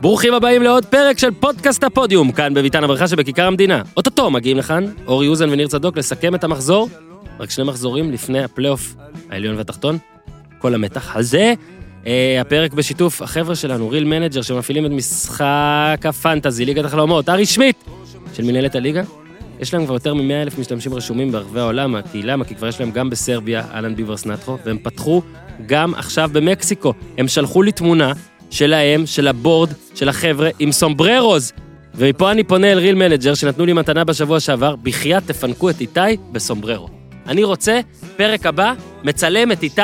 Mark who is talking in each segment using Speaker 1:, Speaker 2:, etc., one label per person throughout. Speaker 1: ברוכים הבאים לעוד פרק של פודקאסט הפודיום, כאן בביתן הברכה שבכיכר המדינה. אוטוטו מגיעים לכאן אורי אוזן וניר צדוק לסכם את המחזור, רק שני מחזורים לפני הפלייאוף העליון והתחתון. כל המתח הזה. אה, הפרק בשיתוף החבר'ה שלנו, ריל מנג'ר, שמפעילים את משחק הפנטזי, ליגת החלומות, הרשמית של מנהלת הליגה. יש להם כבר יותר מ-100 אלף משתמשים רשומים ברחבי העולם, כי למה? כי כבר יש להם גם בסרביה, אהלן ביברס נטחו, והם פתחו גם עכשיו במקסיקו. הם שלחו לי תמונה שלהם, של הבורד, של החבר'ה, עם סומבררוז. ומפה אני פונה אל ריל מנג'ר, שנתנו לי מתנה בשבוע שעבר, בחייאת תפנקו את איתי בסומבררו. אני רוצה, פרק הבא, מצלם את איתי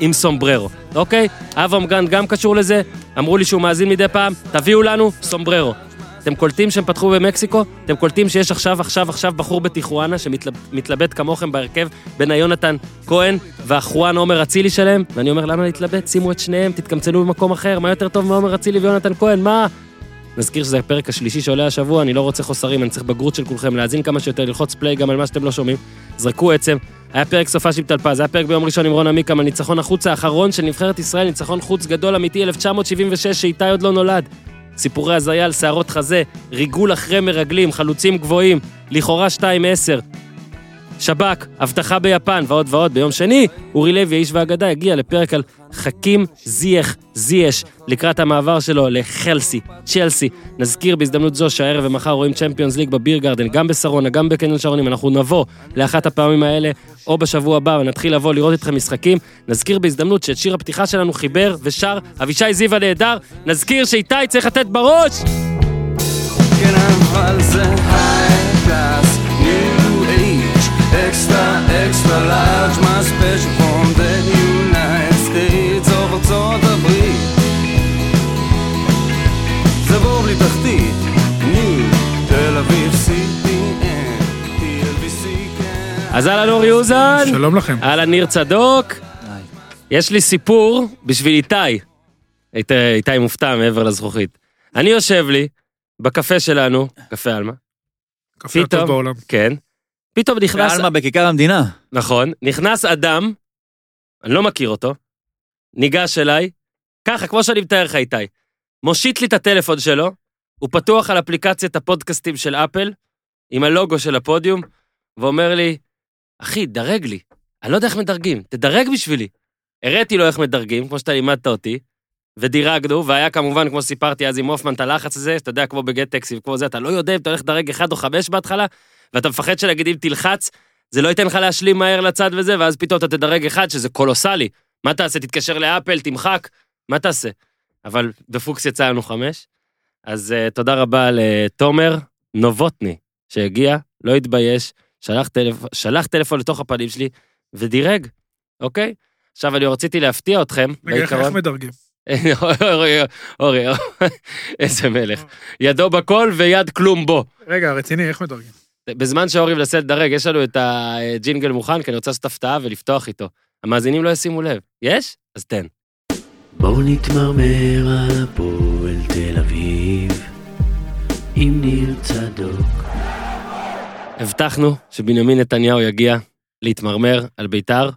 Speaker 1: עם סומבררו, אוקיי? אברהם גרנד גם קשור לזה, אמרו לי שהוא מאזין מדי פעם, תביאו לנו סומבררו. אתם קולטים שהם פתחו במקסיקו? אתם קולטים שיש עכשיו, עכשיו, עכשיו בחור בטיחואנה שמתלבט כמוכם בהרכב בין היונתן כהן והחואן עומר אצילי שלהם? ואני אומר, למה להתלבט? שימו את שניהם, תתקמצנו במקום אחר, מה יותר טוב מעומר אצילי ויונתן כהן? מה? נזכיר שזה הפרק השלישי שעולה השבוע, אני לא רוצה חוסרים, אני צריך בגרות של כולכם, להאזין כמה שיותר, ללחוץ פליי גם על מה שאתם לא שומעים. זרקו עצם. היה פרק סופה של טלפז, היה פרק ביום ראשון עם רון עמיקם על ניצחון החוץ האחרון של נבחרת ישראל, ניצחון חוץ גדול אמיתי 1976, שאיתי עוד לא נולד. סיפורי הזיה על שערות חזה, ריגול אחרי מרגלים, חלוצים גבוהים, לכאורה 2-10. שב"כ, אבטחה ביפן ועוד ועוד. ביום שני, אורי לוי, האיש והאגדה, הגיע לפרק על חכים זייח זייש לקראת המעבר שלו לחלסי, צ'לסי. נזכיר בהזדמנות זו שהערב ומחר רואים צ'מפיונס ליג בביר גרדן, גם בשרונה, גם בקניון שרונים. אנחנו נבוא לאחת הפעמים האלה, או בשבוע הבא, ונתחיל לבוא לראות איתכם משחקים. נזכיר בהזדמנות שאת שיר הפתיחה שלנו חיבר ושר אבישי זיו הנהדר. נזכיר שאיתי צריך לתת בראש!
Speaker 2: כן, אבל זה high class, new age, extra, extra large, my special from the United States of ארצות הברית. זה בור בלי תחתית, ניו, תל אביב, CPN, TLBC, כן.
Speaker 1: אז אהלן אורי אוזן!
Speaker 3: שלום לכם.
Speaker 1: אהלן ניר צדוק. יש לי סיפור בשביל איתי. איתי, איתי מופתע מעבר לזכוכית. אני יושב לי בקפה שלנו, קפה עלמה,
Speaker 3: קפה הטוב
Speaker 1: פתאום.
Speaker 3: בעולם.
Speaker 1: כן. פתאום נכנס,
Speaker 4: ועלמה בכיכר המדינה.
Speaker 1: נכון, נכנס אדם, אני לא מכיר אותו, ניגש אליי, ככה, כמו שאני מתאר לך איתי, מושיט לי את הטלפון שלו, הוא פתוח על אפליקציית הפודקאסטים של אפל, עם הלוגו של הפודיום, ואומר לי, אחי, דרג לי. אני לא יודע איך מדרגים, תדרג בשבילי. הראתי לו איך מדרגים, כמו שאתה לימדת אותי, ודירגנו, והיה כמובן, כמו שסיפרתי אז עם הופמן, את הלחץ הזה, שאתה יודע, כמו בגט-טקסי וכמו זה, אתה לא יודע אם אתה הולך לדרג אחד או חמש בהתחלה, ואתה מפחד שנגיד אם תלחץ, זה לא ייתן לך להשלים מהר לצד וזה, ואז פתאום אתה תדרג אחד, שזה קולוסלי. מה תעשה? תתקשר לאפל, תמחק, מה תעשה? אבל בפוקס יצא לנו חמש. אז uh, תודה רבה לתומר נובוטני, שהגיע, לא התבייש, שלח, טלפ... שלח טלפון לתוך הפנים שלי ודירג, אוקיי? עכשיו, אני רציתי להפתיע אתכם,
Speaker 3: רגע, איך- איך מדרגים?
Speaker 1: אורי, אורי, איזה מלך. ידו בכל ויד כלום בו.
Speaker 3: רגע, רציני, איך מדרגים?
Speaker 1: בזמן שאורי מנסה לדרג, יש לנו את הג'ינגל מוכן, כי אני רוצה לעשות הפתעה ולפתוח איתו. המאזינים לא ישימו לב. יש? אז תן.
Speaker 5: בואו נתמרמר על הפועל תל אביב עם ניר צדוק.
Speaker 1: הבטחנו שבנימין נתניהו יגיע להתמרמר על בית"ר.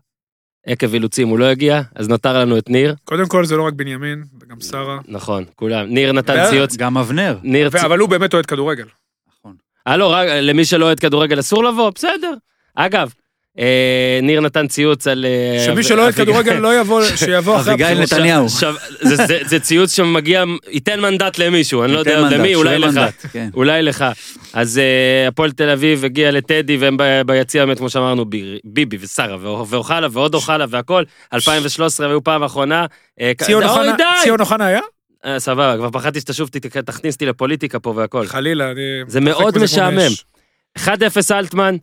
Speaker 1: עקב אילוצים הוא לא יגיע, אז נותר לנו את ניר.
Speaker 3: קודם כל זה לא רק בנימין, זה גם שרה.
Speaker 1: נכון, כולם. ניר נתן
Speaker 3: ואז-
Speaker 1: ציוץ.
Speaker 4: גם אבנר.
Speaker 1: ניר
Speaker 3: ו-
Speaker 1: ציוץ.
Speaker 3: אבל הוא באמת אוהד כדורגל.
Speaker 4: נכון.
Speaker 1: אה לא, רק- למי שלא אוהד כדורגל אסור לבוא, בסדר. אגב, אה, ניר נתן ציוץ על... אה,
Speaker 3: שמי
Speaker 1: אב-
Speaker 3: שלא אוהד
Speaker 1: אביגיל-
Speaker 3: כדורגל לא יבוא, שיבוא אחרי
Speaker 4: אביגיל
Speaker 3: הבחירות.
Speaker 4: נתניהו.
Speaker 1: עכשיו, זה- זה- זה ציוץ שמגיע, ייתן מנדט למישהו, אני לא יודע
Speaker 4: ייתן מנדט,
Speaker 1: למי, אולי
Speaker 4: שווה
Speaker 1: לך.
Speaker 4: מנדט, כן.
Speaker 1: אולי לך. אז אה, הפועל תל אביב הגיע לטדי, והם ב- ביציע באמת, כמו שאמרנו, ב- ביבי ושרה, ואו- ואוחנה, ועוד אוחנה, והכל. 2013 היו פעם אחרונה. אה, כ-
Speaker 3: ציון
Speaker 1: די,
Speaker 3: אוחנה-
Speaker 1: די!
Speaker 3: ציון אוחנה היה?
Speaker 1: אה, סבבה, כבר פחדתי שאתה שוב תת- תכניס אותי לפוליטיקה פה והכל.
Speaker 3: חלילה, אני...
Speaker 1: זה
Speaker 3: משחק
Speaker 1: מאוד
Speaker 3: בזה כמו
Speaker 1: משעמם.
Speaker 3: מאש.
Speaker 1: 1-0 אלטמן,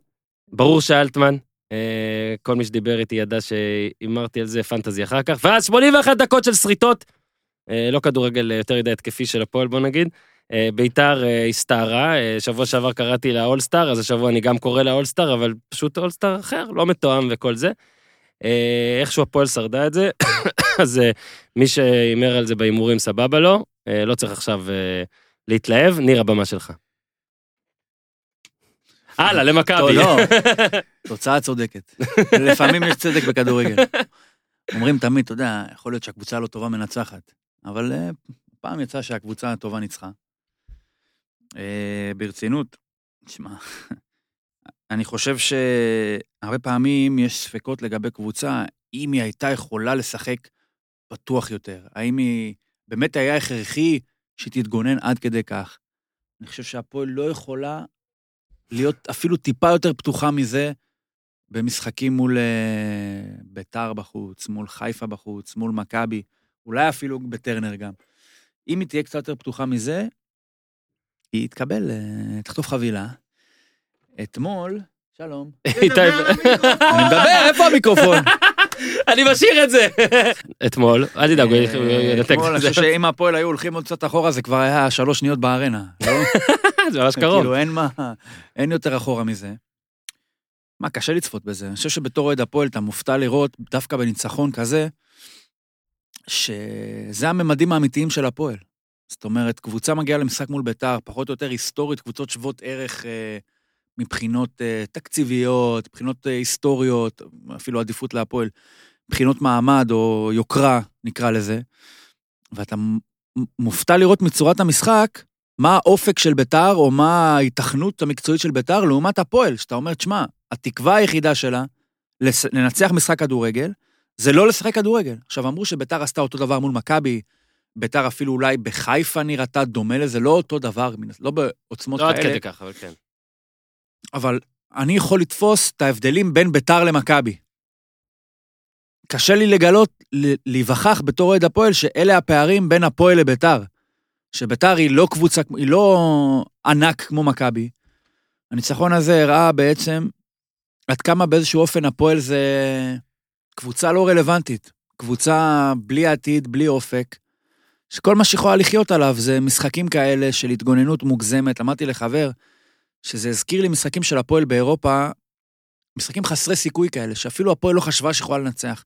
Speaker 1: ברור שאלטמן, אה, כל מי שדיבר איתי ידע שהימרתי על זה פנטזי אחר כך, ואז 81 דקות של שריטות, אה, לא כדורגל אה, יותר מדי התקפי של הפועל בוא נגיד, אה, ביתר אה, הסתערה, אה, שבוע שעבר קראתי לה אולסטאר, אז השבוע אני גם קורא לה אולסטאר, אבל פשוט אולסטאר אחר, לא מתואם וכל זה. אה, איכשהו הפועל שרדה את זה, אז אה, מי שהימר על זה בהימורים סבבה לו, אה, לא צריך עכשיו אה, להתלהב, ניר הבמה שלך. הלאה,
Speaker 4: טוב,
Speaker 1: למכבי.
Speaker 4: לא, תוצאה צודקת. לפעמים יש צדק בכדורגל. אומרים תמיד, אתה יודע, יכול להיות שהקבוצה לא טובה מנצחת, אבל אה, הפעם יצא שהקבוצה הטובה ניצחה. אה, ברצינות, תשמע, אני חושב שהרבה פעמים יש ספקות לגבי קבוצה, אם היא הייתה יכולה לשחק פתוח יותר, האם היא באמת היה הכרחי שהיא תתגונן עד כדי כך. אני חושב שהפועל לא יכולה להיות אפילו טיפה יותר פתוחה מזה במשחקים מול אה, ביתר בחוץ, מול חיפה בחוץ, מול מכבי, אולי אפילו בטרנר גם. אם היא תהיה קצת יותר פתוחה מזה, היא תקבל, אה, תחטוף חבילה. אתמול, שלום.
Speaker 1: איתי,
Speaker 4: אני מדבר, איפה המיקרופון?
Speaker 1: אני משאיר את זה. אתמול, אל תדאג, לא, הוא
Speaker 4: אה,
Speaker 1: ינתק
Speaker 4: אתמול, אני
Speaker 1: את זה.
Speaker 4: חושב שאם הפועל היו הולכים עוד קצת אחורה, זה כבר היה שלוש שניות בארנה. לא?
Speaker 1: אה, זה ממש קרוב.
Speaker 4: כאילו, אין מה, אין יותר אחורה מזה. מה, קשה לצפות בזה. אני חושב שבתור אוהד הפועל אתה מופתע לראות, דווקא בניצחון כזה, שזה הממדים האמיתיים של הפועל. זאת אומרת, קבוצה מגיעה למשחק מול ביתר, פחות או יותר היסטורית, קבוצות שוות ערך אה, מבחינות אה, תקציביות, מבחינות אה, היסטוריות, אפילו עדיפות להפועל, מבחינות מעמד או יוקרה, נקרא לזה. ואתה מ- מופתע לראות מצורת המשחק מה האופק של ביתר, או מה ההיתכנות המקצועית של ביתר, לעומת הפועל, שאתה אומר, תשמע, התקווה היחידה שלה לס- לנצח משחק כדורגל, זה לא לשחק כדורגל. עכשיו, אמרו שביתר עשתה אותו דבר מול מכבי, ביתר אפילו אולי בחיפה נראתה דומה לזה, לא אותו דבר, מן- לא בעוצמות
Speaker 1: לא עד
Speaker 4: כאלה,
Speaker 1: כדי כך, אבל כן.
Speaker 4: אבל אני יכול לתפוס את ההבדלים בין ביתר למכבי. קשה לי לגלות, ל- להיווכח בתור אוהד הפועל, שאלה הפערים בין הפועל לביתר. שביתר היא לא קבוצה, כמו- היא לא ענק כמו מכבי. הניצחון הזה הראה בעצם עד כמה באיזשהו אופן הפועל זה קבוצה לא רלוונטית. קבוצה בלי עתיד, בלי אופק, שכל מה שיכולה לחיות עליו זה משחקים כאלה של התגוננות מוגזמת. אמרתי לחבר, שזה הזכיר לי משחקים של הפועל באירופה, משחקים חסרי סיכוי כאלה, שאפילו הפועל לא חשבה שיכולה לנצח.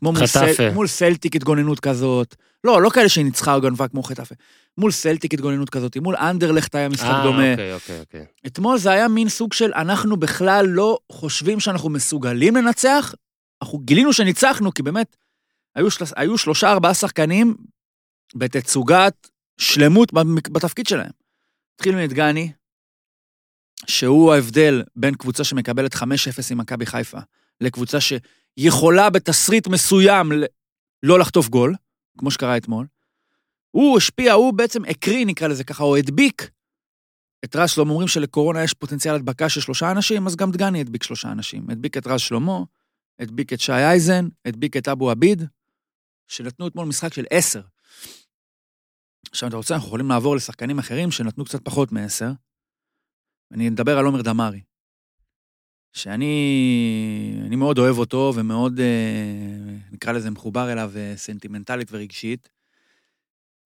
Speaker 4: כמו מול,
Speaker 1: חטאפה.
Speaker 4: סל, מול סלטיק התגוננות כזאת. לא, לא כאלה שהיא ניצחה או גנבה כמו חטאפה. מול סלטיק התגוננות כזאת, מול אנדרלכט היה משחק
Speaker 1: אה,
Speaker 4: דומה.
Speaker 1: אוקיי, אוקיי, אוקיי.
Speaker 4: אתמול זה היה מין סוג של אנחנו בכלל לא חושבים שאנחנו מסוגלים לנצח, אנחנו גילינו שניצחנו, כי באמת, היו, של... היו שלושה ארבעה שחקנים בתצוגת שלמות במק- בתפקיד שלהם. התחילו מדגני, שהוא ההבדל בין קבוצה שמקבלת 5-0 עם מכבי חיפה, לקבוצה שיכולה בתסריט מסוים ל- לא לחטוף גול, כמו שקרה אתמול. הוא השפיע, הוא בעצם הקריא, נקרא לזה ככה, או הדביק את רז שלמה. אומרים שלקורונה יש פוטנציאל הדבקה של שלושה אנשים, אז גם דגני הדביק שלושה אנשים. הדביק את רז שלמה, הדביק את שי אייזן, הדביק את אבו עביד, שנתנו אתמול משחק של עשר. עכשיו, אתה רוצה, אנחנו יכולים לעבור לשחקנים אחרים שנתנו קצת פחות מעשר. אני מדבר על עומר דמארי, שאני אני מאוד אוהב אותו ומאוד, אה, נקרא לזה, מחובר אליו אה, סנטימנטלית ורגשית.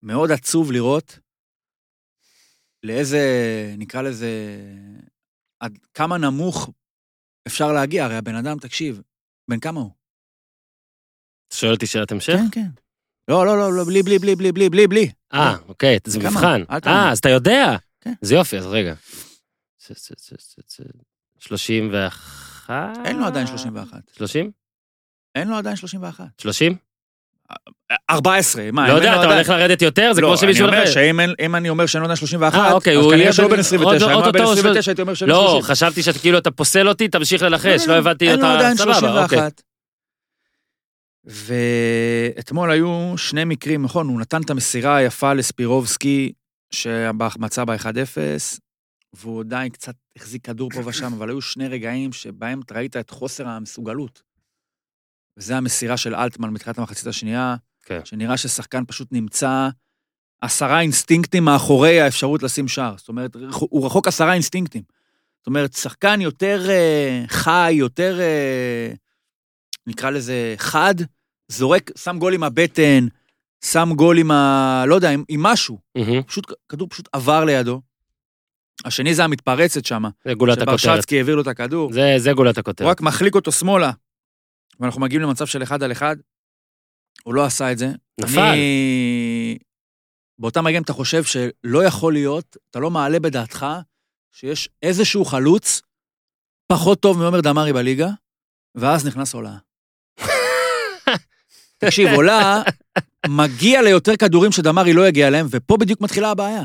Speaker 4: מאוד עצוב לראות לאיזה, נקרא לזה, עד כמה נמוך אפשר להגיע. הרי הבן אדם, תקשיב, בן כמה הוא?
Speaker 1: אתה שואל אותי שאלת המשך?
Speaker 4: כן. לא, לא, לא, לא, בלי, בלי, בלי, בלי, בלי, בלי, בלי.
Speaker 1: אה, אוקיי, זה
Speaker 4: כמה?
Speaker 1: מבחן.
Speaker 4: אל תענה.
Speaker 1: אה, אז אתה יודע.
Speaker 4: כן.
Speaker 1: זה יופי, אז רגע. ש- ש- ש- ש- ש- 31?
Speaker 4: אין לו עדיין 31.
Speaker 1: 30?
Speaker 4: אין לו עדיין 31.
Speaker 1: 30?
Speaker 4: 14, אה, מה,
Speaker 1: לא
Speaker 4: אם אין
Speaker 1: יודע,
Speaker 4: לו
Speaker 1: אתה
Speaker 4: עדיין-
Speaker 1: הולך לרדת יותר? זה
Speaker 4: לא,
Speaker 1: כמו שמישהו
Speaker 4: אני אומר
Speaker 1: אחר.
Speaker 4: שאם אין- אם אני אומר שאני לא יודע 31,
Speaker 1: אה, אוקיי,
Speaker 4: אז
Speaker 1: הוא יהיה
Speaker 4: כנראה שהוא לא
Speaker 1: בן-
Speaker 4: בן 29,
Speaker 1: עוד-
Speaker 4: אם הוא היה בן
Speaker 1: אוטוטו,
Speaker 4: 29, הייתי אומר שאני
Speaker 1: לא,
Speaker 4: 30.
Speaker 1: חשבתי שאתה כאילו אתה פוסל אותי, תמשיך ללחש, לא הבנתי
Speaker 4: אין לו
Speaker 1: אותה.
Speaker 4: עדיין
Speaker 1: סבבה, אוקיי.
Speaker 4: 31. ואתמול היו שני מקרים, נכון, הוא נתן את המסירה היפה לספירובסקי, שמצא ב-1-0, והוא עדיין קצת החזיק כדור פה ושם, אבל היו שני רגעים שבהם אתה ראית את חוסר המסוגלות. וזה המסירה של אלטמן בתחילת המחצית השנייה,
Speaker 1: כן.
Speaker 4: שנראה ששחקן פשוט נמצא עשרה אינסטינקטים מאחורי האפשרות לשים שער. זאת אומרת, הוא רחוק עשרה אינסטינקטים. זאת אומרת, שחקן יותר אה, חי, יותר, אה, נקרא לזה, חד, זורק, שם גול עם הבטן, שם גול עם ה... לא יודע, עם, עם משהו.
Speaker 1: מהמם.
Speaker 4: פשוט, כדור פשוט עבר לידו. השני זה המתפרצת שם,
Speaker 1: זה גולת הכותרת.
Speaker 4: שברשצקי העביר לו את הכדור.
Speaker 1: זה- זה גולת
Speaker 4: הוא
Speaker 1: הכותרת.
Speaker 4: רק מחליק אותו שמאלה, ואנחנו מגיעים למצב של אחד על אחד. הוא לא עשה את זה.
Speaker 1: נפל.
Speaker 4: אני... באותם רגעים אתה חושב שלא יכול להיות, אתה לא מעלה בדעתך שיש איזשהו חלוץ פחות טוב מעומר דמארי בליגה, ואז נכנס הולאה. תקשיב, עולה, מגיע ליותר כדורים שדמרי לא יגיע אליהם, ופה בדיוק מתחילה הבעיה.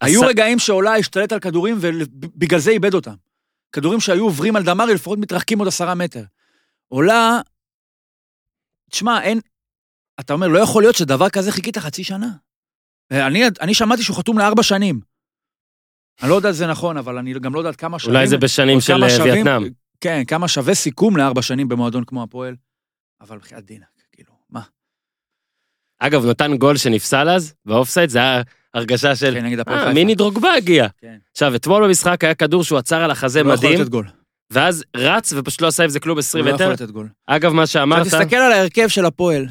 Speaker 4: היו
Speaker 1: עשה-
Speaker 4: רגעים שעולה השתלט על כדורים ובגלל זה איבד אותם. כדורים שהיו עוברים על דמרי לפחות מתרחקים עוד עשרה מטר. עולה, תשמע, אין... אתה אומר, לא יכול להיות שדבר כזה חיכית חצי שנה. אני, אני שמעתי שהוא חתום לארבע שנים. אני לא יודע אם זה נכון, אבל אני גם לא יודע עד כמה שנים.
Speaker 1: אולי זה בשנים
Speaker 4: עוד
Speaker 1: של
Speaker 4: כמה
Speaker 1: אה,
Speaker 4: שווים-
Speaker 1: וייטנאם.
Speaker 4: כן, כמה שווה סיכום לארבע שנים במועדון כמו הפועל, אבל בחייאת דינק, כאילו, מה?
Speaker 1: אגב, נתן גול שנפסל אז, באופסייד, זה היה הרגשה של,
Speaker 4: כן, נגד הפועל
Speaker 1: אה,
Speaker 4: חיפה.
Speaker 1: מיני דרוגבה הגיע.
Speaker 4: כן.
Speaker 1: עכשיו, אתמול במשחק היה כדור שהוא עצר על החזה
Speaker 4: הוא לא יכול
Speaker 1: מדהים,
Speaker 4: לתת גול.
Speaker 1: ואז רץ ופשוט לא עשה עם זה כלום 20
Speaker 4: הוא לא
Speaker 1: מטר.
Speaker 4: יכול לתת גול.
Speaker 1: אגב, מה שאמרת,
Speaker 4: עכשיו תסתכל על ההרכב של הפועל.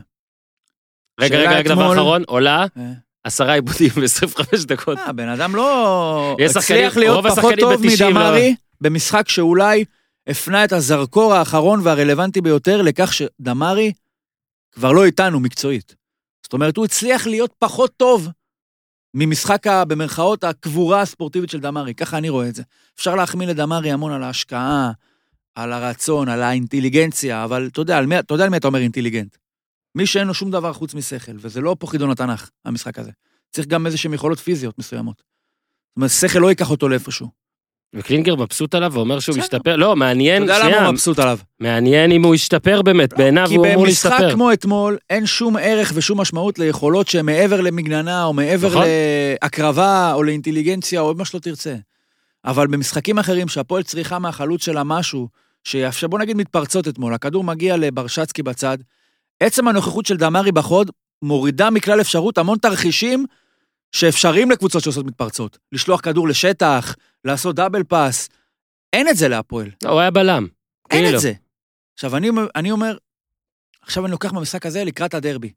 Speaker 1: רגע,
Speaker 4: שאלה
Speaker 1: רגע, רק דבר
Speaker 4: אתמול-
Speaker 1: אחרון, עולה
Speaker 4: אה.
Speaker 1: עשרה עיבודים ב-25 דקות.
Speaker 4: אה, בן אדם לא
Speaker 1: יש שחקנים-
Speaker 4: הצליח להיות
Speaker 1: רוב
Speaker 4: פחות
Speaker 1: השחקנים
Speaker 4: טוב
Speaker 1: ב-90 לא-
Speaker 4: מדמרי במשחק שאולי הפנה את הזרקור האחרון והרלוונטי ביותר לכך שדמרי כבר לא איתנו מקצועית. זאת אומרת, הוא הצליח להיות פחות טוב ממשחק, ה- במרכאות, הקבורה הספורטיבית של דמרי. ככה אני רואה את זה. אפשר להחמיא לדמרי המון על ההשקעה, על הרצון, על האינטליגנציה, אבל אתה יודע, על מי, אתה יודע על מי אתה אומר אינטליגנט. מי שאין לו שום דבר חוץ משכל, וזה לא פה חידון התנ"ך, המשחק הזה. צריך גם איזה שהן יכולות פיזיות מסוימות. זאת אומרת, שכל לא ייקח אותו לאיפשהו.
Speaker 1: וקלינגר מבסוט עליו ואומר שהוא
Speaker 4: בסדר.
Speaker 1: משתפר, לא,
Speaker 4: אתה
Speaker 1: מעניין,
Speaker 4: יודע למה
Speaker 1: שנייה,
Speaker 4: הוא מבסוט עליו?
Speaker 1: מעניין אם הוא השתפר באמת, בעיניו
Speaker 4: כי
Speaker 1: הוא אמור
Speaker 4: במשחק
Speaker 1: להשתפר.
Speaker 4: כמו אתמול, אין שום ערך ושום משמעות ליכולות שהן מעבר למגננה, או מעבר
Speaker 1: נכון.
Speaker 4: להקרבה, או לאינטליגנציה, או מה שלא תרצה. אבל במשחקים אחרים, שהפועל צריכה מהחלוץ שלה משהו, שיאפשר, בוא נגיד מתפרצות אתמול, הכדור מגיע לברשצקי בצד, עצם הנוכחות של דמארי בחוד מורידה מכלל אפשרות המון תרחישים שאפשריים לקבוצות שעושות מתפרצות. לשלוח כדור לשטח, לעשות דאבל פאס, אין את זה להפועל.
Speaker 1: לא, הוא היה בלם.
Speaker 4: אין
Speaker 1: כאילו.
Speaker 4: את זה. עכשיו, אני, אני אומר, עכשיו אני לוקח מהמשחק הזה לקראת הדרבי.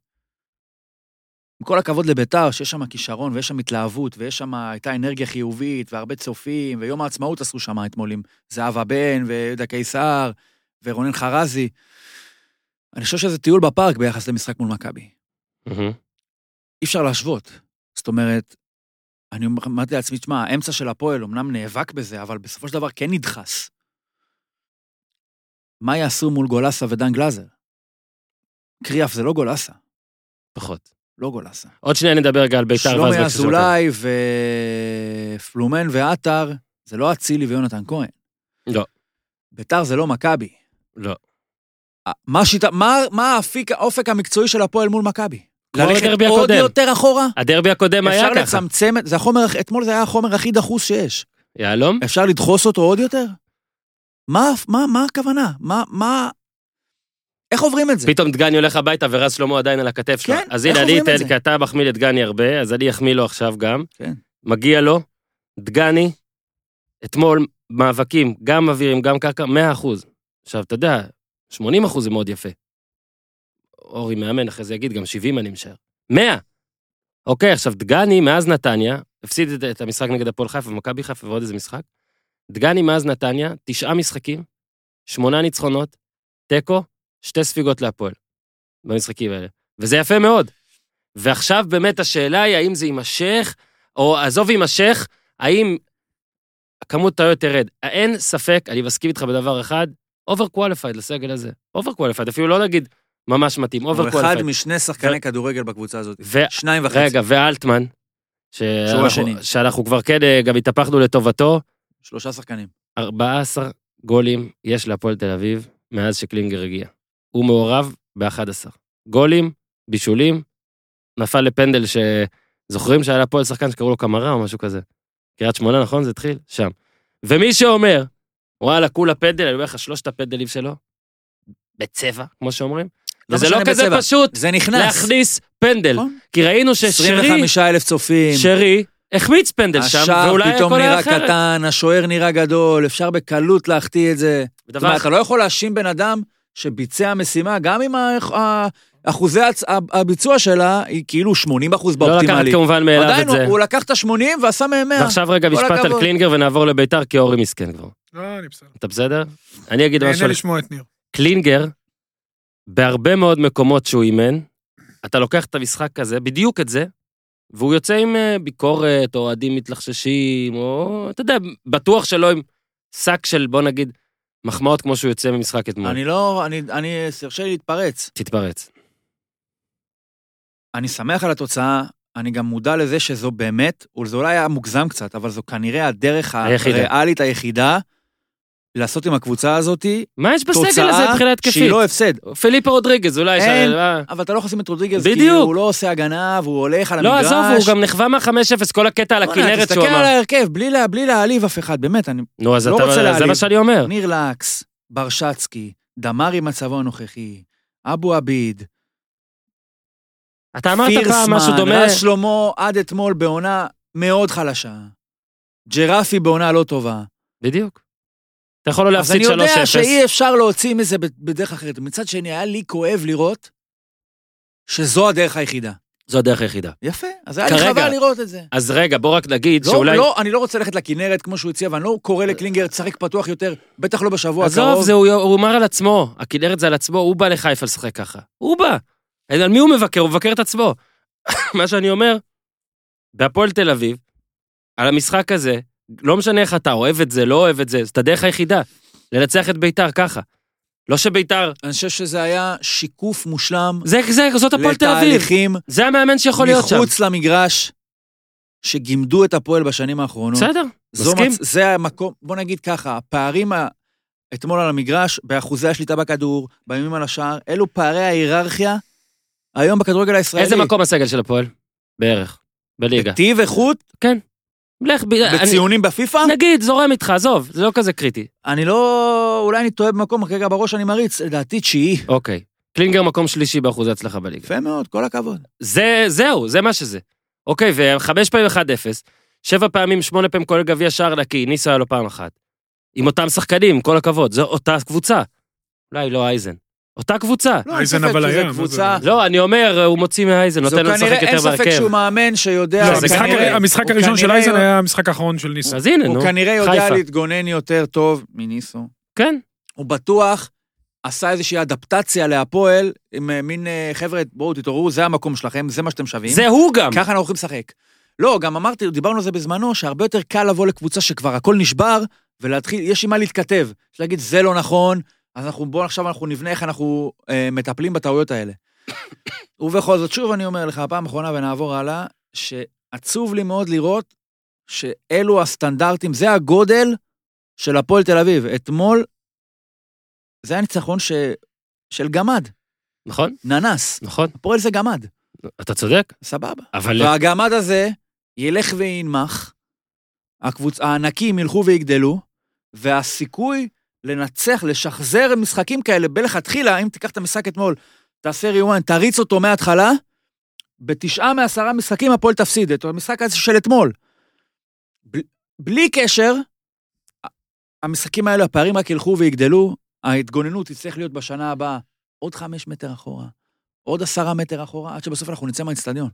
Speaker 4: עם כל הכבוד לביתר, שיש שם כישרון ויש שם התלהבות, ויש שם, הייתה אנרגיה חיובית, והרבה צופים, ויום העצמאות עשו שם אתמול עם זהבה בן, ויהודה קיסר, ורונן חרזי. אני חושב שזה טיול בפארק ביחס למשחק מול מכבי.
Speaker 1: מהמם.
Speaker 4: אי אפשר להשוות. זאת אומרת, אני אומר- אמרתי לעצמי, תשמע, האמצע של הפועל אמנם נאבק בזה, אבל בסופו של דבר כן נדחס. מה יעשו מול גולסה ודן גלאזר? קריאף זה לא גולסה,
Speaker 1: פחות.
Speaker 4: לא גולסה.
Speaker 1: עוד שנייה נדבר רגע על ביתר ואז...
Speaker 4: שלומי
Speaker 1: בבקשה, שלום.
Speaker 4: אזולאי ופלומן ועטר, זה לא אצילי ויונתן כהן.
Speaker 1: לא.
Speaker 4: ביתר זה לא מכבי.
Speaker 1: לא.
Speaker 4: מה השיטה- מה- מה האפיק- האופק המקצועי של הפועל מול מכבי?
Speaker 1: כמו
Speaker 4: ללכת
Speaker 1: הדרבי
Speaker 4: עוד
Speaker 1: הקודם.
Speaker 4: יותר אחורה?
Speaker 1: הדרבי הקודם היה
Speaker 4: אפשר
Speaker 1: ככה.
Speaker 4: לצמצם את זה, החומר, הכ- אתמול זה היה החומר הכי דחוס שיש.
Speaker 1: יהלום?
Speaker 4: אפשר לדחוס אותו עוד יותר? מה, מה, מה הכוונה? מה, מה... איך עוברים את זה?
Speaker 1: פתאום דגני הולך הביתה ורז שלמה עדיין על הכתף שלו.
Speaker 4: כן,
Speaker 1: אז
Speaker 4: איך
Speaker 1: הנה, אני
Speaker 4: עוברים את
Speaker 1: אתן,
Speaker 4: זה?
Speaker 1: כי אתה מחמיא לדגני הרבה, אז אני אחמיא לו עכשיו גם.
Speaker 4: כן.
Speaker 1: מגיע לו, דגני, אתמול, מאבקים, גם אווירים, גם קרקע, 100 אחוז. עכשיו, אתה יודע, 80 אחוז זה מאוד יפה. אורי מאמן, אחרי זה יגיד, גם 70 אני משער. 100! אוקיי, עכשיו, דגני מאז נתניה, הפסיד את, את המשחק נגד הפועל חיפה ומכבי חיפה ועוד איזה משחק. דגני מאז נתניה, תשעה משחקים, שמונה ניצחונות, תיקו, שתי ספיגות להפועל. במשחקים האלה. וזה יפה מאוד. ועכשיו באמת השאלה היא האם זה יימשך, או עזוב יימשך, האם כמות טעויות תרד. אין ספק, אני מסכים איתך בדבר אחד, אובר קואליפייד לסגל הזה. אובר קואליפייד, אפילו לא נגיד ממש מתאים,
Speaker 4: הוא
Speaker 1: אובר
Speaker 4: אחד
Speaker 1: קואליפייד.
Speaker 4: משני שחקני כדורגל בקבוצה הזאת. שניים וחצי.
Speaker 1: רגע, ואלטמן,
Speaker 4: שהוא
Speaker 1: שאנחנו,
Speaker 4: השני.
Speaker 1: שאנחנו כבר כן אה, גם התהפכנו לטובתו,
Speaker 4: שלושה שחקנים.
Speaker 1: 14 גולים יש להפועל תל אביב מאז שקלינגר הגיע. הוא מעורב ב-11. גולים, בישולים, נפל לפנדל ש... זוכרים שהיה להפועל שחקן שקראו לו קמרה או משהו כזה? קריית שמונה, נכון? זה התחיל? שם. ומי שאומר, וואלה, כולה פנדל, אני אומר לך, שלושת הפנדלים שלו, בצבע, כמו שאומרים.
Speaker 4: לא
Speaker 1: וזה לא
Speaker 4: משנה
Speaker 1: כזה
Speaker 4: בצבע.
Speaker 1: פשוט
Speaker 4: זה נכנס.
Speaker 1: להכניס פנדל.
Speaker 4: נכון.
Speaker 1: כי ראינו ששרי...
Speaker 4: 25 אלף צופים.
Speaker 1: שרי החמיץ פנדל שם,
Speaker 4: השער
Speaker 1: ואולי
Speaker 4: פתאום
Speaker 1: הכל היה
Speaker 4: נראה
Speaker 1: אחרת.
Speaker 4: קטן, השוער נראה גדול, אפשר בקלות להחטיא את זה. זאת
Speaker 1: ודבר
Speaker 4: אומרת,
Speaker 1: אחר-
Speaker 4: אתה לא יכול להאשים בן אדם שביצע משימה, גם אם ה- ה- אחוזי הצ- הביצוע שלה היא כאילו 80 אחוז
Speaker 1: לא לקחת
Speaker 4: באופטימלי.
Speaker 1: כמובן מאליו
Speaker 4: עדיין
Speaker 1: את
Speaker 4: הוא,
Speaker 1: זה.
Speaker 4: הוא לקח את ה-80 ועשה מהם 100.
Speaker 1: ועכשיו רגע
Speaker 4: כל
Speaker 1: משפט על
Speaker 4: הכבוד.
Speaker 1: קלינגר ונעבור לביתר, כי אורי מסכן כבר.
Speaker 3: לא, אני בסדר.
Speaker 1: אתה בסדר? אני אגיד משהו
Speaker 3: נהנה
Speaker 1: על
Speaker 3: לשמוע את ניר.
Speaker 1: קלינגר, בהרבה מאוד מקומות שהוא אימן, אתה לוקח את המשחק הזה, בדיוק את זה, והוא יוצא עם אה, ביקורת, או אוהדים מתלחששים, או אתה יודע, בטוח שלא עם שק של, בוא נגיד, מחמאות כמו שהוא יוצא ממשחק אתמול.
Speaker 4: אני לא, אני, אני, תרשה לי להתפרץ.
Speaker 1: תתפרץ.
Speaker 4: אני שמח על התוצאה, אני גם מודע לזה שזו באמת, וזה אולי היה מוגזם קצת, אבל זו כנראה הדרך
Speaker 1: היחידה.
Speaker 4: הריאלית היחידה לעשות עם הקבוצה הזאת
Speaker 1: מה יש בסגל הזה מבחינה
Speaker 4: תוצאה
Speaker 1: התקפית?
Speaker 4: שהיא לא הפסד.
Speaker 1: פליפה רודריגז, אולי...
Speaker 4: אין.
Speaker 1: ש- אה.
Speaker 4: אבל אתה לא יכול לשים את רודריגז, כי
Speaker 1: בדיוק.
Speaker 4: הוא לא עושה הגנה, והוא הולך על
Speaker 1: לא,
Speaker 4: המגרש.
Speaker 1: עזוב, הוא גם נחווה מה-5-0, כל הקטע על
Speaker 4: בוא'נה,
Speaker 1: הכנרת שהוא
Speaker 4: תסתכל על
Speaker 1: אמר.
Speaker 4: ההרכב, בלי לה- בלי להעליב אף אחד, באמת, אני...
Speaker 1: נו, אז
Speaker 4: לא
Speaker 1: אתה-
Speaker 4: רוצה
Speaker 1: זה מה
Speaker 4: להעליב.
Speaker 1: שאני אומר.
Speaker 4: ניר לקס, ברשצקי, דמארי מצבו הנוכחי, אבו עביד,
Speaker 1: אתה אמרת פעם משהו דומה.
Speaker 4: רז שלמה עד אתמול בעונה מאוד חלשה. ג'רפי בעונה לא טובה.
Speaker 1: בדיוק. אתה יכול לא
Speaker 4: אז
Speaker 1: להפסיד
Speaker 4: אני
Speaker 1: 3-0.
Speaker 4: יודע שאי אפשר להוציא מזה ב- בדרך אחרת. מצד שני, היה לי כואב לראות שזו הדרך היחידה.
Speaker 1: זו הדרך היחידה.
Speaker 4: יפה, אז היה לי
Speaker 1: כרגע.
Speaker 4: חבל לראות את זה.
Speaker 1: אז רגע, בוא רק נגיד
Speaker 4: לא,
Speaker 1: שאולי... אה.
Speaker 4: לא, אני לא רוצה ללכת לכנרת כמו שהוא הציע, ואני לא קורא לקלינגר, תשחק פתוח יותר, בטח לא בשבוע הקרוב.
Speaker 1: עזוב, זה הוא הוא אמר על עצמו. הכנרת זה על עצמו, הוא בא לחיפה לשחק ככה. הוא בא. אז על מי הוא מבקר? הוא מבקר את עצמו. מה שאני אומר, בהפועל תל אביב, על המשחק הזה, לא משנה איך אתה אוהב את זה, לא אוהב את זה, זאת הדרך היחידה. לנצח את ביתר ככה. לא שביתר...
Speaker 4: אני חושב שזה היה שיקוף מושלם
Speaker 1: זה, זה, זאת הפועל תל אביב.
Speaker 4: לתהליכים
Speaker 1: זה המאמן שיכול להיות שם.
Speaker 4: מחוץ למגרש, שגימדו את הפועל בשנים האחרונות.
Speaker 1: בסדר,
Speaker 4: זו
Speaker 1: מסכים.
Speaker 4: מצ- זה המקום, בוא נגיד ככה, הפערים ה... אתמול על המגרש, באחוזי השליטה בכדור, באיומים על השער, אלו פערי ההיררכיה היום בכדורגל הישראלי.
Speaker 1: איזה מקום הסגל של הפועל? בערך. בליגה.
Speaker 4: טיב איכות
Speaker 1: לך ב... אני-
Speaker 4: בציונים בפיפ"א?
Speaker 1: נגיד, זורם איתך, עזוב, זה לא כזה קריטי.
Speaker 4: אני לא... אולי אני טועה במקום, כרגע בראש אני מריץ, לדעתי תשיעי.
Speaker 1: אוקיי. קלינגר מקום שלישי באחוזי הצלחה בליגה.
Speaker 4: יפה מאוד, כל הכבוד.
Speaker 1: זה, זהו, זה מה שזה. אוקיי, וחמש פעמים 1-0, שבע פעמים, שמונה פעמים כולל גביע שער נקי, ניסו היה לו פעם אחת. עם אותם שחקנים, עם כל הכבוד, זו אותה קבוצה. אולי לא אייזן. אותה קבוצה.
Speaker 4: לא, אין
Speaker 3: אייזן
Speaker 4: ספק
Speaker 3: אבל
Speaker 4: שזו
Speaker 3: היה, מה זה?
Speaker 4: קבוצה...
Speaker 1: לא, אני אומר, הוא מוציא מהאייזן,
Speaker 4: זו
Speaker 1: נותן לו
Speaker 4: כנראה,
Speaker 1: לשחק
Speaker 4: אין
Speaker 1: יותר
Speaker 4: ספק
Speaker 1: בהרכב.
Speaker 4: שהוא מאמן שיודע...
Speaker 1: לא,
Speaker 4: הוא
Speaker 1: זה
Speaker 3: המשחק
Speaker 1: כנראה-
Speaker 3: הר- המשחק
Speaker 4: הוא
Speaker 3: הראשון של
Speaker 4: כנראה-
Speaker 3: אייזן היה המשחק האחרון של ניסן.
Speaker 1: אז הנה, נו.
Speaker 4: הוא כנראה יודע
Speaker 1: חיפה.
Speaker 4: להתגונן יותר טוב מניסו.
Speaker 1: כן.
Speaker 4: הוא בטוח עשה איזושהי אדפטציה להפועל, עם אה, מין אה, חבר'ה, בואו תתעוררו, זה המקום שלכם, זה מה שאתם שווים.
Speaker 1: זה הוא גם.
Speaker 4: ככה אנחנו הולכים לשחק. לא, גם אמרתי, דיברנו על זה בזמנו, שהרבה יותר קל לבוא לקבוצה שכבר הכל נשבר, ולהתחיל, יש עם מה להתכתב. יש להגיד, זה לא נכון, אז אנחנו, בואו עכשיו אנחנו נבנה איך אנחנו אה, מטפלים בטעויות האלה. ובכל זאת, שוב אני אומר לך, פעם אחרונה ונעבור הלאה, שעצוב לי מאוד לראות שאלו הסטנדרטים, זה הגודל של הפועל תל אביב. אתמול, זה היה ניצחון ש... של גמד,
Speaker 1: נכון,
Speaker 4: ננס.
Speaker 1: נכון.
Speaker 4: הפועל זה גמד,
Speaker 1: אתה צודק,
Speaker 4: סבבה.
Speaker 1: אבל...
Speaker 4: והגמד הזה ילך וינמך, הקבוצ... הענקים ילכו ויגדלו, והסיכוי לנצח, לשחזר משחקים כאלה בלכתחילה, אם תיקח את המשחק אתמול, תעשה ריוואן, תריץ אותו מההתחלה, בתשעה מעשרה משחקים הפועל תפסיד, את המשחק הזה של אתמול. ב... בלי קשר, ה- המשחקים האלו, הפערים רק ילכו ויגדלו, ההתגוננות תצטרך להיות בשנה הבאה עוד חמש מטר אחורה, עוד עשרה מטר אחורה, עד שבסוף אנחנו נצא מהאצטדיון.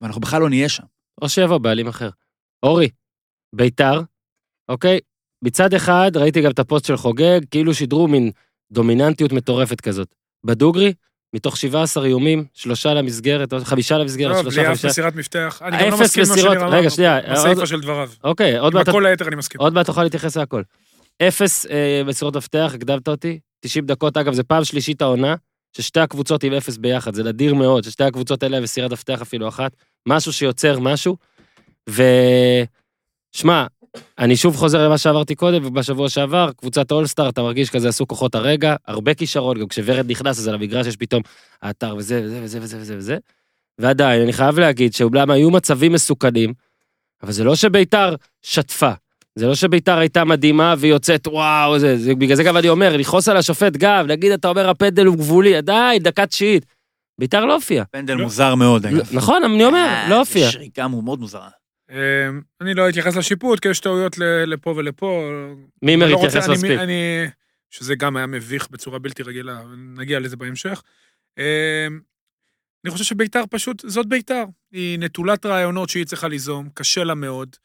Speaker 4: ואנחנו בכלל לא נהיה שם.
Speaker 1: או שיבוא בעלים אחר. אורי, ביתר, אוקיי? מצד אחד, ראיתי גם את הפוסט של חוגג, כאילו שידרו מין דומיננטיות מטורפת כזאת. בדוגרי, מתוך 17 איומים, שלושה למסגרת, או חמישה למסגרת,
Speaker 3: לא,
Speaker 1: שלושה
Speaker 3: בלי אף
Speaker 1: חמישה.
Speaker 3: מסירת מפתח. אני גם
Speaker 1: אה,
Speaker 3: לא
Speaker 1: אפס
Speaker 3: מסכים עם מה
Speaker 1: מסירות.
Speaker 3: שניר אמר.
Speaker 1: רגע, שנייה, עוד-
Speaker 3: בסיפא של דבריו.
Speaker 1: אוקיי, עוד
Speaker 3: עם
Speaker 1: מעט
Speaker 3: הכל היתר אני מסכים.
Speaker 1: עוד מעט תוכל להתייחס להכל. אפס אה, מסירות מפתח, הקדמת אותי. 90 דקות, אגב, זה פעם שלישית העונה, ששתי הקבוצות עם אפס ביחד, זה נדיר מאוד, ששתי הקבוצות אין להם מסירת מפתח אפילו אחת, משהו שיוצר משהו. ו... שמע, אני שוב חוזר למה שאמרתי קודם, ובשבוע שעבר, קבוצת אולסטאר, אתה מרגיש כזה עשו כוחות הרגע, הרבה כישרון, גם כשוורד נכנס, אז על המגרש יש פתאום האתר וזה וזה וזה וזה וזה וזה. ועדיין, אני חייב להגיד שאומנם היו מצבים מסוכנים, אבל זה לא שביתר שטפה. זה לא שביתר הייתה מדהימה והיא יוצאת, וואו, זה, זה, בגלל זה גם אני אומר, לכעוס על השופט גם, נגיד אתה אומר הפנדל הוא גבולי, די, דקה תשיעית. ביתר לא הופיע.
Speaker 4: פנדל
Speaker 3: לא.
Speaker 4: מוזר מאוד, אגב.
Speaker 1: נכון, אני
Speaker 4: אה,
Speaker 1: אומר,
Speaker 6: אה,
Speaker 1: לא הופיע.
Speaker 4: שריקה הוא מאוד מוזרה.
Speaker 3: אה, אני לא אתייחס לשיפוט, כי יש טעויות ל- לפה ולפה.
Speaker 1: מימר
Speaker 3: אני לא
Speaker 1: התייחס
Speaker 3: רוצה- אני-
Speaker 1: מספיק.
Speaker 3: אני... שזה גם היה מביך בצורה בלתי רגילה, נגיע לזה בהמשך. אמ, אני חושב שביתר פשוט, זאת ביתר. היא נטולת רעיונות שהיא צריכה ליזום, קשה לה מאוד.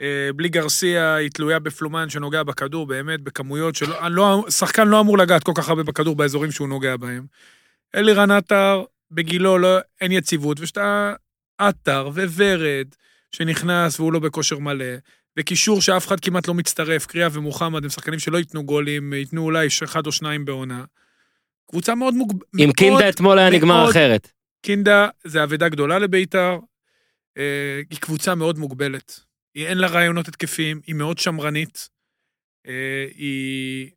Speaker 3: אה, בלי גרסיה היא תלויה בפלומן שנוגע בכדור, באמת, בכמויות שלא... לא, שחקן לא אמור לגעת כל כך הרבה בכדור באזורים שהוא נוגע בהם. אלירן עטר, בגילו לא, אין יציבות, ושאתה עטר וורד, שנכנס והוא לא בכושר מלא, וקישור שאף אחד כמעט לא מצטרף, קריאה ומוחמד הם שחקנים שלא ייתנו גולים, ייתנו אולי אחד או שניים בעונה. קבוצה מאוד מוגבלת.
Speaker 1: אם קינדה אתמול היה נגמר
Speaker 3: מאוד-
Speaker 1: אחרת.
Speaker 3: קינדה זה אבדה גדולה לביתר, אה, היא קבוצה מאוד מוגבלת. היא אין לה רעיונות התקפיים, היא מאוד שמרנית. אה, היא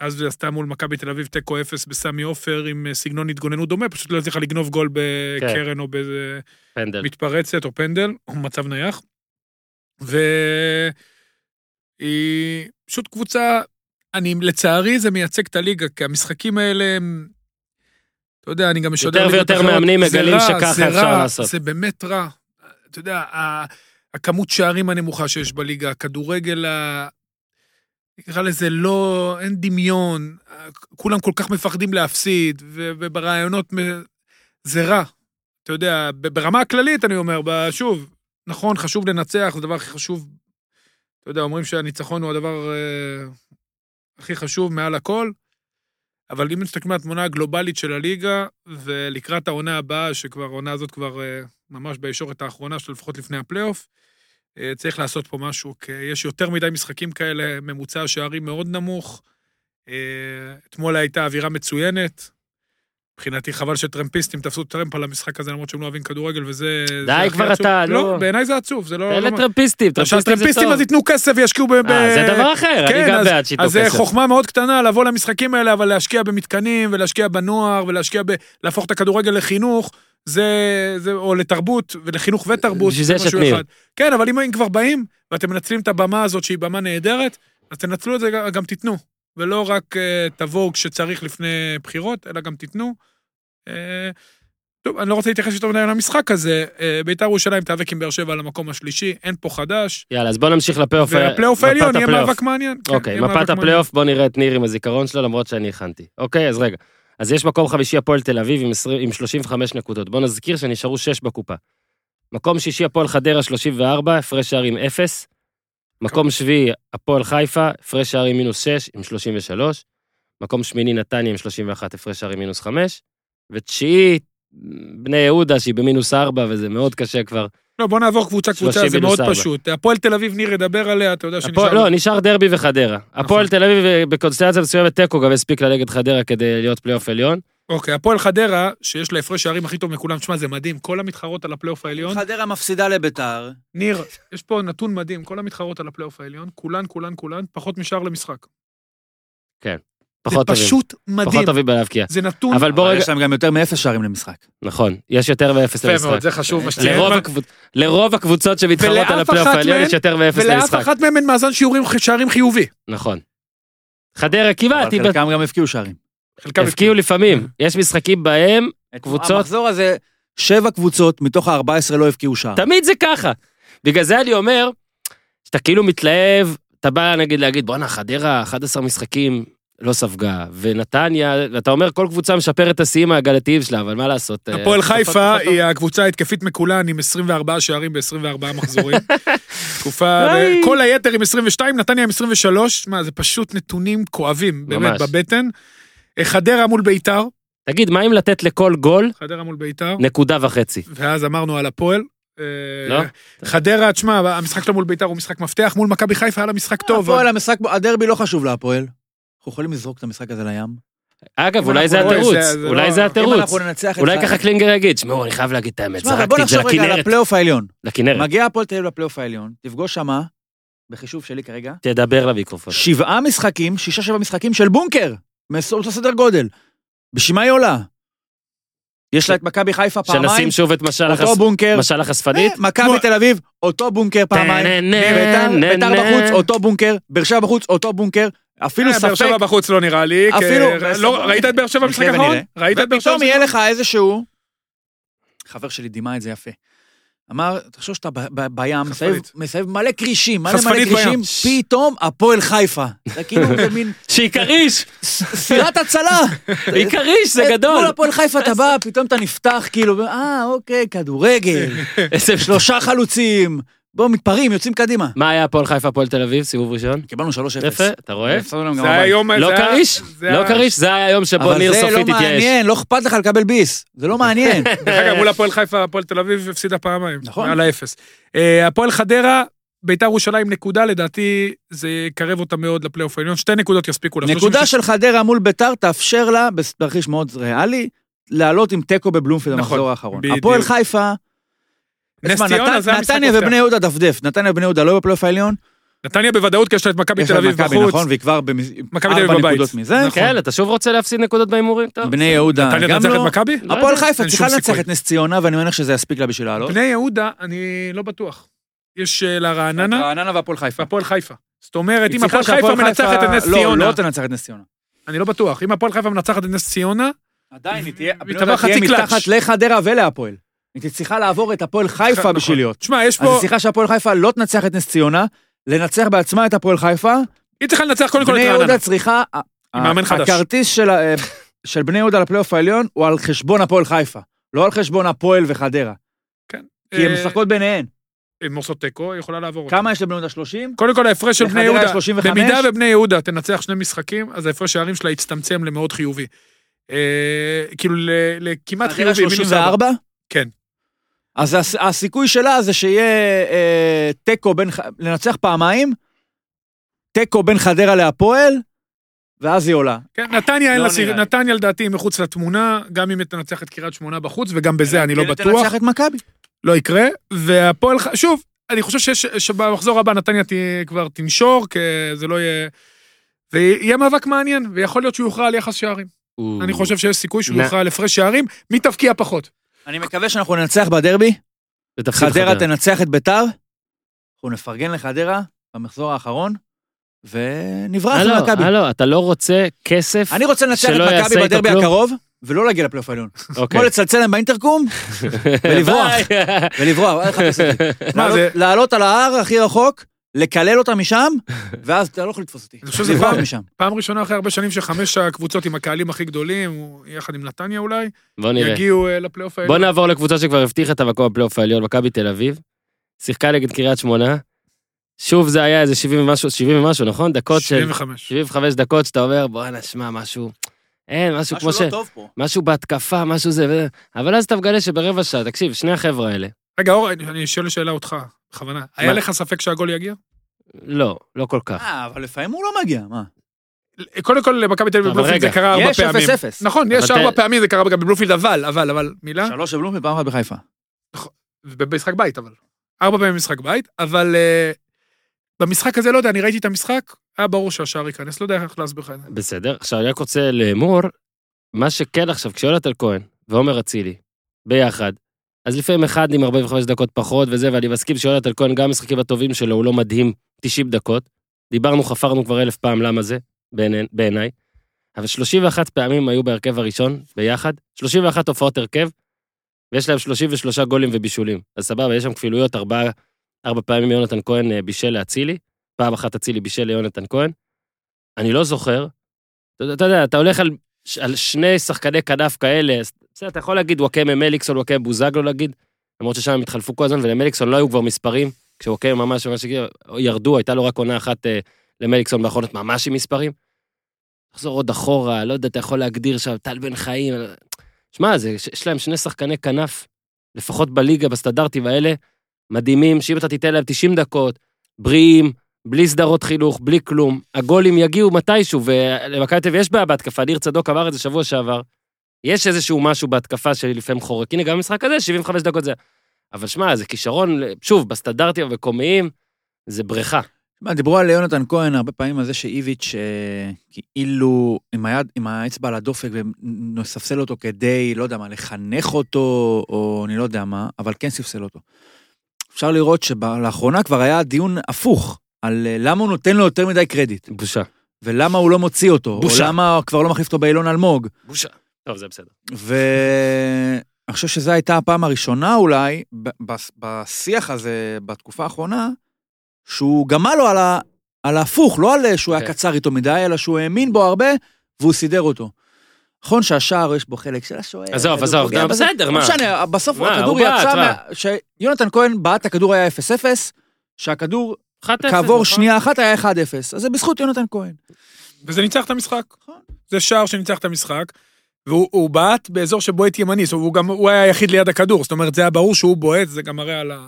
Speaker 3: אז היא עשתה מול מכבי תל אביב תיקו אפס בסמי עופר עם אה, סגנון התגוננות דומה, פשוט לא הצליחה לגנוב גול בקרן או באיזה...
Speaker 1: פנדל.
Speaker 3: מתפרצת או פנדל, או מצב נייח. והיא פשוט קבוצה, אני, לצערי זה מייצג את הליגה, כי המשחקים האלה הם... אתה יודע, אני גם משדר...
Speaker 1: יותר
Speaker 3: ליגות
Speaker 1: ויותר
Speaker 3: אחרות.
Speaker 1: מאמנים
Speaker 3: זה
Speaker 1: מגלים
Speaker 3: רע,
Speaker 1: שככה
Speaker 3: זה
Speaker 1: אפשר
Speaker 3: רע,
Speaker 1: לעשות.
Speaker 3: זה באמת רע. אתה יודע, ה- הכמות שערים הנמוכה שיש בליגה, הכדורגל ה... נקרא לזה לא, אין דמיון, כולם כל כך מפחדים להפסיד, ו- וברעיונות מ- זה רע. אתה יודע, ב- ברמה הכללית אני אומר, ב- שוב, נכון, חשוב לנצח, זה הדבר הכי חשוב. אתה יודע, אומרים שהניצחון הוא הדבר אה, הכי חשוב מעל הכל, אבל אם מסתכלים על התמונה הגלובלית של הליגה, ולקראת העונה הבאה, שכבר, העונה הזאת כבר אה, ממש בישורת האחרונה, של לפחות לפני הפלייאוף, אה, צריך לעשות פה משהו, כי יש יותר מדי משחקים כאלה, ממוצע השערים מאוד נמוך. אה, אתמול הייתה אווירה מצוינת. מבחינתי חבל שטרמפיסטים תפסו טרמפ על המשחק הזה, למרות שהם לא אוהבים כדורגל, וזה...
Speaker 1: די,
Speaker 3: זה הכי
Speaker 1: כבר
Speaker 3: עצוב.
Speaker 1: אתה,
Speaker 3: לא,
Speaker 1: לא.
Speaker 3: בעיניי זה עצוב, זה לא... לא
Speaker 1: אלה
Speaker 3: מה-
Speaker 1: טרמפיסטים, טרמפיסטים
Speaker 3: עכשיו
Speaker 1: זה
Speaker 3: טרמפיסטים
Speaker 1: טוב.
Speaker 3: אז ייתנו כסף וישקיעו ב...
Speaker 1: אה, זה דבר אחר, אני
Speaker 3: כן,
Speaker 1: גם
Speaker 3: אז-
Speaker 1: בעד שיתנו
Speaker 3: אז זה
Speaker 1: כסף.
Speaker 3: חוכמה מאוד קטנה לבוא למשחקים האלה, אבל להשקיע במתקנים ולהשקיע בנוער ולהשקיע ב... להפוך את הכדורגל לחינוך, זה... זה... או לתרבות, ולחינוך ותרבות,
Speaker 1: בשביל זה יש
Speaker 3: משהו
Speaker 1: את ניר.
Speaker 3: אחד. כן, אבל אם הם כבר באים, ואתם מנצלים את הבמה הזאת שהיא במה נהדרת, אז תנצלו את זה, גם- גם תיתנו. ולא רק אה, תבואו כשצריך לפני בחירות, אלא גם תיתנו. אה, טוב, אני לא רוצה להתייחס יותר מדי למשחק הזה. אה, בית"ר ירושלים תיאבק עם באר שבע על המקום השלישי, אין פה חדש.
Speaker 1: יאללה, אז בוא נמשיך לפלייאוף. אה,
Speaker 3: והפלייאוף
Speaker 1: מפת
Speaker 3: העליון יהיה
Speaker 1: הפלייאוף.
Speaker 3: מאבק מעניין. כן,
Speaker 1: אוקיי,
Speaker 3: יהיה
Speaker 1: מפת
Speaker 3: מאבק
Speaker 1: הפלייאוף, בוא נראה את ניר עם הזיכרון שלו, למרות שאני הכנתי. אוקיי, אז רגע. אז יש מקום חמישי הפועל תל אביב עם, 20, עם 35 נקודות. בוא נזכיר שנשארו 6 בקופה. מקום שישי הפועל חדרה 34, הפרש שערים 0. מקום שביעי הפועל חיפה, הפרש שערים מינוס 6 עם 33. מקום שמיני נתניה עם 31, הפרש שערים מינוס 5. ותשיעי, בני יהודה שהיא במינוס 4, וזה מאוד קשה כבר.
Speaker 3: מעניין. לא, בוא נעבור קבוצה קבוצה,
Speaker 1: שלושים
Speaker 3: זה
Speaker 1: מינוס
Speaker 3: מאוד
Speaker 1: ארבע.
Speaker 3: פשוט. הפועל תל אביב, ניר ידבר עליה, אתה יודע שנשאר...
Speaker 1: הפועל, לא, נשאר דרבי וחדרה.
Speaker 3: נכון.
Speaker 1: הפועל תל אביב אה, בקונסטלציה מסוימת תיקו גם הספיק לה נגד חדרה כדי להיות פלייאוף עליון.
Speaker 3: אוקיי, הפועל חדרה, שיש לה הפרש שערים הכי טוב מכולם, תשמע, זה מדהים, כל המתחרות על הפלייאוף העליון.
Speaker 6: חדרה מפסידה לביתר.
Speaker 3: ניר, יש פה נתון מדהים, כל המתחרות על הפלייאוף העליון, כולן, כולן, כולן, פחות משאר למשחק. זה
Speaker 1: פחות טובים.
Speaker 3: פשוט
Speaker 1: פחות
Speaker 3: מדהים.
Speaker 1: טובים בלהבקיע.
Speaker 3: זה נתון...
Speaker 1: אבל בוא
Speaker 4: אבל
Speaker 1: רגע,
Speaker 4: יש להם גם יותר מאפס שערים למשחק.
Speaker 1: נכון, יש יותר מאפס
Speaker 3: יפה מאוד,
Speaker 1: למשחק.
Speaker 3: זה חשוב. מה שציין,
Speaker 1: אה, לרוב
Speaker 3: אבל-
Speaker 1: הקבוצ- לרוב הקבוצות שמתחרות
Speaker 3: ולאף
Speaker 1: על הפלייאוף
Speaker 3: אחת
Speaker 1: העליון
Speaker 3: מהן-
Speaker 1: יש יותר מאפס
Speaker 3: ולאף
Speaker 1: למשחק.
Speaker 3: אחת מהם אין מאזן שיעורים שערים חיובי.
Speaker 1: נכון. חדרה
Speaker 4: אבל
Speaker 1: כמעט, היא ב-
Speaker 4: חלקם גם הבקיעו שערים.
Speaker 3: חלקם
Speaker 1: הבקיעו לפעמים. יש משחקים בהם, קבוצות-
Speaker 4: המחזור הזה, שבע קבוצות מתוך ה-14 לא הבקיעו שער.
Speaker 1: תמיד זה ככה. בגלל זה אני אומר, שאתה כאילו מתלהב, אתה בא נגיד להגיד, בואנה, חדרה, 11 משחקים לא ספגה, ונתניה, ואתה אומר, כל קבוצה משפרת את השיאים ההגלתיים שלה, אבל מה לעשות? אה,
Speaker 3: הפועל
Speaker 1: התקופות-
Speaker 3: חיפה
Speaker 1: תקופות-
Speaker 3: היא הקבוצה ההתקפית מכולן עם 24 שערים ב-24 מחזורים. תקופה,
Speaker 1: היי.
Speaker 3: כל היתר עם 22, נתניה עם 23, מה זה פשוט נתונים כואבים באמת
Speaker 1: ממש.
Speaker 3: בבטן. אה, חדרה מול ביתר,
Speaker 1: תגיד, מה אם לתת לכל גול
Speaker 3: חדרה מול ביתר,
Speaker 1: נקודה וחצי?
Speaker 3: ואז אמרנו על הפועל. אה,
Speaker 1: לא?
Speaker 3: חדרה, תשמע, המשחק שלה מול ביתר הוא משחק מפתח, מול מכבי חיפה היה לה משחק
Speaker 1: אה,
Speaker 3: טוב.
Speaker 4: הפועל, המשחק, הדרבי לא חשוב להפועל. אנחנו יכולים לזרוק את המשחק הזה לים.
Speaker 1: אגב,
Speaker 3: אם
Speaker 1: אולי זה
Speaker 3: אנחנו לא-
Speaker 1: התירוץ,
Speaker 3: זה- זה
Speaker 1: אולי
Speaker 3: לא-
Speaker 1: זה
Speaker 3: אם
Speaker 4: אם
Speaker 1: התירוץ.
Speaker 4: אנחנו ננצח את
Speaker 1: אולי
Speaker 4: ח-
Speaker 1: ככה קלינגר יגיד, שמעו, אני חייב להגיד את האמת,
Speaker 4: תשמע, אבל
Speaker 1: זרקתי
Speaker 4: בוא
Speaker 1: את זה
Speaker 4: נחשוב רגע על
Speaker 1: לכנרת. כן.
Speaker 4: הפלייאוף העליון.
Speaker 1: לכנרת.
Speaker 4: מגיע הפועל תל אביב לפלייאוף העליון, תפגוש שמה, בחישוב שלי כרגע,
Speaker 1: תדבר למיקרופון.
Speaker 4: שבעה משחקים, שישה שבעה משחקים של בונקר, מאותו סדר גודל. בשביל מה היא עולה? יש לה את מכבי חיפה פעמיים,
Speaker 1: שנשים שוב את משל
Speaker 4: אותו
Speaker 1: החס-
Speaker 4: בונקר,
Speaker 1: משל החשפנית?
Speaker 4: אה, מכבי תל אביב, אותו בונקר פעמיים,
Speaker 1: נה, נה,
Speaker 4: ביתר-
Speaker 1: נה,
Speaker 4: ביתר
Speaker 1: נה.
Speaker 4: בחוץ, אותו בונקר, באר שבע בחוץ, אותו בונקר, אפילו
Speaker 3: אה, באר
Speaker 4: ספק,
Speaker 3: שבע בחוץ לא נראה לי. כי-
Speaker 4: אפילו-
Speaker 3: לא, ראית את באר שבע במשחק
Speaker 4: נחיה
Speaker 3: האחרון?
Speaker 4: ונראה.
Speaker 3: ראית את באר שבע?
Speaker 4: כן, ופתאום
Speaker 3: במשחק
Speaker 4: יהיה
Speaker 3: האחרון?
Speaker 4: לך איזשהו... חבר שלי דימה את זה יפה. אמר, תחשוב שאתה ב- ב- בים, מסביב-
Speaker 3: חשפנית.
Speaker 4: מסביב מלא כרישים, מלא מלא
Speaker 3: חשפנית
Speaker 4: כרישים,
Speaker 3: בים.
Speaker 4: פתאום הפועל חיפה. זה כאילו זה מין
Speaker 1: שיקריש,
Speaker 4: סירת הצלה.
Speaker 1: עיקריש, זה
Speaker 4: אה, מול
Speaker 1: גדול.
Speaker 4: הפועל חיפה אתה בא, פתאום אתה נפתח, כאילו, אה, אוקיי, כדורגל,
Speaker 1: איזה
Speaker 4: שלושה חלוצים, בואו, מתפרעים, יוצאים קדימה.
Speaker 1: מה היה הפועל חיפה הפועל תל אביב, סיבוב ראשון?
Speaker 4: קיבלנו 3-0.
Speaker 1: יפה, אתה רואה?
Speaker 4: הפסדנו להם גם
Speaker 3: זה היה
Speaker 4: בבית.
Speaker 3: יום...
Speaker 1: לא
Speaker 3: זה היה-
Speaker 1: כריש,
Speaker 3: זה
Speaker 1: לא
Speaker 3: היה-
Speaker 1: כריש, זה היה היום שבו ניר
Speaker 4: אבל זה לא
Speaker 1: סופית התייאש.
Speaker 4: מעניין, לא אכפת לך לקבל ביס. זה לא מעניין.
Speaker 3: דרך אגב, מול הפועל חיפה, הפועל תל אביב הפסידה פעמיים.
Speaker 4: נכון.
Speaker 3: נכון. על האפס. אה, הפועל חדרה, ביתר ירושלים נקודה, לדעתי זה יקרב אותה מאוד לפלייאוף העליון. שתי נקודות יספיקו לה.
Speaker 4: נקודה
Speaker 3: 36.
Speaker 4: של חדרה מול ביתר תאפשר לה, בתרחיש מאוד ריאלי, לעלות עם תיקו בבלומפילד
Speaker 3: נכון,
Speaker 4: במחזור האחרון.
Speaker 3: בדיוק.
Speaker 4: הפועל חיפה,
Speaker 3: נס
Speaker 4: תשמע,
Speaker 3: ציונה
Speaker 4: נתן-
Speaker 3: זה המשחק
Speaker 4: נתניה
Speaker 3: המפתח.
Speaker 4: ובני יהודה דפדף, נתניה ובני יהודה לא בפלייאוף העליון,
Speaker 3: נתניה בוודאות כי יש לה את מכבי
Speaker 4: יש
Speaker 3: תל
Speaker 4: לה את
Speaker 3: אביב
Speaker 4: מכבי,
Speaker 3: בחוץ.
Speaker 4: נכון, והיא כבר במס-
Speaker 3: מכבי תל אביב
Speaker 4: ארבע
Speaker 3: בבית.
Speaker 4: נקודות מזה,
Speaker 3: נכון.
Speaker 1: כן, אתה שוב רוצה להפסיד נקודות בהימורים? טוב.
Speaker 4: בני יהודה
Speaker 3: נתניה
Speaker 4: גם
Speaker 3: תנצח
Speaker 4: לא,
Speaker 3: את מכבי?
Speaker 1: לא
Speaker 4: הפועל
Speaker 1: יודע.
Speaker 4: חיפה
Speaker 3: אין
Speaker 4: צריכה
Speaker 3: שום
Speaker 4: לנצח
Speaker 3: סיכוי.
Speaker 4: את נס ציונה, ואני מניח שזה יספיק לה בשביל לעלות.
Speaker 3: בני יהודה, אני לא בטוח. יש אה, לה רעננה
Speaker 4: רעננה והפועל חיפה.
Speaker 3: והפועל חיפה. זאת אומרת,
Speaker 4: היא
Speaker 3: אם
Speaker 4: צריכה
Speaker 3: הפועל חיפה
Speaker 4: שהפועל
Speaker 3: מנצחת את נס
Speaker 4: לא,
Speaker 3: ציונה,
Speaker 4: לא תנצח את נס ציונה.
Speaker 3: אני לא בטוח, אם הפועל חיפה מנצחת את נס ציונה,
Speaker 4: עדיין, היא
Speaker 3: היא
Speaker 4: תהיה, בני
Speaker 3: תבוא
Speaker 4: יהודה תהיה
Speaker 3: חצי קלאץ'.
Speaker 4: מתחת לחדרה ולהפועל. היא צריכה לעבור את הפועל חיפה
Speaker 3: נכון.
Speaker 4: בשביל להיות.
Speaker 3: תשמע, יש
Speaker 4: אז
Speaker 3: פה,
Speaker 4: היא צריכה שהפועל חיפה לא תנצח את נס ציונה, לנצח בעצמה את הפועל חיפה.
Speaker 3: היא צריכה לנצח קודם כל
Speaker 4: בני
Speaker 3: את רעננה.
Speaker 4: יהודה צריכה...
Speaker 3: עם מאמן חדש.
Speaker 4: הכרטיס של ה- אה, של בני יהודה לפלייאוף העליון הוא על חשבון הפועל חיפה, לא על חשבון הפועל וחדרה. כי הן
Speaker 3: אה,
Speaker 4: משחקות ביניהן.
Speaker 3: אם עושות תיקו, אה, היא יכולה לעבור אותה.
Speaker 4: כמה יש לבני יהודה? 30?
Speaker 3: קודם כל ההפרש של בני
Speaker 4: לחדרה
Speaker 3: יהודה,
Speaker 4: יש 35?
Speaker 3: במידה ובני יהודה תנצח שני משחקים, אז ההפרש שערים שלה יצטמצם למאוד חיובי. אה, כאילו ל- לכמעט
Speaker 4: חדרה
Speaker 3: חיובי, מינוס ארבע.
Speaker 4: 34?
Speaker 3: כן.
Speaker 4: אז הס- הסיכוי שלה זה שיהיה אה, תיקו בין... ח- לנצח פעמיים, תיקו בין חדרה להפועל, ואז היא עולה.
Speaker 3: כן, נתניה, אין
Speaker 4: לא
Speaker 3: לה סיר-
Speaker 4: נראה לי.
Speaker 3: נתניה לדעתי היא מחוץ לתמונה, גם אם היא תנצח את קריית שמונה בחוץ, וגם בזה אני לא
Speaker 4: כן,
Speaker 3: בטוח,
Speaker 4: תנצח את מכבי.
Speaker 3: לא יקרה. והפועל, ח- שוב, אני חושב שיש- שבמחזור הבא נתניה ת- כבר תנשור, כי זה לא יהיה... ויהיה מאבק מעניין, ויכול להיות שהוא יוכרע על יחס שערים. אני חושב שיש סיכוי שהוא
Speaker 1: נא.
Speaker 3: יוכרע על הפרש שערים, מי תבקיע פחות.
Speaker 4: אני מקווה שאנחנו ננצח בדרבי,
Speaker 1: ותפסיד
Speaker 4: חדרה תנצח את ביתר, אנחנו נפרגן לחדרה במחזור האחרון, ונברח
Speaker 1: הלו,
Speaker 4: למכבי.
Speaker 1: הלו, אתה לא רוצה כסף?
Speaker 4: אני רוצה לנצח
Speaker 1: שלא
Speaker 4: את
Speaker 1: יעשה
Speaker 4: מכבי
Speaker 1: איתו
Speaker 4: בדרבי
Speaker 1: כלום.
Speaker 4: הקרוב, ולא להגיע לפלייאוף העליון.
Speaker 1: אוקיי.
Speaker 4: כמו לצלצל להם באינטרקום, ולברוח.
Speaker 1: ביי.
Speaker 4: ולברוח, אל תחפש אותי.
Speaker 3: מה, זה-
Speaker 4: לעלות- לעלות על ההר הכי רחוק, לקלל אותה משם, ואז אתה לא יכול לתפוס אותי.
Speaker 3: אני חושב שזה
Speaker 4: לברוח
Speaker 3: פעם-
Speaker 4: משם.
Speaker 3: פעם ראשונה אחרי הרבה שנים שחמש הקבוצות עם הקהלים הכי גדולים, יחד עם נתניה אולי,
Speaker 1: בוא נראה.
Speaker 3: יגיעו אה, לפלייאוף
Speaker 1: בוא
Speaker 3: העליון.
Speaker 1: נעבור לקבוצה שכבר הבטיחה את המקום בפלייאוף העליון, מכבי תל אביב. שיחקה נגד קריית שמונה. שוב זה היה איזה 70 ומשהו, 70 ומשהו, נכון? דקות של...
Speaker 3: 75.
Speaker 1: 75 דקות שאתה אומר, בואנה, שמע, משהו... אין, משהו
Speaker 3: לא
Speaker 1: כמו ש...
Speaker 4: טוב פה.
Speaker 1: משהו בהתקפה, משהו זה, ו... אבל אז אתה מגלה שברבע שעה, תקשיב, שני החבר'ה האלה,
Speaker 3: רגע, אור, אני אני שואל שאלה אותך, בכוונה. היה לך ספק שהגול יגיע?
Speaker 1: לא, לא כל כך.
Speaker 4: אה, אבל לפעמים הוא לא מגיע, מה?
Speaker 3: אה, קודם כל, למכבי תל אביב
Speaker 1: אבל
Speaker 3: בבלומפילד זה
Speaker 1: רגע,
Speaker 3: קרה ארבע
Speaker 4: יש
Speaker 3: פעמים.
Speaker 4: 0-0.
Speaker 3: נכון, יש
Speaker 1: אבל
Speaker 3: ארבע
Speaker 1: תן-
Speaker 3: פעמים זה קרה גם בבלומפילד, אבל, אבל, אבל, מילה,
Speaker 4: שלוש שבלום ופעם אחת בחיפה.
Speaker 3: במשחק בית, אבל. ארבע פעמים במשחק בית, אבל אה, במשחק הזה, לא יודע, אני ראיתי את המשחק, היה ברור שהשער ייכנס, לא יודע איך להסביר לך את זה.
Speaker 1: בסדר, עכשיו אני רק רוצה לאמור, מה שכן עכשיו, כשיונתן כהן ועומר אצילי, ביחד, אז לפעמים אחד עם 45 דקות פחות וזה, ואני מסכים שיונתן כהן, גם המשחקים הטובים שלו, הוא לא מדהים 90 דקות. דיברנו, חפרנו כבר אלף פעם למה זה, בעיני- בעיניי. אבל 31 פעמים היו בהרכב הראשון, ביחד, 31 הופעות הרכב, ויש להם 33 גולים ובישולים. אז סבבה, יש שם כפילויות, ארבע, ארבע פעמים יונתן כהן אה, בישל לאצילי, פעם אחת אצילי בישל ליונתן כהן. אני לא זוכר, אתה, אתה יודע, אתה הולך על, על שני שחקני כנף כאלה, אז בסדר, אתה יכול להגיד וואקמה מליקסון, וואקמה בוזגלו להגיד, למרות ששם הם התחלפו כל הזמן, ולמליקסון לא היו כבר מספרים, כשוואקמה ממש ממש הגיע- ירדו, הייתה לו רק עונה אחת אה, למליקסון באחרונות ממש עם מספרים. תחזור עוד אחורה, לא יודע, אתה יכול להגדיר שם טל בן חיים. אה, שמע, זה- ש- יש להם שני שחקני כנף, לפחות בליגה, בסטנדרטים האלה, מדהימים, שאם אתה תיתן להם 90 דקות, בריאים, בלי סדרות חינוך, בלי כלום. הגולים יגיעו מתישהו, ולמכבי תל אביב יש בעיה בהתקפה. ניר צדוק אמר את זה שבוע שעבר. יש איזשהו משהו בהתקפה שלי לפעמים חורק. הנה, גם המשחק הזה, 75 דקות זה... אבל שמע, זה כישרון, שוב, בסטנדרטים המקומיים, זה בריכה.
Speaker 4: מה, דיברו על יונתן כהן הרבה פעמים על זה שאיביץ' אה, כאילו עם היד, עם האצבע על הדופק ומספסל אותו כדי, לא יודע מה, לחנך אותו, או אני לא יודע מה, אבל כן ספסל אותו. אפשר לראות שלאחרונה כבר היה דיון הפוך, על אה, למה הוא נותן לו יותר מדי קרדיט,
Speaker 1: בושה.
Speaker 4: ולמה הוא לא מוציא אותו,
Speaker 1: בושה.
Speaker 4: או למה הוא כבר לא מחליף אותו באילון אלמוג.
Speaker 1: בושה. טוב, זה בסדר.
Speaker 4: ואני חושב שזו הייתה הפעם הראשונה אולי, ב- בס- בשיח הזה, בתקופה האחרונה, שהוא גמל לו על, ה... על ההפוך, לא על שהוא היה
Speaker 1: כן.
Speaker 4: קצר איתו מדי, אלא שהוא האמין בו הרבה, והוא סידר אותו. נכון שהשער יש בו חלק של השוער.
Speaker 1: עזוב,
Speaker 4: והוא
Speaker 1: עזוב,
Speaker 4: פוגע
Speaker 1: גם
Speaker 4: בזה.
Speaker 1: בסדר,
Speaker 4: לא
Speaker 1: מה?
Speaker 4: משנה, בסוף
Speaker 1: מה,
Speaker 4: הכדור
Speaker 1: הוא בעט,
Speaker 4: יצא,
Speaker 1: מה?
Speaker 4: מה... שיונתן כהן בעט, הכדור היה 0-0, שהכדור
Speaker 1: 1-0, נכון?
Speaker 4: כעבור שנייה אחת היה 1-0. אז זה בזכות יונתן כהן.
Speaker 3: וזה ניצח את המשחק. זה שער שניצח את המשחק, והוא הוא בעט באזור שבועט ימני, זאת אומרת, הוא גם, הוא היה היחיד ליד הכדור, זאת אומרת, זה היה ברור שהוא בועט, זה גם מראה על ה...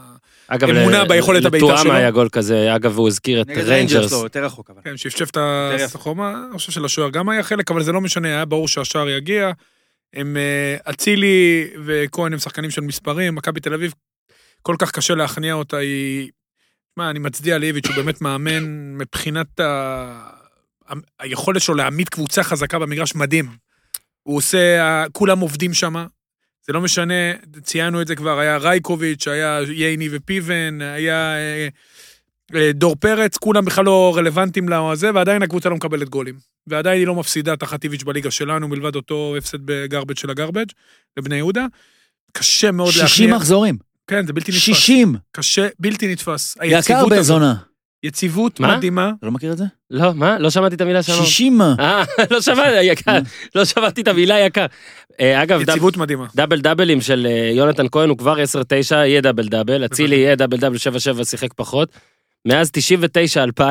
Speaker 1: אגב,
Speaker 3: אמונה
Speaker 1: ל-
Speaker 3: ביכולת
Speaker 1: ל-
Speaker 3: הבעיטה
Speaker 1: לטועמה
Speaker 3: שלו.
Speaker 1: היה גול כזה, אגב, הוא הזכיר את ריינג'רס.
Speaker 4: לא, יותר רחוק אבל.
Speaker 3: כן, שיפשף את
Speaker 4: יפה.
Speaker 3: הסחומה, אני חושב שלשוער גם היה חלק, אבל זה לא משנה, היה ברור שהשער יגיע. הם אה, אצילי וכהן הם שחקנים של מספרים, מכבי תל אביב, כל כך קשה להכניע אותה, היא... מה, אני מצדיע לאיביץ', הוא באמת מאמן מבחינת ה... ה... היכולת שלו להעמיד קבוצה חזקה במגרש, מדהים. הוא עושה, ה- כולם עובדים שם, זה לא משנה, ציינו את זה כבר, היה רייקוביץ', היה ייני ופיבן, היה אה, אה, דור פרץ, כולם בכלל לא רלוונטיים לזה, ועדיין הקבוצה לא מקבלת גולים. ועדיין היא לא מפסידה תחת איביץ' בליגה שלנו, מלבד אותו הפסד בגרבג' של הגרבג', לבני יהודה. קשה מאוד
Speaker 4: 60 מחזורים.
Speaker 3: כן, זה בלתי נתפס.
Speaker 4: 60.
Speaker 3: קשה, בלתי נתפס.
Speaker 4: יקר
Speaker 3: היציבות הזאת-
Speaker 4: בזונה.
Speaker 3: יציבות
Speaker 1: מה?
Speaker 3: מדהימה.
Speaker 4: אתה לא מכיר את זה?
Speaker 1: לא, מה? לא שמעתי את המילה שלום.
Speaker 4: 60 מה?
Speaker 1: אה, לא שמעתי, יקר. לא שמעתי את המילה יקר. אה, אגב, דאב-
Speaker 3: יציבות מדהימה.
Speaker 1: דאבל דאבלים של אה, יונתן כהן הוא כבר 10-9, יהיה דאבל דאבל, אצילי יהיה דאבל דאבל 7-7, שיחק פחות. מאז 99-2000,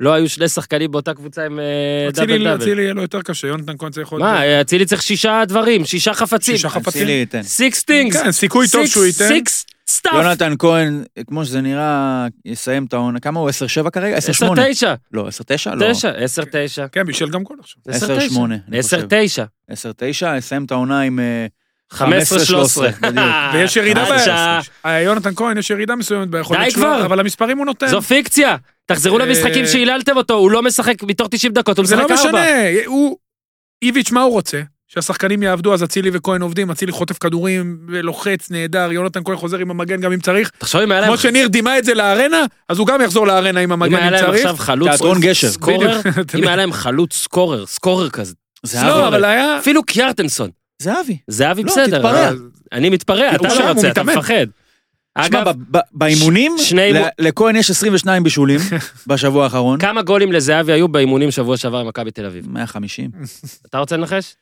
Speaker 1: לא היו שני שחקנים באותה קבוצה עם אה, דאבל
Speaker 3: אצילי
Speaker 1: דאבל.
Speaker 3: אצילי יהיה לו יותר קשה, יונתן כהן צריך עוד...
Speaker 1: מה, אה, אצילי צריך שישה דברים, שישה חפצים.
Speaker 3: שישה חפצים.
Speaker 4: אצילי ייתן.
Speaker 1: סיקס טינגס.
Speaker 3: כן, סיכוי טוב שהוא ייתן.
Speaker 1: סיקס סטאפ.
Speaker 4: יונתן כהן, כמו שזה נראה, יסיים את העונה. כמה הוא? 10-7 כרגע?
Speaker 1: 10
Speaker 4: 10-8.
Speaker 1: 9,
Speaker 4: לא, 10-9? לא.
Speaker 1: 9, 10 9.
Speaker 3: כן, בישל גם גול עכשיו.
Speaker 1: 10 9.
Speaker 4: 10-8, אני
Speaker 1: 10
Speaker 4: חושב.
Speaker 1: 9.
Speaker 4: 10-9, יסיים את העונה עם... אה,
Speaker 1: 15 13.
Speaker 4: בדיוק.
Speaker 1: אה,
Speaker 3: ויש ירידה
Speaker 1: עד
Speaker 3: בערך.
Speaker 1: שעה.
Speaker 3: אה, יונתן כהן, יש ירידה מסוימת
Speaker 1: די
Speaker 3: ביכולת
Speaker 1: כבר.
Speaker 3: שלו, אבל המספרים הוא נותן.
Speaker 1: זו פיקציה. תחזרו
Speaker 3: אה,
Speaker 1: למשחקים שהיללתם אותו, הוא לא משחק מתוך 90 דקות, הוא
Speaker 3: זה
Speaker 1: משחק
Speaker 3: לא
Speaker 1: 4.
Speaker 3: משנה, הוא... איביץ', מה הוא רוצה? שהשחקנים יעבדו, אז אצילי וכהן עובדים, אצילי חוטף כדורים, לוחץ, נהדר, יונתן כהן חוזר עם המגן גם אם צריך.
Speaker 1: תחשוב אם היה להם
Speaker 3: כמו שניר דימה את זה לארנה, אז הוא גם יחזור לארנה
Speaker 1: אם
Speaker 3: עם המגן
Speaker 1: היה
Speaker 3: אם
Speaker 1: להם
Speaker 3: צריך. לא,
Speaker 1: עכשיו חלוץ
Speaker 4: תיאטרון גשר.
Speaker 1: סקורר,
Speaker 3: בדיוק.
Speaker 1: אם היה להם חלוץ סקורר, סקורר כזה,
Speaker 3: לא,
Speaker 4: זהבי.
Speaker 3: אבל היה...
Speaker 1: אפילו קיארטנסון,
Speaker 4: זהבי.
Speaker 1: זהבי
Speaker 4: לא,
Speaker 1: בסדר,
Speaker 4: תתפרע.
Speaker 1: אבל- אני מתפרע, אתה
Speaker 3: הוא שם,
Speaker 1: לא
Speaker 3: הוא
Speaker 1: רוצה, אתה
Speaker 3: מתאמן.
Speaker 1: מפחד.
Speaker 4: תשמע,
Speaker 1: אגב,
Speaker 4: ב- ב- באימונים,
Speaker 1: ש- שני
Speaker 4: ל-
Speaker 1: אימון-
Speaker 4: לכהן יש 22 בישולים בשבוע האחרון.
Speaker 1: כמה גולים לזהבי היו באימונים שבוע שעבר עם מכבי תל אביב?
Speaker 4: 150.
Speaker 1: אתה רוצה לנחש?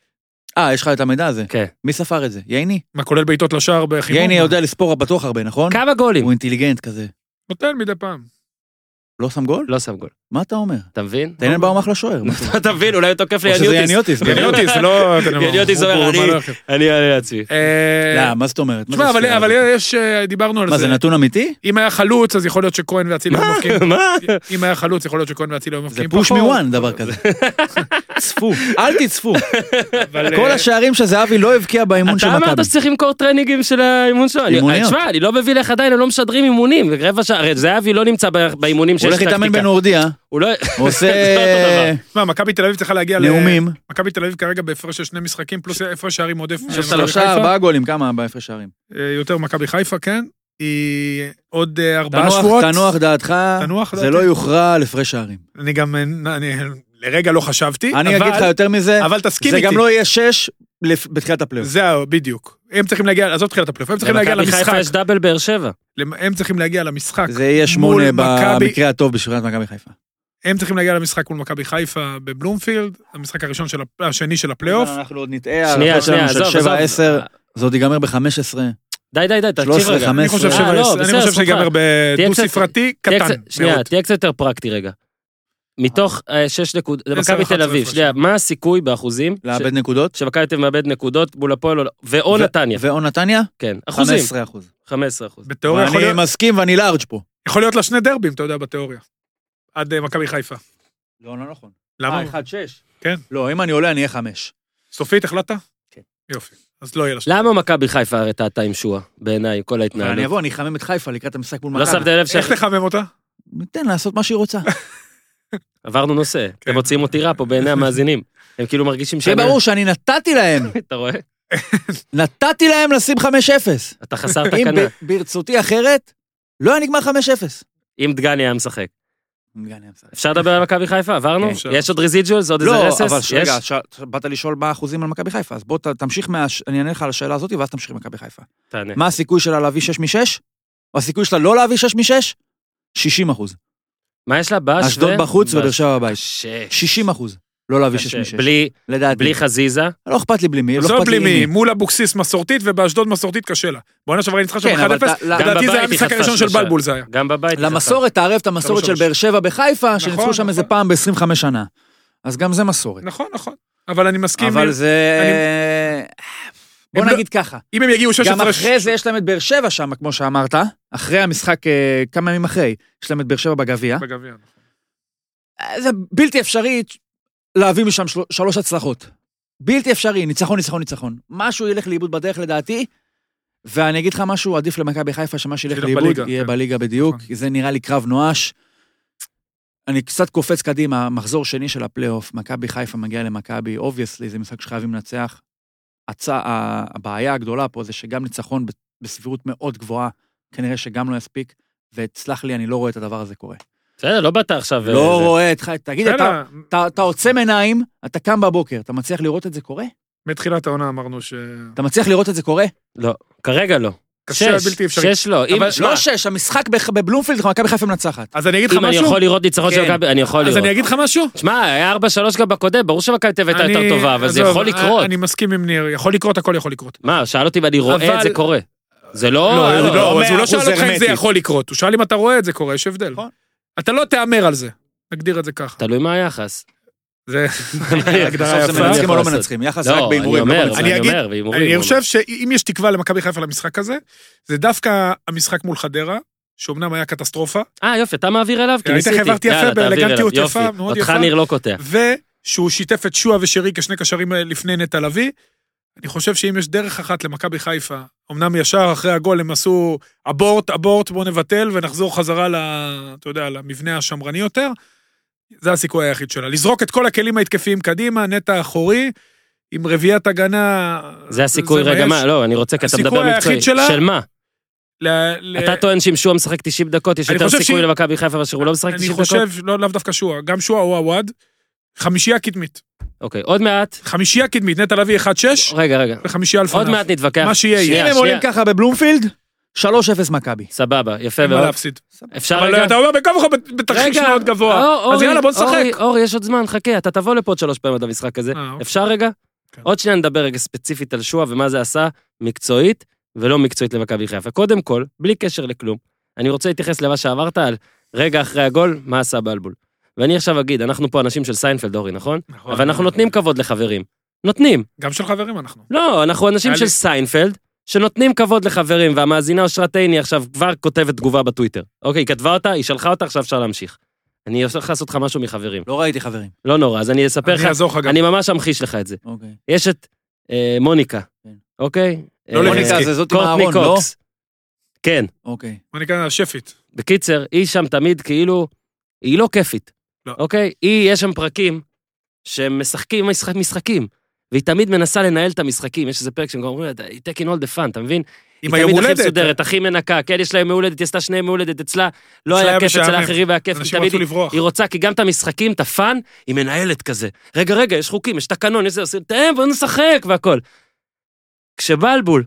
Speaker 4: אה, יש לך את המידע הזה.
Speaker 1: כן.
Speaker 4: מי ספר את זה? ייני?
Speaker 3: מה, כולל בעיטות לשער בחימום?
Speaker 4: ייני יודע לספור בטוח הרבה, נכון?
Speaker 1: כמה גולים?
Speaker 4: הוא אינטליגנט כזה.
Speaker 3: נותן מדי פעם.
Speaker 4: לא שם גול?
Speaker 1: לא שם גול,
Speaker 4: מה אתה אומר?
Speaker 1: אתה מבין?
Speaker 4: טננבאום אחלה שוער. מה-
Speaker 1: אתה מבין, אולי הוא תוקף
Speaker 4: או שזה
Speaker 1: ליאניוטיס.
Speaker 4: יניוטיס.
Speaker 3: יניב אותי, זה לא...
Speaker 1: יניב אותי זה אומר,
Speaker 3: הוא- הוא-
Speaker 1: אני-
Speaker 3: מה לא יחד.
Speaker 1: אני אעלה לעצמי.
Speaker 3: אה,
Speaker 4: לא, מה זאת אומרת? מה
Speaker 3: תשמע,
Speaker 4: זה
Speaker 3: אבל-
Speaker 4: הספירה
Speaker 3: אבל
Speaker 4: הזאת?
Speaker 3: יש... אה, דיברנו על זה.
Speaker 4: מה, זה נתון אמיתי?
Speaker 3: אם היה חלוץ, אז יכול להיות שכהן ואצילי היו מפקיעים.
Speaker 4: כן.
Speaker 1: מה?
Speaker 3: אם היה חלוץ, יכול להיות שכהן ואצילי היו
Speaker 4: זה
Speaker 3: מפקיעים
Speaker 4: פוש
Speaker 3: פחות.
Speaker 4: מוואן דבר כזה. צפו, אל תצפו.
Speaker 3: אבל,
Speaker 4: כל
Speaker 3: אה,
Speaker 4: השערים שזהבי לא הבקיע באימון של
Speaker 1: אתה אמרת
Speaker 4: מכבי.
Speaker 1: שצריך למכור טרנינגים של האימון שלו. אני-
Speaker 4: אימוניות.
Speaker 1: תשמע, אני לא מבין איך עדיין הם לא משדרים אימונים. רבע שעה, הרי זהבי לא נמצא ב- באימונים
Speaker 4: הוא
Speaker 1: שיש
Speaker 4: הולך להתאמן בנורדיה,
Speaker 1: הוא לא...
Speaker 4: הוא עושה
Speaker 1: זה לא אותו דבר.
Speaker 3: מה, מכבי תל אביב צריכה להגיע ל...
Speaker 4: נאומים.
Speaker 3: מכבי תל אביב כרגע בהפרש של שני משחקים, פלוס הפרש שערים עודף. ממכבי
Speaker 4: שלושה,
Speaker 3: חיפה.
Speaker 4: ארבעה גולים, כמה בהפרש שערים?
Speaker 3: אה, יותר מכבי חיפה, כן. היא עוד אה, ארבעה
Speaker 4: תנוח,
Speaker 3: שבועות.
Speaker 4: תנוח דעתך,
Speaker 3: תנוח
Speaker 4: זה
Speaker 3: דעתי.
Speaker 4: לא יוכרע על הפרש שערים.
Speaker 3: אני גם... אה, אני לרגע לא חשבתי,
Speaker 4: אני
Speaker 3: אבל-
Speaker 4: אגיד לך יותר מזה,
Speaker 3: אבל תסכים
Speaker 4: זה
Speaker 3: איתי.
Speaker 4: גם לא יהיה שש לפ- בתחילת הפלייאוף.
Speaker 3: זהו, בדיוק. הם צריכים להגיע, עזוב תחילת הפלייאוף, הם צריכים להגיע
Speaker 1: כן. למכבי
Speaker 3: למשחק.
Speaker 1: חיפה יש דאבל באר שבע.
Speaker 3: למ- הם צריכים להגיע למשחק.
Speaker 4: זה יהיה
Speaker 3: מול
Speaker 4: שמונה
Speaker 3: מכבי-
Speaker 4: במקרה הטוב בשבירת מכבי חיפה.
Speaker 3: הם צריכים להגיע למשחק מול מכבי חיפה בבלומפילד, המשחק הראשון של, הפ- השני של הפלייאוף.
Speaker 1: אה,
Speaker 4: אנחנו עוד נטעה,
Speaker 1: שנייה,
Speaker 4: ההערכות
Speaker 1: שנייה,
Speaker 4: שלנו
Speaker 1: עזוב,
Speaker 4: של
Speaker 1: עזוב.
Speaker 4: 7 10 זה עוד ייגמר ב-15.
Speaker 1: די, די, די, תקשיב
Speaker 4: 13,
Speaker 1: רגע.
Speaker 4: 15.
Speaker 3: אני חושב
Speaker 1: אה,
Speaker 3: שבע
Speaker 1: לא,
Speaker 3: עשרה,
Speaker 1: בסדר,
Speaker 3: אני חושב
Speaker 1: סליחה.
Speaker 3: שיגמר
Speaker 1: תהיה קצת-
Speaker 3: בדו-ספרתי
Speaker 1: תהיה
Speaker 3: קטן.
Speaker 1: קצת- שנייה,
Speaker 3: מאוד.
Speaker 1: תהיה קצת יותר פרקטי רגע. מתוך אה, שש נקודות, זה
Speaker 3: עשר,
Speaker 1: מכבי תל
Speaker 3: אחת עשרה
Speaker 1: אביב,
Speaker 3: הפרש.
Speaker 1: שנייה, מה הסיכוי באחוזים?
Speaker 4: לאבד נקודות.
Speaker 1: ש- שמכבי תל אביב מאבד נקודות מול הפועל או- ואו
Speaker 4: ו-
Speaker 1: נתניה,
Speaker 4: ואו נתניה?
Speaker 1: כן, אחוזים,
Speaker 4: 15 אחוז.
Speaker 1: 15 אחוז.
Speaker 3: בתיאוריה יכול
Speaker 4: אני
Speaker 3: להיות-
Speaker 4: מסכים ואני לארג' פה.
Speaker 3: יכול להיות לה שני דרבים, אתה יודע, בתיאוריה. עד אה, מכבי חיפה.
Speaker 4: לא, לא נכון.
Speaker 1: אה,
Speaker 3: למה?
Speaker 4: 1 6.
Speaker 3: כן.
Speaker 4: לא, אם אני עולה אני אהיה 5.
Speaker 3: סופית החלטת?
Speaker 1: כן.
Speaker 3: יופי. אז לא יהיה לה שני.
Speaker 1: למה מכבי חיפה הרי טעתה עם שועה, בעיניי, כל
Speaker 4: אני
Speaker 1: ההתנהלות?
Speaker 4: אבוא, אני אחמם את חיפה לקראת המשחק מול
Speaker 1: לא
Speaker 4: מכבי.
Speaker 1: שמת לב ש...
Speaker 3: איך תחמם
Speaker 1: לא
Speaker 3: אותה?
Speaker 4: ניתן לעשות מה שהיא רוצה.
Speaker 1: עברנו נושא, אתם מוציאים אותי רע פה בעיני המאזינים. הם כאילו מרגישים ש...
Speaker 4: שיהיה ברור שאני נתתי להם,
Speaker 1: אתה רואה?
Speaker 4: נתתי להם לשים 5-0.
Speaker 1: אתה חסר
Speaker 4: אם
Speaker 1: תקנה,
Speaker 4: ב- ברצותי אחרת, לא היה נגמר 5-0.
Speaker 1: אם דגני היה משחק.
Speaker 4: מגן ים סלע.
Speaker 1: אפשר לדבר על מכבי חיפה? עברנו?
Speaker 4: כן,
Speaker 3: אפשר.
Speaker 1: יש עוד רזיג'ולס? עוד איזה
Speaker 4: לא,
Speaker 1: רסס?
Speaker 4: אבל רגע,
Speaker 1: יש?
Speaker 4: ש- באת לשאול מה האחוזים על מכבי חיפה, אז בוא ת- תמשיך, מה- אני אענה לך על השאלה הזאת ואז תמשיך עם מכבי חיפה.
Speaker 1: תענה.
Speaker 4: מה הסיכוי שלה להביא 6 מ-6? או הסיכוי שלה לא להביא 6 מ-6? 60 אחוז.
Speaker 1: מה יש לה? בש ו...
Speaker 4: אשדוד בחוץ ובאר שבע בבית.
Speaker 1: קשה.
Speaker 4: 60 אחוז. לא להביא 6
Speaker 1: קשה.
Speaker 4: מ-6.
Speaker 1: בלי-
Speaker 4: לדעתי.
Speaker 1: בלי חזיזה.
Speaker 4: לא אכפת לי בלי מי, לא
Speaker 3: עזוב
Speaker 4: אכפת לי
Speaker 3: בלי
Speaker 4: עם
Speaker 3: מי,
Speaker 4: מי.
Speaker 3: מול אבוקסיס מסורתית ובאשדוד מסורתית קשה לה. בעונה שעברה היא ניצחה שם
Speaker 4: כן, אבל
Speaker 3: 1-0,
Speaker 4: אתה- גם
Speaker 3: לדעתי
Speaker 1: בבית
Speaker 3: זה היה
Speaker 1: היא
Speaker 3: המשחק
Speaker 1: חטפה
Speaker 3: הראשון של
Speaker 1: שלושה.
Speaker 3: בלבול זה היה.
Speaker 1: גם בבית. היא חטפה.
Speaker 4: למסורת, תערב את המסורת של
Speaker 3: שלוש.
Speaker 4: באר שבע בחיפה, שניצחו שם איזה
Speaker 3: נכון.
Speaker 4: פעם ב-25 שנה. אז גם זה מסורת.
Speaker 3: נכון, נכון. אבל אני מסכים,
Speaker 4: אבל
Speaker 3: אם-
Speaker 4: זה... בוא
Speaker 3: הם לא-
Speaker 4: נגיד ככה,
Speaker 3: אם הם יגיעו 16...
Speaker 4: גם אחרי זה יש להם את באר שבע שם, כמו שאמרת, אחרי המשחק, אה, כמה ימים אחרי, יש להם את באר שבע בגביע.
Speaker 3: בגביע.
Speaker 4: אה, זה בלתי אפשרי להביא משם של- שלוש הצלחות. בלתי אפשרי, ניצחון, ניצחון, ניצחון. משהו ילך לאיבוד בדרך לדעתי, ואני אגיד לך משהו, עדיף למכבי חיפה שמה שילך
Speaker 3: שילך
Speaker 4: לאיבוד
Speaker 3: בליגה,
Speaker 4: יהיה
Speaker 3: כן.
Speaker 4: בליגה בדיוק,
Speaker 3: נכון.
Speaker 4: כי זה נראה לי קרב נואש. אני קצת קופץ קדימה, מחזור שני של הפלייאוף, מכבי חיפה מגיעה למכבי, אובייסלי, זה משחק שחייבים לנצח. הצ... ה- הבעיה הגדולה פה זה שגם ניצחון ב- בסבירות מאוד גבוהה, כנראה שגם לא יספיק, וסלח לי, אני לא רואה את הדבר הזה קורה.
Speaker 1: בסדר, לא באת עכשיו... אה,
Speaker 4: לא
Speaker 1: זה.
Speaker 4: רואה את חיפה, תגיד, אתה-
Speaker 3: בסדר,
Speaker 4: אתה אתה עוצם עיניים, אתה קם בבוקר, אתה מצליח לראות את זה קורה?
Speaker 3: מתחילת העונה אמרנו ש...
Speaker 4: אתה מצליח לראות את זה קורה?
Speaker 1: כרגע לא.
Speaker 3: קשה,
Speaker 1: שש,
Speaker 3: בלתי אפשרי.
Speaker 1: שש לא. אם-
Speaker 3: אבל-
Speaker 1: שמע,
Speaker 4: לא שש, המשחק בח- בבלומפילד, מכבי חיפה מנצחת.
Speaker 3: אז אני אגיד לך
Speaker 1: אם אני
Speaker 3: משהו?
Speaker 1: יכול לראות ניצחון של
Speaker 4: כן.
Speaker 1: מכבי, אני יכול
Speaker 3: אז
Speaker 1: לראות.
Speaker 3: אני אגיד לך משהו?
Speaker 1: שמע, היה 4-3 גם בקודם, ברור שמכבי תל אביב הייתה
Speaker 3: אני-
Speaker 1: יותר טובה, אבל זה
Speaker 3: עזוב, אה,
Speaker 1: יכול לקרות.
Speaker 3: אני מסכים עם ניר, יכול לקרות, הכל יכול לקרות.
Speaker 1: מה, שאל אותי ואני רואה את
Speaker 3: אבל-
Speaker 1: זה קורה. זה לא...
Speaker 3: לא,
Speaker 1: אה,
Speaker 3: לא, לא, אז הוא
Speaker 4: מאה
Speaker 3: לא שאל
Speaker 4: אחוז
Speaker 3: אותך אם זה
Speaker 4: הרמטית.
Speaker 3: יכול לקרות, הוא שאל אם אתה רואה את זה קורה, יש הבדל.
Speaker 4: נכון.
Speaker 3: אתה לא תהמר על זה, נגדיר את זה ככה.
Speaker 1: תלוי מה היחס.
Speaker 3: זה
Speaker 1: אה,
Speaker 3: הגדרה
Speaker 4: בסוף זה
Speaker 3: יפה.
Speaker 4: מנצחים או לא
Speaker 1: לעשות.
Speaker 4: מנצחים, יחס רק
Speaker 1: לא, אני
Speaker 4: בהימורים. לא
Speaker 1: אומר,
Speaker 4: במצב.
Speaker 1: אני
Speaker 3: אני אגיד-
Speaker 1: אומר, בהימורים. לא
Speaker 3: אני
Speaker 1: הוא
Speaker 3: חושב שאם יש תקווה למכבי חיפה למשחק הזה, זה דווקא המשחק מול חדרה, שאומנם היה קטסטרופה,
Speaker 1: אומר. אה, יופי, אתה מעביר אליו? כי
Speaker 3: ראית
Speaker 1: ניסיתי.
Speaker 3: איך העברתי יפה,
Speaker 1: יאללה, תעביר
Speaker 3: באלגנטיות
Speaker 1: אליו.
Speaker 3: יפה,
Speaker 1: יופי.
Speaker 3: מאוד
Speaker 1: אותך
Speaker 3: יפה.
Speaker 1: ניר לא קוטע.
Speaker 3: ושהוא שיתף את שועה ושרי כשני קשרים אה, לפני נטע לביא. אני חושב שאם יש דרך אחת למכבי חיפה, אמנם ישר אחרי הגול הם עשו אבורט, אבורט, בואו נבטל ונחזור חזרה ל... אתה יודע, למבנה השמרני יותר, זה הסיכוי היחיד שלה. לזרוק את כל הכלים ההתקפיים קדימה, נטע אחורי, עם רביעיית הגנה...
Speaker 1: זה הסיכוי, רגע,
Speaker 3: מה יש.
Speaker 1: מה? לא, אני רוצה, כי אתה
Speaker 3: הסיכוי
Speaker 1: מדבר
Speaker 3: היחיד
Speaker 1: מקצועי.
Speaker 3: שלה-
Speaker 1: של מה?
Speaker 3: ל- ל-
Speaker 1: לא- אתה טוען שאם שועה משחק 90 דקות, יש
Speaker 3: אני
Speaker 1: יותר
Speaker 3: חושב
Speaker 1: סיכוי
Speaker 3: שהיא-
Speaker 1: למכבי חיפה מאשר הוא לא משחק 90
Speaker 3: אני
Speaker 1: דקות?
Speaker 3: חושב, לא לאו דווקא שועה, גם שועה או עווד, חמישייה קדמית.
Speaker 1: אוקיי, עוד מעט.
Speaker 3: חמישייה קדמית, נטע לביא 1-6
Speaker 1: רגע, רגע.
Speaker 3: וחמישייה על
Speaker 1: עוד
Speaker 3: פניו.
Speaker 1: מעט נתווכח.
Speaker 3: מה שיהיה,
Speaker 1: שנייה,
Speaker 3: יהיה.
Speaker 4: אם הם עולים
Speaker 1: שנייה.
Speaker 4: ככה בבלומפילד, 3-0 מכבי.
Speaker 1: סבבה, יפה
Speaker 3: אין מה
Speaker 1: מאוד.
Speaker 3: להפסיד.
Speaker 1: אפשר
Speaker 3: אבל לא
Speaker 1: רגע?
Speaker 3: אתה אומר בקו וכה בתרחיש
Speaker 1: רגע,
Speaker 3: מאוד גבוה.
Speaker 1: אור,
Speaker 3: אז
Speaker 1: אורי,
Speaker 3: יאללה, בוא נשחק.
Speaker 1: אורי, אורי, יש עוד זמן, חכה, אתה תבוא לפה עוד שלוש פעמים עד המשחק הזה.
Speaker 3: אה, אוקיי.
Speaker 1: אפשר רגע?
Speaker 3: כן.
Speaker 1: עוד שנייה נדבר רגע ספציפית על שועה ומה זה עשה מקצועית ולא מקצועית למכבי חיפה. קודם כל, בלי קשר לכלום, אני רוצה להתייחס למה שאמרת על רגע אחרי הגול, מה עשה בלבול. ואני עכשיו אגיד, אנחנו פה אנשים של סיינפלד, אורי, נכון?
Speaker 3: נכון.
Speaker 1: אבל אנחנו נותנים כבוד לחברים. נותנים.
Speaker 3: גם של חברים אנחנו.
Speaker 1: לא, אנחנו אנשים
Speaker 3: היה
Speaker 1: של
Speaker 3: לי-
Speaker 1: סיינפלד, שנותנים כבוד לחברים, והמאזינה אושרת עיני עכשיו כבר כותבת תגובה בטוויטר. אוקיי, היא כתבה אותה, היא שלחה אותה, עכשיו אפשר להמשיך. אני הולך לעשות לך משהו מחברים.
Speaker 4: לא ראיתי חברים.
Speaker 1: לא נורא, אז אני אספר
Speaker 3: אני
Speaker 1: לך,
Speaker 3: אעזור לך גם.
Speaker 1: אני ממש אמחיש לך את זה.
Speaker 4: אוקיי.
Speaker 1: יש את אה, מוניקה,
Speaker 4: כן.
Speaker 1: אוקיי?
Speaker 3: לא
Speaker 1: אה,
Speaker 3: לוינסקי.
Speaker 4: מוניקה זה זאת עם
Speaker 1: קורטני
Speaker 4: הארון, לא?
Speaker 1: קוקס. כן.
Speaker 4: אוקיי.
Speaker 3: אני כאן השפית.
Speaker 1: בקיצר, היא שם תמיד כאילו, היא לא כיפית.
Speaker 3: לא.
Speaker 1: אוקיי? היא, יש שם פרקים שהם משחקים משחק, משחקים, והיא תמיד מנסה לנהל את המשחקים. יש איזה פרק שהם גם אומרים, "אתה- היא taking all the fun, אתה מבין?
Speaker 3: עם היום
Speaker 1: היא תמיד הכי
Speaker 3: הולדת.
Speaker 1: מסודרת, הכי מנקה, כן, יש לה יום הולדת, היא עשתה שני יום הולדת, אצלה לא
Speaker 3: אצלה
Speaker 1: היה
Speaker 3: היה
Speaker 1: כיף, אצל
Speaker 3: משעמם.
Speaker 1: האחרים היה כיף, היא
Speaker 3: אנשים
Speaker 1: תמיד...
Speaker 3: רצו לברוח.
Speaker 1: היא רוצה, כי גם את המשחקים, את הפאן, היא מנהלת כזה. רגע, רגע, יש חוקים, יש תקנון, יש זה, עושים, תאם, בוא נשחק והכל. כשבלבול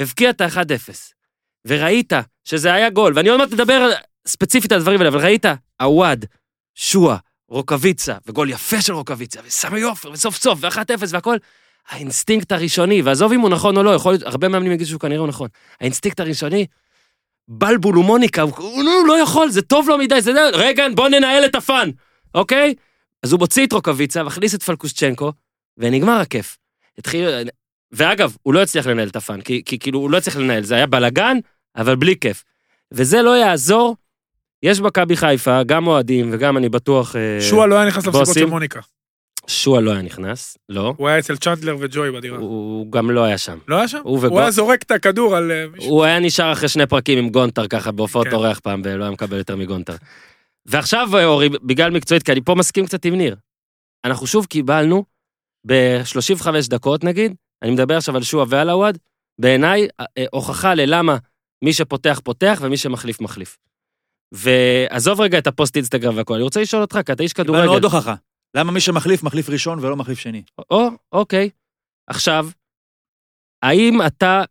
Speaker 1: הבקיע את ה-1-0, וראית שזה היה גול, ואני עוד מעט אדבר על- ספציפית על הדברים האלה, אבל ראית, עווד, שועה, רוקוויצה, וגול יפה של רוקוויצה, וסמי עופר, וסוף סוף, ו-1-0 והכל, האינסטינקט הראשוני, ועזוב אם הוא נכון או לא, יכול להיות, הרבה מאמנים יגידו שהוא כנראה הוא נכון, האינסטינקט הראשוני, בלבול ומוניקה, הוא, הוא, הוא לא יכול, זה טוב לו מדי, זה... רגע, בוא ננהל את הפאן, אוקיי? אז הוא מוציא את רוקוויצה, מכניס את פלקושצ'נקו, ונגמר הכיף. התחיל... ואגב, הוא לא הצליח לנהל את הפאן, כי, כי כאילו, הוא לא הצליח לנהל, זה היה בלאגן, אבל בלי כיף. וזה לא יעזור, יש מכבי חיפה, גם אוהדים, וגם אני בטוח... אה,
Speaker 3: שועה לא היה נכנס למסיבות
Speaker 1: בוסים.
Speaker 3: של מוניקה.
Speaker 1: שועה לא היה נכנס, לא.
Speaker 3: הוא היה אצל צ'נדלר וג'וי בדירה.
Speaker 1: הוא, הוא גם לא היה שם.
Speaker 3: לא היה שם?
Speaker 1: הוא
Speaker 3: הוא
Speaker 1: ובוא-
Speaker 3: היה זורק את הכדור על אה, מישהו.
Speaker 1: הוא היה נשאר אחרי שני פרקים עם גונטר ככה בהופעות
Speaker 3: כן.
Speaker 1: אורח פעם, ולא היה מקבל יותר מגונטר. ועכשיו, אה, אורי, בגלל מקצועית, כי אני פה מסכים קצת עם ניר. אנחנו שוב קיבלנו, ב-35 דקות נגיד, אני מדבר עכשיו על שועה ועל עווד, בעיניי אה, אה, הוכחה ללמה מי שפותח פותח ומי שמחליף מחליף. ועזוב רגע את הפוסט אינסטגרם והכל, אני רוצה לשאול אותך, כי אתה איש
Speaker 4: קיבלנו עוד
Speaker 1: כדורגל.
Speaker 4: הוכחה. למה מי שמחליף, מחליף ראשון ולא מחליף שני?
Speaker 1: או, אוקיי. עכשיו, האם אתה,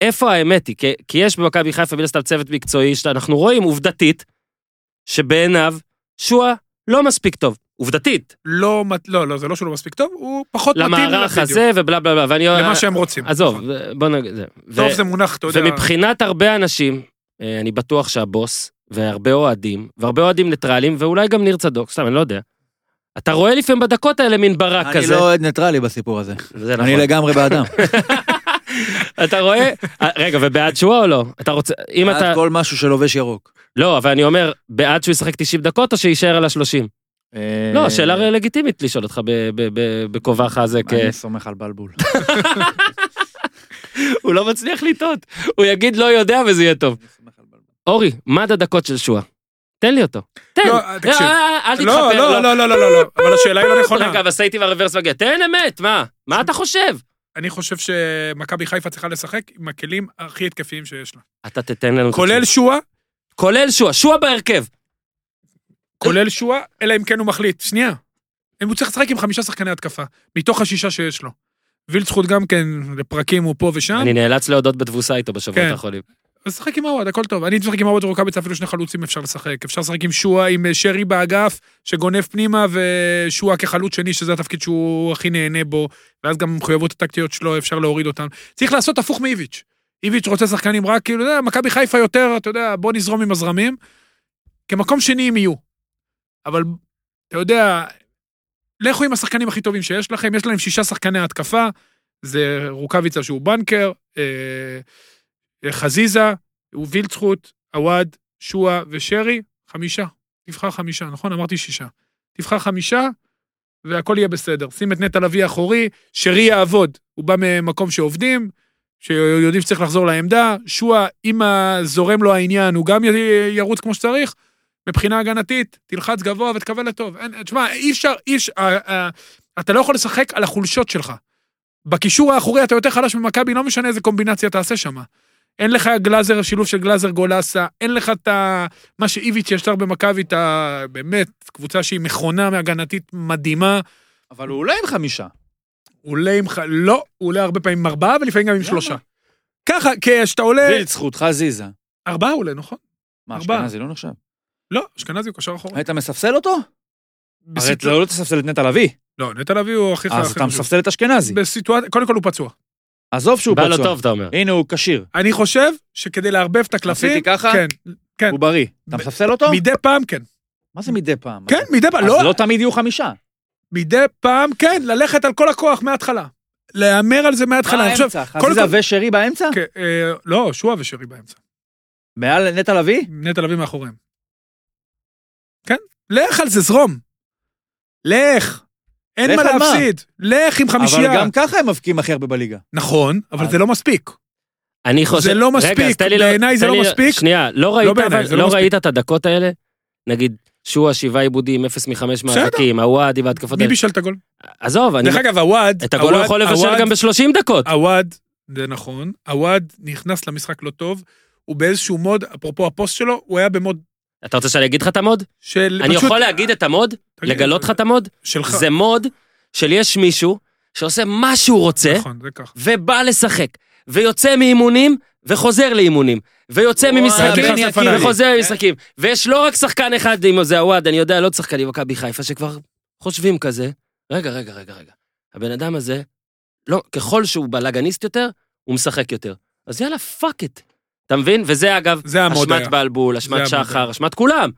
Speaker 1: איפה האמת היא? כי, כי יש במכבי חיפה מן הסתם צוות מקצועי, שאנחנו רואים עובדתית, שבעיניו שועה לא מספיק טוב. עובדתית,
Speaker 3: לא, מת- לא, לא, זה לא שהוא לא מספיק טוב, הוא פחות מתאים
Speaker 1: למערך
Speaker 3: לבדיוק,
Speaker 1: הזה ובלה בלה בלה, ואני...
Speaker 3: לא למה שהם רוצים.
Speaker 1: עזוב,
Speaker 3: נכון.
Speaker 1: בוא נגיד... זה.
Speaker 3: טוב
Speaker 1: ו-
Speaker 3: זה מונח, אתה יודע.
Speaker 1: ומבחינת הרבה אנשים, אה, אני בטוח שהבוס, והרבה אוהדים, והרבה אוהדים ניטרלים, ואולי גם ניר צדוק, סתם, אני לא יודע. אתה רואה לפעמים בדקות האלה מין ברק
Speaker 4: אני
Speaker 1: כזה.
Speaker 4: לא אוהד ניטרלי בסיפור הזה.
Speaker 1: זה נכון.
Speaker 4: אני לגמרי באדם.
Speaker 1: אתה רואה? אה, רגע, ובעד שואה או לא? אתה רוצה, אם אתה...
Speaker 4: עד כל משהו שלובש ירוק.
Speaker 1: לא, אבל אני אומר, בעד שהוא ישחק 90 דקות או שיישאר על ה-30?
Speaker 4: אה,
Speaker 1: לא, שאלה כן. לגיטימית לשאול אותך ב- ב- ב- בכובעך הזה, כ...
Speaker 4: אני סומך על בלבול.
Speaker 1: הוא לא מצליח לטעות. הוא יגיד לא יודע וזה יהיה טוב. אורי, מד הדקות של שועה. תן לי אותו. תן.
Speaker 3: לא, תקשיב.
Speaker 1: אה, אל תתחפר.
Speaker 3: לא, לא, לא, לא, לא, לא, לא, אבל השאלה היא לא נכונה.
Speaker 1: רגע, אבל סייטי והרוורס מגיע. תן אמת, מה? מה אתה חושב?
Speaker 3: אני חושב שמכבי חיפה צריכה לשחק עם הכלים הכי התקפיים שיש לה.
Speaker 1: אתה תתן לנו... את
Speaker 3: כולל
Speaker 1: התשובה.
Speaker 3: שועה,
Speaker 1: כולל שועה, שועה בהרכב.
Speaker 3: כולל שועה, אלא אם כן הוא מחליט. שנייה. אם הוא צריך לשחק עם חמישה שחקני התקפה, מתוך השישה שיש לו. וילצחוט גם כן, לפרקים הוא פה ושם.
Speaker 1: אני נאלץ להודות בתבוסה איתו בשבועות
Speaker 3: כן.
Speaker 1: האחרונים.
Speaker 3: אז שחק עם עווד, הכל טוב. אני משחק עם עווד ורוקאביצה, אפילו שני חלוצים אפשר לשחק. אפשר לשחק עם שועה, עם אה, שרי באגף, שגונב פנימה, ושועה כחלוץ שני, שזה התפקיד שהוא הכי נהנה בו, ואז גם המחויבות הטקטיות שלו, אפשר להוריד אותן. צריך לעשות הפוך מאיביץ'. איביץ' רוצה שחקנים רק, כאילו, אתה יודע, מכבי חיפה יותר, אתה יודע, בוא נזרום עם הזרמים. כמקום שני הם יהיו. אבל, אתה יודע, לכו עם השחקנים הכי טובים שיש לכם, יש להם שישה שחקני התקפה, זה רוקאביצה שהוא בנקר, אה, אה, חזיזה, וילצחוט, עווד, שועה ושרי, חמישה. תבחר חמישה, נכון? אמרתי שישה. תבחר חמישה, והכל יהיה בסדר. שים את נטע לביא אחורי, שרי יעבוד. הוא בא ממקום שעובדים, שיודעים שצריך לחזור לעמדה. שועה, אם זורם לו העניין, הוא גם י- ירוץ כמו שצריך. מבחינה הגנתית, תלחץ גבוה ותקווה לטוב. אין- תשמע, אי אפשר, אי אפשר, אה, אה, אתה לא יכול לשחק על החולשות שלך. בקישור האחורי אתה יותר חלש ממכבי, לא משנה איזה קומבינציה תעשה שם. אין לך גלאזר, שילוב של גלאזר גולסה, אין לך את ה... מה שאיביץ' ישר במכבי, את ה... באמת, קבוצה שהיא מכונה מהגנתית מדהימה.
Speaker 4: אבל הוא עולה עם חמישה.
Speaker 3: הוא עולה עם... ח- לא, הוא עולה הרבה פעמים עם ארבעה, ולפעמים גם עם
Speaker 4: למה?
Speaker 3: שלושה. ככה, כשאתה
Speaker 1: אה.
Speaker 3: עולה...
Speaker 4: וילצחוט, חזיזה.
Speaker 3: ארבעה עולה, נכון?
Speaker 4: מה,
Speaker 3: ארבעה.
Speaker 4: אשכנזי לא נחשב?
Speaker 3: לא, אשכנזי הוא קשר אחורה.
Speaker 4: היית מספסל אותו? אה, הרי אתה לא תספסל את נטע לביא.
Speaker 3: לא, נטע לביא הוא הכי חזק.
Speaker 4: אז אתה מספסל את אשכנזי.
Speaker 3: בסיטואציה, קודם כל הוא פצוע.
Speaker 4: עזוב שהוא
Speaker 1: בא לו
Speaker 4: פצוע.
Speaker 1: טוב, אתה אומר.
Speaker 4: הנה, הוא כשיר.
Speaker 3: אני חושב שכדי לערבב את הקלפים...
Speaker 4: עשיתי ככה? לא.
Speaker 3: כן. כן.
Speaker 4: הוא בריא. אתה מספסל אותו?
Speaker 3: מדי פעם כן.
Speaker 4: מה זה מדי פעם?
Speaker 3: כן, מדי פעם,
Speaker 4: אז
Speaker 3: לא,
Speaker 4: לא תמיד יהיו חמישה.
Speaker 3: מדי פעם כן, ללכת על כל הכוח מההתחלה. להמר על זה מההתחלה.
Speaker 4: מה
Speaker 3: אני חושב-
Speaker 4: האמצע?
Speaker 3: קודם
Speaker 4: חזיזה ושרי באמצע?
Speaker 3: כן, אה, לא, שועה ושרי באמצע.
Speaker 4: מעל נטע לביא?
Speaker 3: נטע לביא מאחוריהם. כן? לך על זה, זרום. לך. אין
Speaker 4: לך
Speaker 3: מה
Speaker 4: על מה?
Speaker 3: להפסיד. לך עם חמישייה.
Speaker 4: אבל גם ככה הם מבקיעים הכי הרבה בליגה.
Speaker 3: נכון,
Speaker 1: אה,
Speaker 3: אבל זה לא מספיק.
Speaker 1: אני חושב...
Speaker 3: זה לא
Speaker 1: רגע, אז
Speaker 3: מספיק.
Speaker 1: תן לי ל-
Speaker 3: בעיניי זה
Speaker 1: תן
Speaker 3: לא
Speaker 1: לי ל-
Speaker 3: מספיק.
Speaker 1: שנייה, לא ראית
Speaker 3: בעיניי,
Speaker 1: אבל-
Speaker 3: זה לא
Speaker 1: לא
Speaker 3: מספיק.
Speaker 1: ראית את הדקות האלה? נגיד, שועה שבעה עיבודים, אפס מחמש
Speaker 3: בסדר.
Speaker 1: מהחקים, הוואדי והתקפות
Speaker 3: מי
Speaker 1: האלה.
Speaker 3: בישל את הגול?
Speaker 1: עזוב, אני... לא-
Speaker 3: דרך אגב, אה. עווד...
Speaker 1: את הגול הוא
Speaker 3: עווד-
Speaker 1: יכול לבשל
Speaker 3: עווד-
Speaker 1: גם ב-30 דקות.
Speaker 3: עווד, זה נכון, עווד נכנס למשחק לא טוב, הוא באיזשהו מוד, אפרופו הפוסט שלו, הוא היה במוד
Speaker 1: אתה רוצה שאני אגיד לך את המוד?
Speaker 3: של...
Speaker 1: אני
Speaker 3: פשוט-
Speaker 1: יכול להגיד את המוד?
Speaker 3: תגיד, אה,
Speaker 1: לגלות לך את המוד?
Speaker 3: שלך.
Speaker 1: זה מוד של יש מישהו שעושה מה שהוא רוצה,
Speaker 3: נכון, זה ככה.
Speaker 1: ובא לשחק, ויוצא מאימונים, וחוזר לאימונים, ויוצא ממשחקים,
Speaker 3: נכנס לפניי.
Speaker 1: וחוזר ממשחקים. ויש לא רק שחקן אחד עם זה, הוואד, אני יודע, לא שחקן עם מכבי חיפה, שכבר חושבים כזה, רגע, רגע, רגע, רגע. הבן אדם הזה, לא, ככל שהוא בלאגניסט יותר, הוא משחק יותר. אז יאללה, פאק את. אתה מבין? וזה אגב,
Speaker 3: זה המוד
Speaker 1: אשמת
Speaker 3: היה.
Speaker 1: בלבול, אשמת
Speaker 3: המוד
Speaker 1: שחר,
Speaker 3: היה.
Speaker 1: אשמת כולם.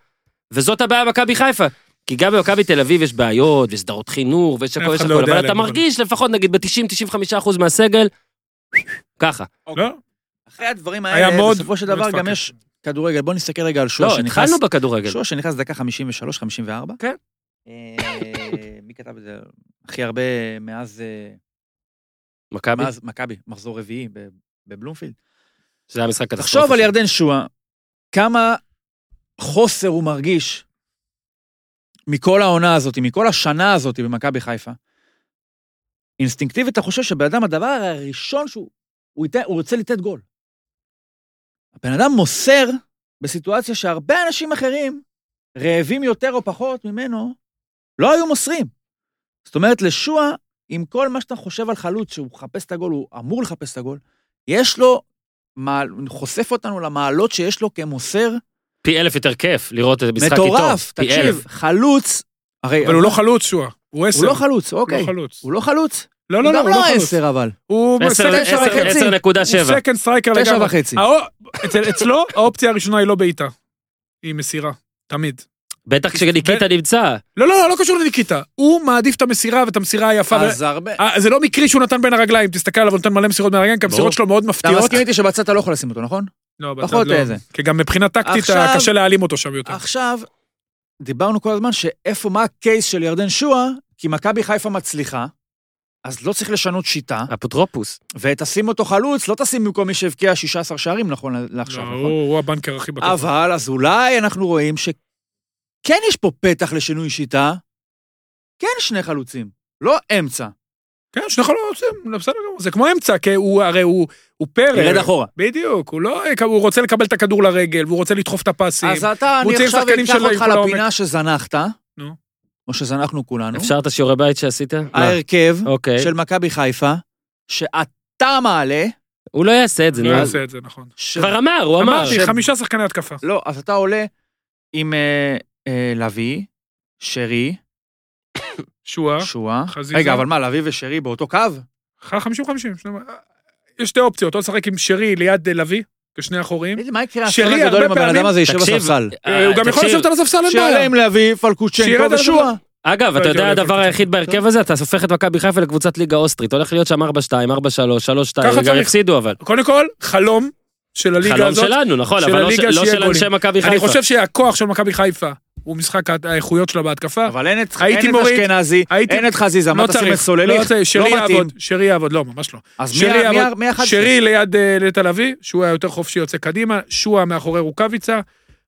Speaker 1: וזאת הבעיה במכבי חיפה. כי גם במכבי תל אביב יש בעיות, ויש סדרות חינוך, ויש הכל,
Speaker 3: אף
Speaker 1: יש
Speaker 3: אחד לא
Speaker 1: הכל,
Speaker 3: יודע
Speaker 1: אבל אתה
Speaker 3: עליהם, אבל-
Speaker 1: מרגיש לפחות נגיד ב-90-95% מהסגל, ככה.
Speaker 3: לא?
Speaker 4: אחרי הדברים
Speaker 3: היה לא
Speaker 4: האלה,
Speaker 3: מוד,
Speaker 4: בסופו של דבר
Speaker 3: מוד
Speaker 4: גם
Speaker 3: פאקר.
Speaker 4: יש כדורגל. בוא נסתכל רגע על שועה
Speaker 1: לא,
Speaker 4: שנכנס...
Speaker 1: התחלנו בכדורגל.
Speaker 4: שועה שנכנס דקה 53-54.
Speaker 1: כן.
Speaker 4: אה, מי כתב את זה? הכי הרבה מאז אה,
Speaker 1: מכבי,
Speaker 4: מאז מכבי, מחזור רביעי ב- בבלומפילד.
Speaker 1: שזה היה משחק קטסטרופה.
Speaker 4: תחשוב על ירדן שואה, כמה חוסר הוא מרגיש מכל העונה הזאת, מכל השנה הזאת במכבי חיפה. אינסטינקטיבית אתה חושב שבן אדם הדבר הראשון שהוא, הוא, ייתן, הוא רוצה לתת גול. הבן אדם מוסר בסיטואציה שהרבה אנשים אחרים, רעבים יותר או פחות ממנו, לא היו מוסרים. זאת אומרת, לשועה, עם כל מה שאתה חושב על חלוץ, שהוא מחפש את הגול, הוא אמור לחפש את הגול, יש לו מעל, חושף אותנו למעלות שיש לו כמוסר
Speaker 1: פי אלף יותר כיף לראות את המשחק איתו.
Speaker 4: מטורף.
Speaker 1: פי
Speaker 4: תקשיב,
Speaker 1: אלף.
Speaker 4: חלוץ, הרי
Speaker 3: אבל הוא לא חלוץ, שועה. הוא עשר.
Speaker 4: הוא לא חלוץ, אוקיי.
Speaker 3: לא חלוץ.
Speaker 4: הוא לא חלוץ.
Speaker 3: לא, לא, לא,
Speaker 4: הוא
Speaker 3: הוא
Speaker 4: גם
Speaker 3: לא
Speaker 4: לא
Speaker 3: חלוץ.
Speaker 4: העשר אבל.
Speaker 3: הוא
Speaker 1: עשר-
Speaker 3: second
Speaker 1: עשר-
Speaker 3: striker.
Speaker 1: עשר נקודה
Speaker 3: הוא
Speaker 1: שבע.
Speaker 3: second striker
Speaker 4: תשע
Speaker 3: לגמרי.
Speaker 4: וחצי.
Speaker 3: האו- אצל- אצלו האופציה הראשונה היא לא בעיטה, היא מסירה, תמיד.
Speaker 1: בטח כשניקיטה נמצא.
Speaker 3: לא, לא, לא קשור לניקיטה. הוא מעדיף את המסירה ואת המסירה היפה.
Speaker 4: אז הרבה...
Speaker 3: אה, זה לא מקרי שהוא נתן בין הרגליים, תסתכל עליו, הוא נתן מלא מסירות בין הרגליים, כי
Speaker 1: ברור.
Speaker 3: המסירות שלו מאוד
Speaker 4: אתה
Speaker 3: מפתיעות.
Speaker 4: מסכים איתי שבצד אתה לא יכול לשים אותו, נכון?
Speaker 3: לא, בצד
Speaker 4: פחות
Speaker 3: לא.
Speaker 4: איזה.
Speaker 3: כי גם מבחינה טקטית
Speaker 4: עכשיו-
Speaker 3: כן.
Speaker 4: אה,
Speaker 3: קשה להעלים אותו שם יותר.
Speaker 4: עכשיו, דיברנו כל הזמן שאיפה, מה הקייס של ירדן שועה, כי מכבי חיפה מצליחה, אז לא צריך לשנות שיטה,
Speaker 3: אה.
Speaker 1: אפוטרופוס.
Speaker 4: ותשים אותו חלוץ, לא תשים במקום מי שהבקיע 16 שערים נכון לעכשיו,
Speaker 3: לא,
Speaker 4: נכון?
Speaker 3: הוא הוא הבנקר הכי בטוח.
Speaker 4: אבל אז אולי אנחנו רואים שכן יש פה פתח לשינוי שיטה, כן שני חלוצים, לא אמצע.
Speaker 3: כן, שני חלוצים, בסדר גמור. זה כמו אמצע, כי הוא הרי הוא הוא פרק.
Speaker 4: ירד אחורה.
Speaker 3: בדיוק, הוא לא... הוא רוצה לקבל את הכדור לרגל, והוא רוצה לדחוף את הפסים.
Speaker 4: אז אתה,
Speaker 3: הוא
Speaker 4: אני
Speaker 3: צריך
Speaker 4: עכשיו
Speaker 3: שחקנים
Speaker 4: אקח
Speaker 3: שלא
Speaker 4: אותך
Speaker 3: ילכו לעומק.
Speaker 4: לפינה שזנחת,
Speaker 3: נו.
Speaker 4: או שזנחנו כולנו,
Speaker 1: אפשר את השיעורי בית שעשית? מה?
Speaker 4: ההרכב
Speaker 1: אוקיי.
Speaker 4: אה, של מכבי חיפה, שאתה מעלה,
Speaker 1: הוא לא יעשה את זה,
Speaker 3: לא
Speaker 1: נו.
Speaker 3: יעשה את זה, נכון.
Speaker 4: ש-
Speaker 1: כבר אמר, הוא אמר.
Speaker 3: אמרתי, חמישה שחקני התקפה.
Speaker 4: לא, אז אתה עולה עם אה, אה, לביא, שרי,
Speaker 3: שועה,
Speaker 4: שועה.
Speaker 3: אה? חזיזה. כן.
Speaker 4: רגע, אבל מה, לביא ושרי באותו קו?
Speaker 3: אה, חמישים חמישים. יש שתי אופציות, או לשחק עם שרי ליד אה, לביא, כשני אחוריים.
Speaker 4: תגיד לי, מה יקרה
Speaker 3: שרי
Speaker 4: האסון הגדול
Speaker 3: הרבה
Speaker 4: אם הבן
Speaker 3: פעמים-
Speaker 4: אדם הזה יישב
Speaker 1: תקשיב,
Speaker 4: בספסל?
Speaker 1: אה,
Speaker 3: אה, הוא גם יכול
Speaker 1: תקשיב,
Speaker 3: לשבת על הספסל, אין
Speaker 4: שיעלה
Speaker 3: בעיה.
Speaker 4: עם לביא,
Speaker 3: שירד
Speaker 4: פלקוצ'נקו
Speaker 3: על
Speaker 4: ושועה.
Speaker 1: אגב,
Speaker 3: לא
Speaker 1: אתה
Speaker 3: הייתי
Speaker 1: יודע,
Speaker 3: עולה
Speaker 1: הדבר
Speaker 3: לקבוצה.
Speaker 1: היחיד בהרכב הזה, אתה הופך את מכבי חיפה לקבוצת ליגה אוסטרית. הולך להיות שם 4-2, 4-3, 3-2,
Speaker 3: ככה
Speaker 1: הם גם
Speaker 3: צריך.
Speaker 1: יפסידו אבל.
Speaker 3: קודם כל, חלום של הליגה
Speaker 1: חלום
Speaker 3: הזאת.
Speaker 1: שלנו, נכון,
Speaker 3: של
Speaker 1: אבל לא ש-
Speaker 3: הליגה
Speaker 1: לא
Speaker 3: שיהיה
Speaker 1: של אנשי
Speaker 3: גולים.
Speaker 1: מכבי חיפה.
Speaker 3: אני חושב שהכוח של מכבי חיפה הוא משחק ה- האיכויות שלה בהתקפה.
Speaker 4: אבל אין את
Speaker 3: הייתי
Speaker 4: אין את
Speaker 3: מוריד,
Speaker 4: אשכנזי,
Speaker 3: הייתי-
Speaker 4: אין את חזיזה, מה
Speaker 3: לא
Speaker 4: תשים את
Speaker 3: צריך,
Speaker 4: סולליך?
Speaker 3: לא צריך, שרי
Speaker 4: לא מתאים.
Speaker 3: יעבוד, שרי יעבוד, לא, ממש לא.
Speaker 4: אז מי
Speaker 3: שרי
Speaker 4: ה- מי ה-
Speaker 3: יעבוד,
Speaker 4: מי ה-11?
Speaker 3: שרי ליד אה, ליטל אביב, שהוא היה יותר חופשי יוצא קדימה, שועה מאחורי רוקאביצה,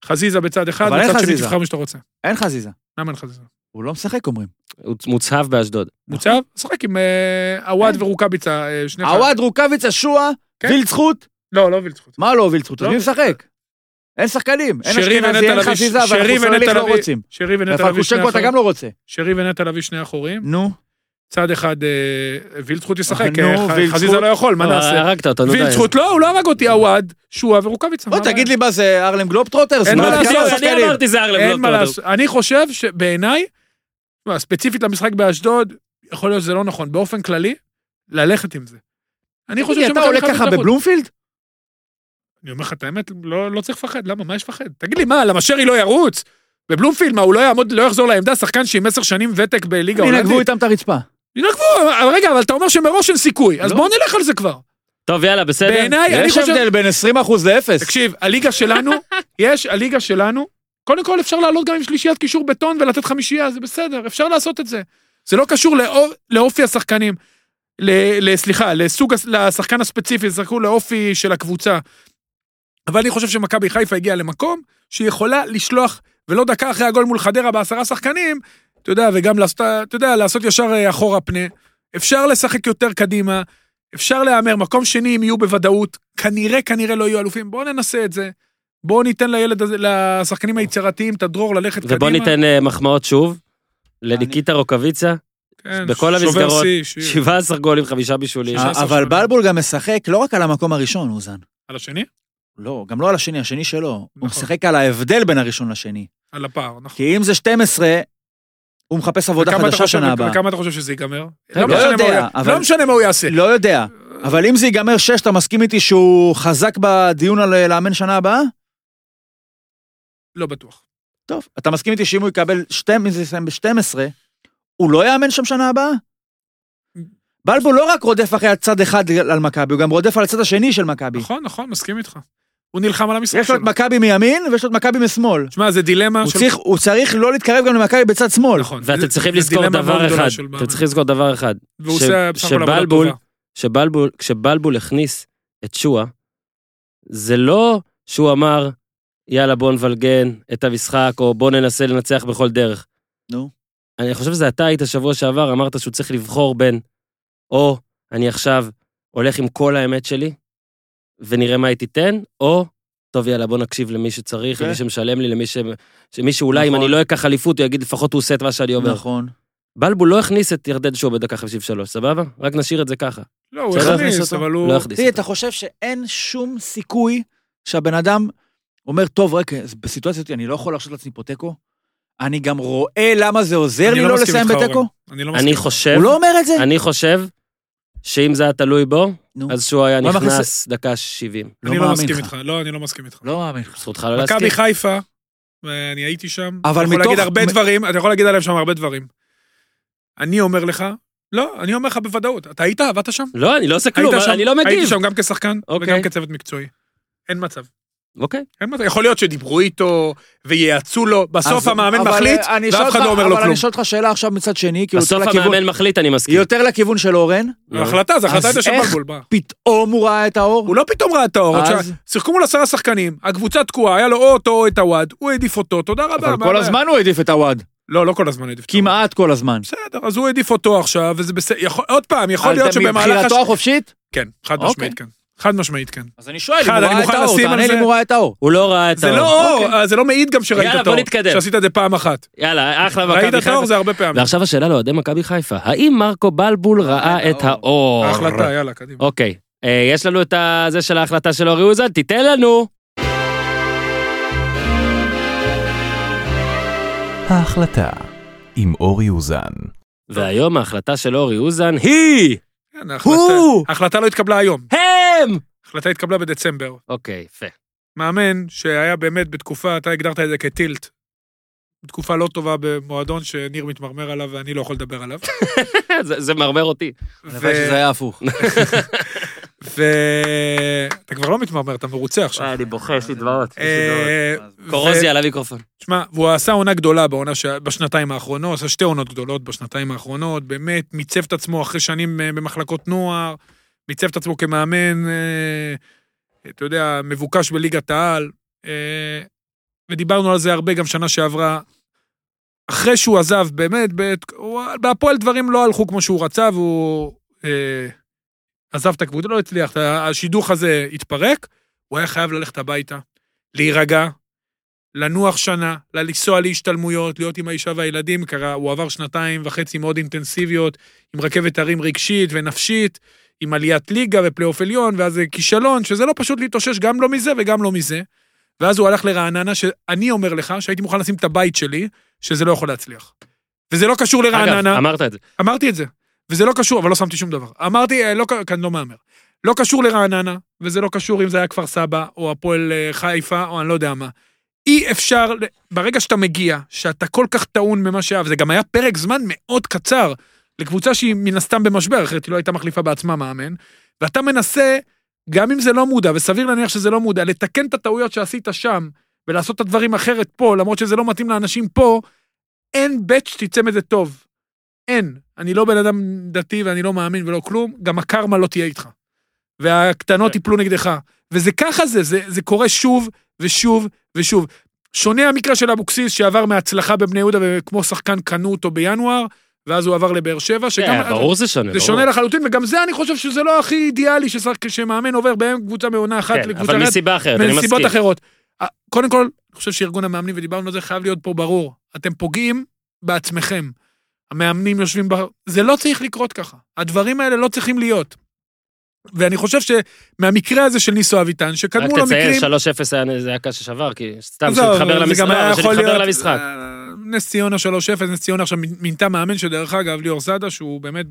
Speaker 3: חזיזה בצד אחד,
Speaker 4: אבל אין
Speaker 3: בצד שני
Speaker 4: חזיזה.
Speaker 3: תבחר מי שאתה רוצה.
Speaker 4: אין חזיזה.
Speaker 3: למה אין חזיזה?
Speaker 4: הוא לא משחק, אומרים.
Speaker 1: הוא מוצהב באשדוד.
Speaker 3: מוצב? שחק עם אה, עווד ורוקאביצה, אה, שני חלוצים.
Speaker 4: עווד, רוקאביצה, שועה,
Speaker 3: כן.
Speaker 4: וילד זכות.
Speaker 3: לא, לא וילצחוט.
Speaker 4: מה לא וילד זכות? אז
Speaker 3: לא.
Speaker 4: מי משחק? אין שחקנים, אין
Speaker 3: שרי
Speaker 4: אשכנזי,
Speaker 3: ונטע
Speaker 4: אין
Speaker 3: לביא,
Speaker 4: חזיזה,
Speaker 3: שרי
Speaker 4: ואנחנו
Speaker 3: ונטע
Speaker 4: סולליך לא
Speaker 3: לביא.
Speaker 4: רוצים.
Speaker 3: שרי ונטע לביא שני
Speaker 4: ופלקוצ'נקו אתה גם
Speaker 3: אחוריים.
Speaker 4: לא רוצה.
Speaker 3: שרי ונטע לביא שני אחוריים.
Speaker 4: נו.
Speaker 3: צד אחד אה, וילצחוט ישחק,
Speaker 4: נו,
Speaker 3: אה, ח-
Speaker 4: וילצחוט.
Speaker 3: חזיזה לא יכול, מה
Speaker 1: לא,
Speaker 3: נעשה?
Speaker 1: הרגת אותנו, די.
Speaker 3: וילצחוט לא, הוא לא הרג אותי, עווד, שועה ורוקאביצה.
Speaker 4: בוא
Speaker 3: מה
Speaker 4: תגיד
Speaker 3: הבעיה?
Speaker 4: לי מה זה ארלם גלובטרוטרס?
Speaker 3: אה. אין מה
Speaker 4: מה, כמה
Speaker 3: לעשות,
Speaker 1: בדיוק, לא, אני
Speaker 4: שחקנים?
Speaker 1: אמרתי זה לא ארלם
Speaker 3: אין מה
Speaker 1: גלובטורדו.
Speaker 3: לעשות, אני חושב שבעיניי, תשמע, ספציפית למשחק באשדוד, יכול להיות שזה לא נכון, באופן כללי, ללכת עם זה. אני חושב
Speaker 4: תגיד, אתה
Speaker 3: שמכבי
Speaker 4: עולה
Speaker 3: חיפה
Speaker 4: ככה
Speaker 3: בחוץ.
Speaker 4: בבלומפילד?
Speaker 3: אני אומר לך את האמת, לא לא צריך לפחד, למה, מה יש לפחד? תגיד לי, מה, למה שרי לא ירוץ? בבלומפילד, מה, הוא לא יעמוד, לא יחזור לעמדה, שחקן שעם עשר שנים ותק בליגה
Speaker 4: ינגבו
Speaker 3: הולנדית?
Speaker 4: איתם את הרצפה.
Speaker 3: ינגבו, אבל רגע, אבל אתה אומר שמראש אין סיכוי, אז
Speaker 4: לא.
Speaker 3: בואו נלך על זה כבר.
Speaker 1: טוב, יאללה, בסדר.
Speaker 3: בעיניי, אני
Speaker 4: יש
Speaker 3: חושב...
Speaker 4: הבדל בין 20% ל-0.
Speaker 3: תקשיב, הליגה שלנו, יש, הליגה שלנו, קודם כל אפשר לעלות גם עם שלישיית קישור בטון ולתת חמישייה, זה בסדר, אפשר לעשות את זה. זה לא קשור לאו- לאופי השחקנים. ל- ל- סליחה, לסוג, הס- לשחקן הספציפי, זרקו לאופי של הקבוצה. אבל אני חושב שמכבי חיפה הגיעה למקום שהיא יכולה לשלוח, ולא דקה אחרי הגול מול חדרה בעשרה שחקנים, אתה יודע, וגם לעשות, אתה יודע, לעשות ישר אה, אחורה פנה. אפשר לשחק יותר קדימה, אפשר להמר, מקום שני אם יהיו בוודאות, כנראה כנראה לא יהיו אלופים, בואו ננסה את זה. בואו ניתן לילד הזה, לשחקנים היצירתיים, את הדרור ללכת קדימה.
Speaker 1: ובוא ניתן אה, מחמאות שוב לניקיטה רוקוויצה,
Speaker 3: כן,
Speaker 1: בכל
Speaker 3: שובר
Speaker 1: המסגרות.
Speaker 3: שיא, שיא.
Speaker 1: 17 גולים, חמישה בישולים.
Speaker 3: אה. 16
Speaker 4: אבל
Speaker 3: שנה.
Speaker 4: בלבול גם משחק לא רק על המקום הראשון, אוזן.
Speaker 3: על השני?
Speaker 4: לא, גם לא על השני, השני שלו. הוא
Speaker 3: נכון.
Speaker 4: משחק על ההבדל בין הראשון לשני.
Speaker 3: על הפער, נכון.
Speaker 4: כי אם זה 12, הוא מחפש עבודה
Speaker 3: וכמה אתה
Speaker 4: חדשה
Speaker 3: חושב-
Speaker 4: שנה הבאה.
Speaker 3: וכמה אתה חושב שזה ייגמר?
Speaker 1: לא
Speaker 3: משנה מה
Speaker 4: יודע,
Speaker 3: הוא יע-
Speaker 4: אבל-
Speaker 3: לא משנה מה הוא יעשה.
Speaker 4: לא יודע. אבל אם זה ייגמר 6, אתה מסכים איתי שהוא חזק בדיון על אה, לאמן שנה הבאה?
Speaker 3: לא בטוח.
Speaker 4: טוב. אתה מסכים איתי שאם הוא יקבל 12, אם זה יסיים ב-12, הוא לא יאמן שם שנה הבאה?
Speaker 3: Mm.
Speaker 4: בלבול לא רק רודף אחרי הצד אחד על מכבי, הוא גם רודף על הצד השני של מכבי.
Speaker 3: נכון, נכון, מסכים איתך. הוא נלחם על המשחק
Speaker 4: יש לו
Speaker 3: שלו.
Speaker 4: את מכבי מימין ויש לו את מכבי משמאל.
Speaker 3: שמע, זה דילמה
Speaker 4: הוא
Speaker 3: של...
Speaker 4: צריך- הוא צריך לא להתקרב גם למכבי בצד שמאל.
Speaker 3: נכון. זה-
Speaker 1: ואתם צריכים
Speaker 3: זה
Speaker 1: לזכור
Speaker 3: דילמה מאוד
Speaker 1: דבר
Speaker 3: גדולה
Speaker 1: אחד,
Speaker 3: של מאמן.
Speaker 1: אתם צריכים לזכור דבר אחד,
Speaker 3: והוא
Speaker 1: ש-
Speaker 3: עושה בסך הכל עבודה
Speaker 1: שבלבול-
Speaker 3: טובה.
Speaker 1: שבלבול, כשבלבול הכניס את שואה, זה לא שהוא אמר, יאללה בוא נבלגן את המשחק, או בוא ננסה לנצח בכל דרך.
Speaker 4: נו.
Speaker 1: אני חושב שזה אתה היית שבוע שעבר, אמרת שהוא צריך לבחור בין, או אני עכשיו הולך עם כל האמת שלי, ונראה מה היא תיתן, או, טוב יאללה בוא נקשיב למי שצריך,
Speaker 4: כן.
Speaker 1: למי שמשלם לי, למי ש... שמי שאולי אם
Speaker 4: נכון.
Speaker 1: אני לא אקח אליפות, הוא יגיד לפחות הוא עושה את מה שאני אומר.
Speaker 4: נכון.
Speaker 1: בלבול לא הכניס את ירדן שואה בדקה 53, סבבה? רק נשאיר את זה ככה.
Speaker 3: לא, הוא
Speaker 1: אתה לא
Speaker 3: הכניס,
Speaker 1: אותו?
Speaker 3: אבל הוא...
Speaker 1: לא הכניס
Speaker 4: תראי,
Speaker 1: אותו.
Speaker 4: אתה חושב שאין שום סיכוי שהבן אדם אומר, טוב, רגע, אז בסיטואציה הזאת אני לא יכול להרשות לעצמי פה תיקו? אני גם רואה למה זה עוזר
Speaker 3: אני
Speaker 4: לי
Speaker 3: לא
Speaker 4: לא
Speaker 3: מסכים
Speaker 4: לסיים
Speaker 3: איתך, אורן.
Speaker 4: בתיקו?
Speaker 3: אני לא
Speaker 1: אני
Speaker 3: מסכים.
Speaker 1: חושב,
Speaker 4: הוא לא אומר את זה?
Speaker 1: אני חושב שאם זה היה תלוי בו,
Speaker 4: נו,
Speaker 1: אז שהוא היה
Speaker 4: מה
Speaker 1: נכנס דקה 70.
Speaker 4: לא
Speaker 3: אני לא
Speaker 4: מאמין
Speaker 3: מסכים
Speaker 4: לך.
Speaker 3: איתך. לא, אני לא מסכים איתך.
Speaker 4: לא מאמין לך.
Speaker 1: זכותך לא להסכים.
Speaker 3: מכבי חיפה, ואני הייתי שם,
Speaker 4: אבל
Speaker 3: אבל מתוך... אתה
Speaker 4: מתוך-
Speaker 3: יכול להגיד הרבה
Speaker 4: מ-
Speaker 3: דברים, אתה יכול להגיד עליהם שם הרבה דברים. אני אומר לך, לא, אני אומר לך בוודאות, אתה היית, עבדת שם?
Speaker 1: לא, אני לא עושה
Speaker 3: היית
Speaker 1: כלום,
Speaker 3: שם,
Speaker 1: אני לא
Speaker 3: הייתי
Speaker 1: מגיב.
Speaker 3: שם גם כשחקן
Speaker 1: אוקיי.
Speaker 3: וגם כצוות מקצועי. אין מצב.
Speaker 1: אוקיי.
Speaker 3: אין מצב. יכול להיות שדיברו איתו וייעצו לו, בסוף
Speaker 4: אז-
Speaker 3: המאמן
Speaker 4: אבל,
Speaker 3: מחליט,
Speaker 4: אה, אני אשאל
Speaker 3: ואף אחד
Speaker 4: אותך-
Speaker 3: לא אומר לו
Speaker 4: אבל
Speaker 3: כלום.
Speaker 4: אני אשאל אותך שאלה עכשיו מצד שני, כאילו,
Speaker 1: בסוף
Speaker 4: לכיוון-
Speaker 1: המאמן מחליט, אני מסכים. לא.
Speaker 4: יותר לכיוון של אורן,
Speaker 3: החלטה, זו החלטה
Speaker 4: אז
Speaker 3: הייתה של
Speaker 4: איך-
Speaker 3: בלבול. מה?
Speaker 4: פתאום הוא ראה את האור.
Speaker 3: הוא לא פתאום ראה את האור.
Speaker 4: אז?
Speaker 3: עכשיו, שיחקו מול עשרה שחקנים, הקבוצה תקועה, היה לו או אותו או את הוואד, הוא העדיף אותו, תודה רבה.
Speaker 4: אבל
Speaker 3: לא- מה
Speaker 4: כל
Speaker 3: הבעיה?
Speaker 4: הזמן הוא העדיף את הוואד,
Speaker 3: לא, לא כל הזמן העדיף. את הוואד.
Speaker 4: כמעט כל הזמן.
Speaker 3: בסדר, אז הוא העדיף אותו עכשיו, וזה בסדר. יכול- עוד פעם, יכול
Speaker 4: על-
Speaker 3: להיות שבמהלך...
Speaker 4: מבחינתו אוקיי.
Speaker 3: הש-
Speaker 4: החופשית?
Speaker 3: כן, חד משמעית כן. חד משמעית כן.
Speaker 4: אז אני שואל, אם
Speaker 3: אחד,
Speaker 4: הוא
Speaker 3: אני
Speaker 4: ראה את
Speaker 3: מוכן
Speaker 4: האור,
Speaker 3: לשים
Speaker 4: תענה
Speaker 3: על
Speaker 4: לי
Speaker 3: זה.
Speaker 4: אם הוא ראה את האור.
Speaker 1: הוא לא ראה את
Speaker 3: זה
Speaker 1: האור.
Speaker 3: לא אור,
Speaker 4: אוקיי.
Speaker 3: אה, זה לא מעיד גם שראית את
Speaker 1: יאללה,
Speaker 3: האור.
Speaker 1: בוא נתקדם.
Speaker 3: שעשית את זה פעם אחת.
Speaker 1: יאללה, אחלה מכבי
Speaker 3: ראית את האור זה הרבה פעמים.
Speaker 1: ועכשיו השאלה לאוהדי מכבי חיפה, האם מרקו
Speaker 3: אה,
Speaker 1: בלבול ראה את
Speaker 4: נכון.
Speaker 1: האור?
Speaker 3: ההחלטה, יאללה, קדימה.
Speaker 1: אוקיי, אה, יש לנו את ה- זה של ההחלטה של אורי אוזן, תיתן לנו.
Speaker 6: ההחלטה עם אורי אוזן.
Speaker 1: והיום ההחלטה של אורי אוזן היא
Speaker 3: כן, ההחלטה-
Speaker 1: הוא!
Speaker 3: ההחלטה לא התקבלה היום,
Speaker 1: הם!
Speaker 3: ההחלטה התקבלה בדצמבר.
Speaker 1: אוקיי, יפה.
Speaker 3: מאמן שהיה באמת בתקופה, אתה הגדרת את זה כטילט, בתקופה לא טובה במועדון שניר מתמרמר עליו ואני לא יכול לדבר עליו.
Speaker 1: זה זה מרמר אותי.
Speaker 4: הלוואי שזה היה הפוך.
Speaker 3: ואתה כבר לא מתמרמר, אתה מרוצה עכשיו.
Speaker 1: אני בוכה, יש לי דברות.
Speaker 3: אה,
Speaker 1: קורוזי על המיקרופון.
Speaker 3: תשמע, והוא עשה עונה גדולה בעונה ש... בשנתיים האחרונות, עשה שתי עונות גדולות בשנתיים האחרונות, באמת, מיצב את עצמו אחרי שנים אה, במחלקות נוער, מיצב את עצמו כמאמן, אה, אתה יודע, מבוקש בליגת העל, אה, ודיברנו על זה הרבה גם שנה שעברה. אחרי שהוא עזב, באמת, בת- הוא- בהפועל דברים לא הלכו כמו שהוא רצה, והוא אה, עזב את הקבוצה, לא הצליח, השידוך הזה התפרק, הוא היה חייב ללכת הביתה, להירגע, לנוח שנה, לנסוע להשתלמויות, להיות עם האישה והילדים, קרה, הוא עבר שנתיים וחצי מאוד אינטנסיביות, עם רכבת הרים רגשית ונפשית, עם עליית ליגה ופלייאוף עליון, ואז זה כישלון, שזה לא פשוט להתאושש גם לא מזה וגם לא מזה. ואז הוא הלך לרעננה, שאני אומר לך, שהייתי מוכן לשים את הבית שלי, שזה לא יכול להצליח. וזה לא קשור
Speaker 1: אגב,
Speaker 3: לרעננה.
Speaker 1: אמרת את זה.
Speaker 3: אמרתי את זה, וזה לא קשור, אבל לא שמתי שום דבר. אמרתי, אה, לא, ק- כאן לא מהמר. לא קשור לרעננה, וזה לא קשור אם זה היה כפר סבא, או הפועל אה, חיפה, או אני לא יודע מה. אי אפשר, ל- ברגע שאתה מגיע, שאתה כל כך טעון ממה שהיה, וזה גם היה פרק זמן מאוד קצר לקבוצה שהיא מן הסתם במשבר, אחרת היא לא הייתה מחליפה בעצמה מאמן, ואתה מנסה, גם אם זה לא מודע, וסביר להניח שזה לא מודע, לתקן את הטעויות שעשית שם, ולעשות את הדברים אחרת פה, למרות שזה לא מתאים לאנשים פה, אין בית שתצא מזה טוב. אין. אני לא בן אדם דתי ואני לא מאמין ולא כלום, גם הקרמה לא תהיה איתך. והקטנות יפלו נגדך. וזה ככה זה, זה, זה קורה שוב ושוב ושוב. שונה המקרה של אבוקסיס שעבר מהצלחה בבני יהודה וכמו שחקן קנו אותו בינואר, ואז הוא עבר לבאר שבע, שגם...
Speaker 1: אה, ברור זה שונה.
Speaker 3: זה
Speaker 1: ברור.
Speaker 3: שונה לחלוטין, וגם זה אני חושב שזה לא הכי אידיאלי ששחק- שמאמן עובר בין קבוצה מעונה אחת
Speaker 1: כן,
Speaker 3: לקבוצה
Speaker 1: אבל
Speaker 3: אחרת.
Speaker 1: מסיבה אחרת, אני מסכים.
Speaker 3: מנסיבות אחרות. אה, קודם כל, אני חושב שארגון המאמנים, ודיברנו על זה, חייב להיות פה ברור. אתם פוגעים בעצמכם. המאמנים יושבים ב... זה לא צריך לקרות ככה. הדברים האלה לא צריכים להיות. ואני חושב שמהמקרה הזה של ניסו אביטן,
Speaker 1: רק
Speaker 3: שקדמו לו
Speaker 1: תציין,
Speaker 3: מקרים...
Speaker 1: 3-0 היה- זה היה קש ששבר, כי סתם,
Speaker 3: עזוב,
Speaker 1: שנתחבר
Speaker 3: זה
Speaker 1: למשחק.
Speaker 3: גם היה יכול
Speaker 1: שנתחבר
Speaker 3: להיות,
Speaker 1: למשחק.
Speaker 3: אה, נס ציונה 3-0, נס ציונה עכשיו מינתה מאמן שדרך אגב, ליאור סעדה, שהוא באמת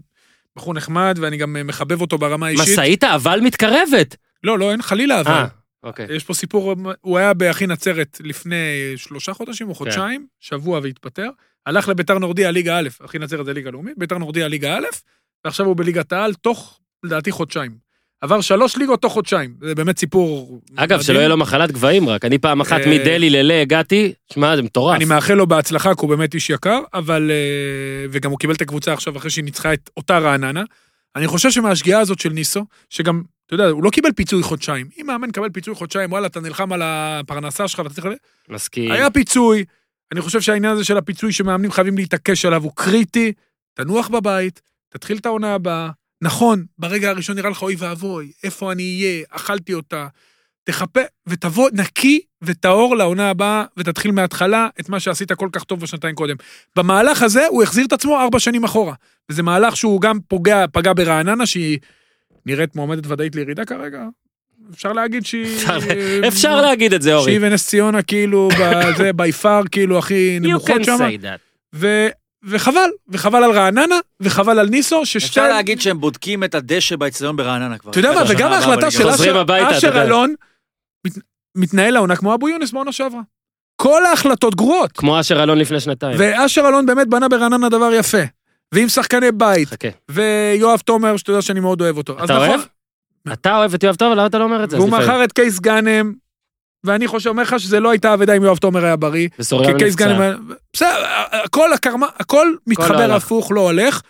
Speaker 3: בחור נחמד, ואני גם אה, מחבב אותו ברמה האישית.
Speaker 1: משאית אבל מתקרבת.
Speaker 3: לא, לא, אין חלילה אבל.
Speaker 1: אה, אוקיי.
Speaker 3: יש פה סיפור, הוא היה באחי נצרת לפני אה, שלושה
Speaker 1: כן.
Speaker 3: חודשים או חודשיים, שבוע והתפטר, הלך לביתר נורדיה ליגה א', אחי נצרת זה ליגה לאומית, ביתר נורדיה ליגה א', ועכשיו הוא בליגת העל תוך, לדעתי, חודשיים. עבר שלוש ליגות תוך חודשיים, זה באמת סיפור...
Speaker 1: אגב,
Speaker 3: מדהים.
Speaker 1: שלא יהיה לו מחלת גבהים רק. אני פעם אחת
Speaker 3: אה,
Speaker 1: מדלהי ללה הגעתי, שמע, זה מטורף.
Speaker 3: אני מאחל לו בהצלחה, כי הוא באמת איש יקר, אבל... אה, וגם הוא קיבל את הקבוצה עכשיו אחרי שהיא ניצחה את אותה רעננה. אני חושב שמהשגיאה הזאת של ניסו, שגם, אתה יודע, הוא לא קיבל פיצוי חודשיים. אם מאמן מקבל פיצוי חודשיים, וואלה, אתה נלחם על הפרנסה שלך ואתה צריך... ל-
Speaker 1: מסכים.
Speaker 3: היה פיצוי. אני חושב שהעניין הזה של הפיצוי שמאמנים חייבים להתעקש עליו הוא קריטי. תנוח בבית, תתחיל את העונה הבאה. נכון, ברגע הראשון נראה לך אוי ואבוי, איפה אני אהיה, אכלתי אותה. תחפה ותבוא נקי וטהור לעונה הבאה, ותתחיל מההתחלה את מה שעשית כל כך טוב בשנתיים קודם. במהלך הזה הוא החזיר את עצמו ארבע שנים אחורה. וזה מהלך שהוא גם פוגע, פגע ברעננה, שהיא נראית מועמדת ודאית לירידה כרגע. אפשר להגיד שהיא... אה,
Speaker 1: אפשר להגיד את זה, אורי.
Speaker 3: שהיא ונס ציונה כאילו, ב- זה בי פאר כאילו הכי נמוכות שם,
Speaker 1: that.
Speaker 3: ו- וחבל, וחבל על רעננה, וחבל על ניסו, ששתי...
Speaker 4: אפשר להגיד שהם בודקים את הדשא באצטדיון ברעננה כבר.
Speaker 3: אתה יודע מה,
Speaker 4: בשנה
Speaker 3: וגם
Speaker 4: הבאה
Speaker 3: ההחלטה
Speaker 4: בליגה.
Speaker 3: של
Speaker 1: חוזרים
Speaker 3: אשר-
Speaker 1: הביתה, אתה
Speaker 3: אשר
Speaker 1: יודע.
Speaker 3: אלון, מת- מתנהל העונה כמו אבו יונס בעונה שעברה. כל ההחלטות גרועות,
Speaker 1: כמו אשר אלון לפני שנתיים.
Speaker 3: ואשר אלון באמת בנה ברעננה דבר יפה. ועם שחקני בית,
Speaker 1: חכה.
Speaker 3: ויואב תומר, שאתה יודע שאני מאוד אוהב אותו. אז
Speaker 1: אתה
Speaker 3: נכון,
Speaker 1: אוהב? אתה אוהב את יואב טוב, למה אתה לא אומר את זה? אז
Speaker 3: והוא
Speaker 1: לפעמים.
Speaker 3: מכר את קייס גאנם ואני חושב, אומר לך שזה לא הייתה אבדה אם יואב תומר היה בריא.
Speaker 1: וסוריאן
Speaker 4: אוקיי,
Speaker 3: כי קייס
Speaker 4: כן,
Speaker 1: נפצע.
Speaker 3: גאנם- בסדר, הכל הקרמה, הכל
Speaker 1: לא
Speaker 3: מתחבר
Speaker 1: הלך.
Speaker 3: הפוך, לא הולך.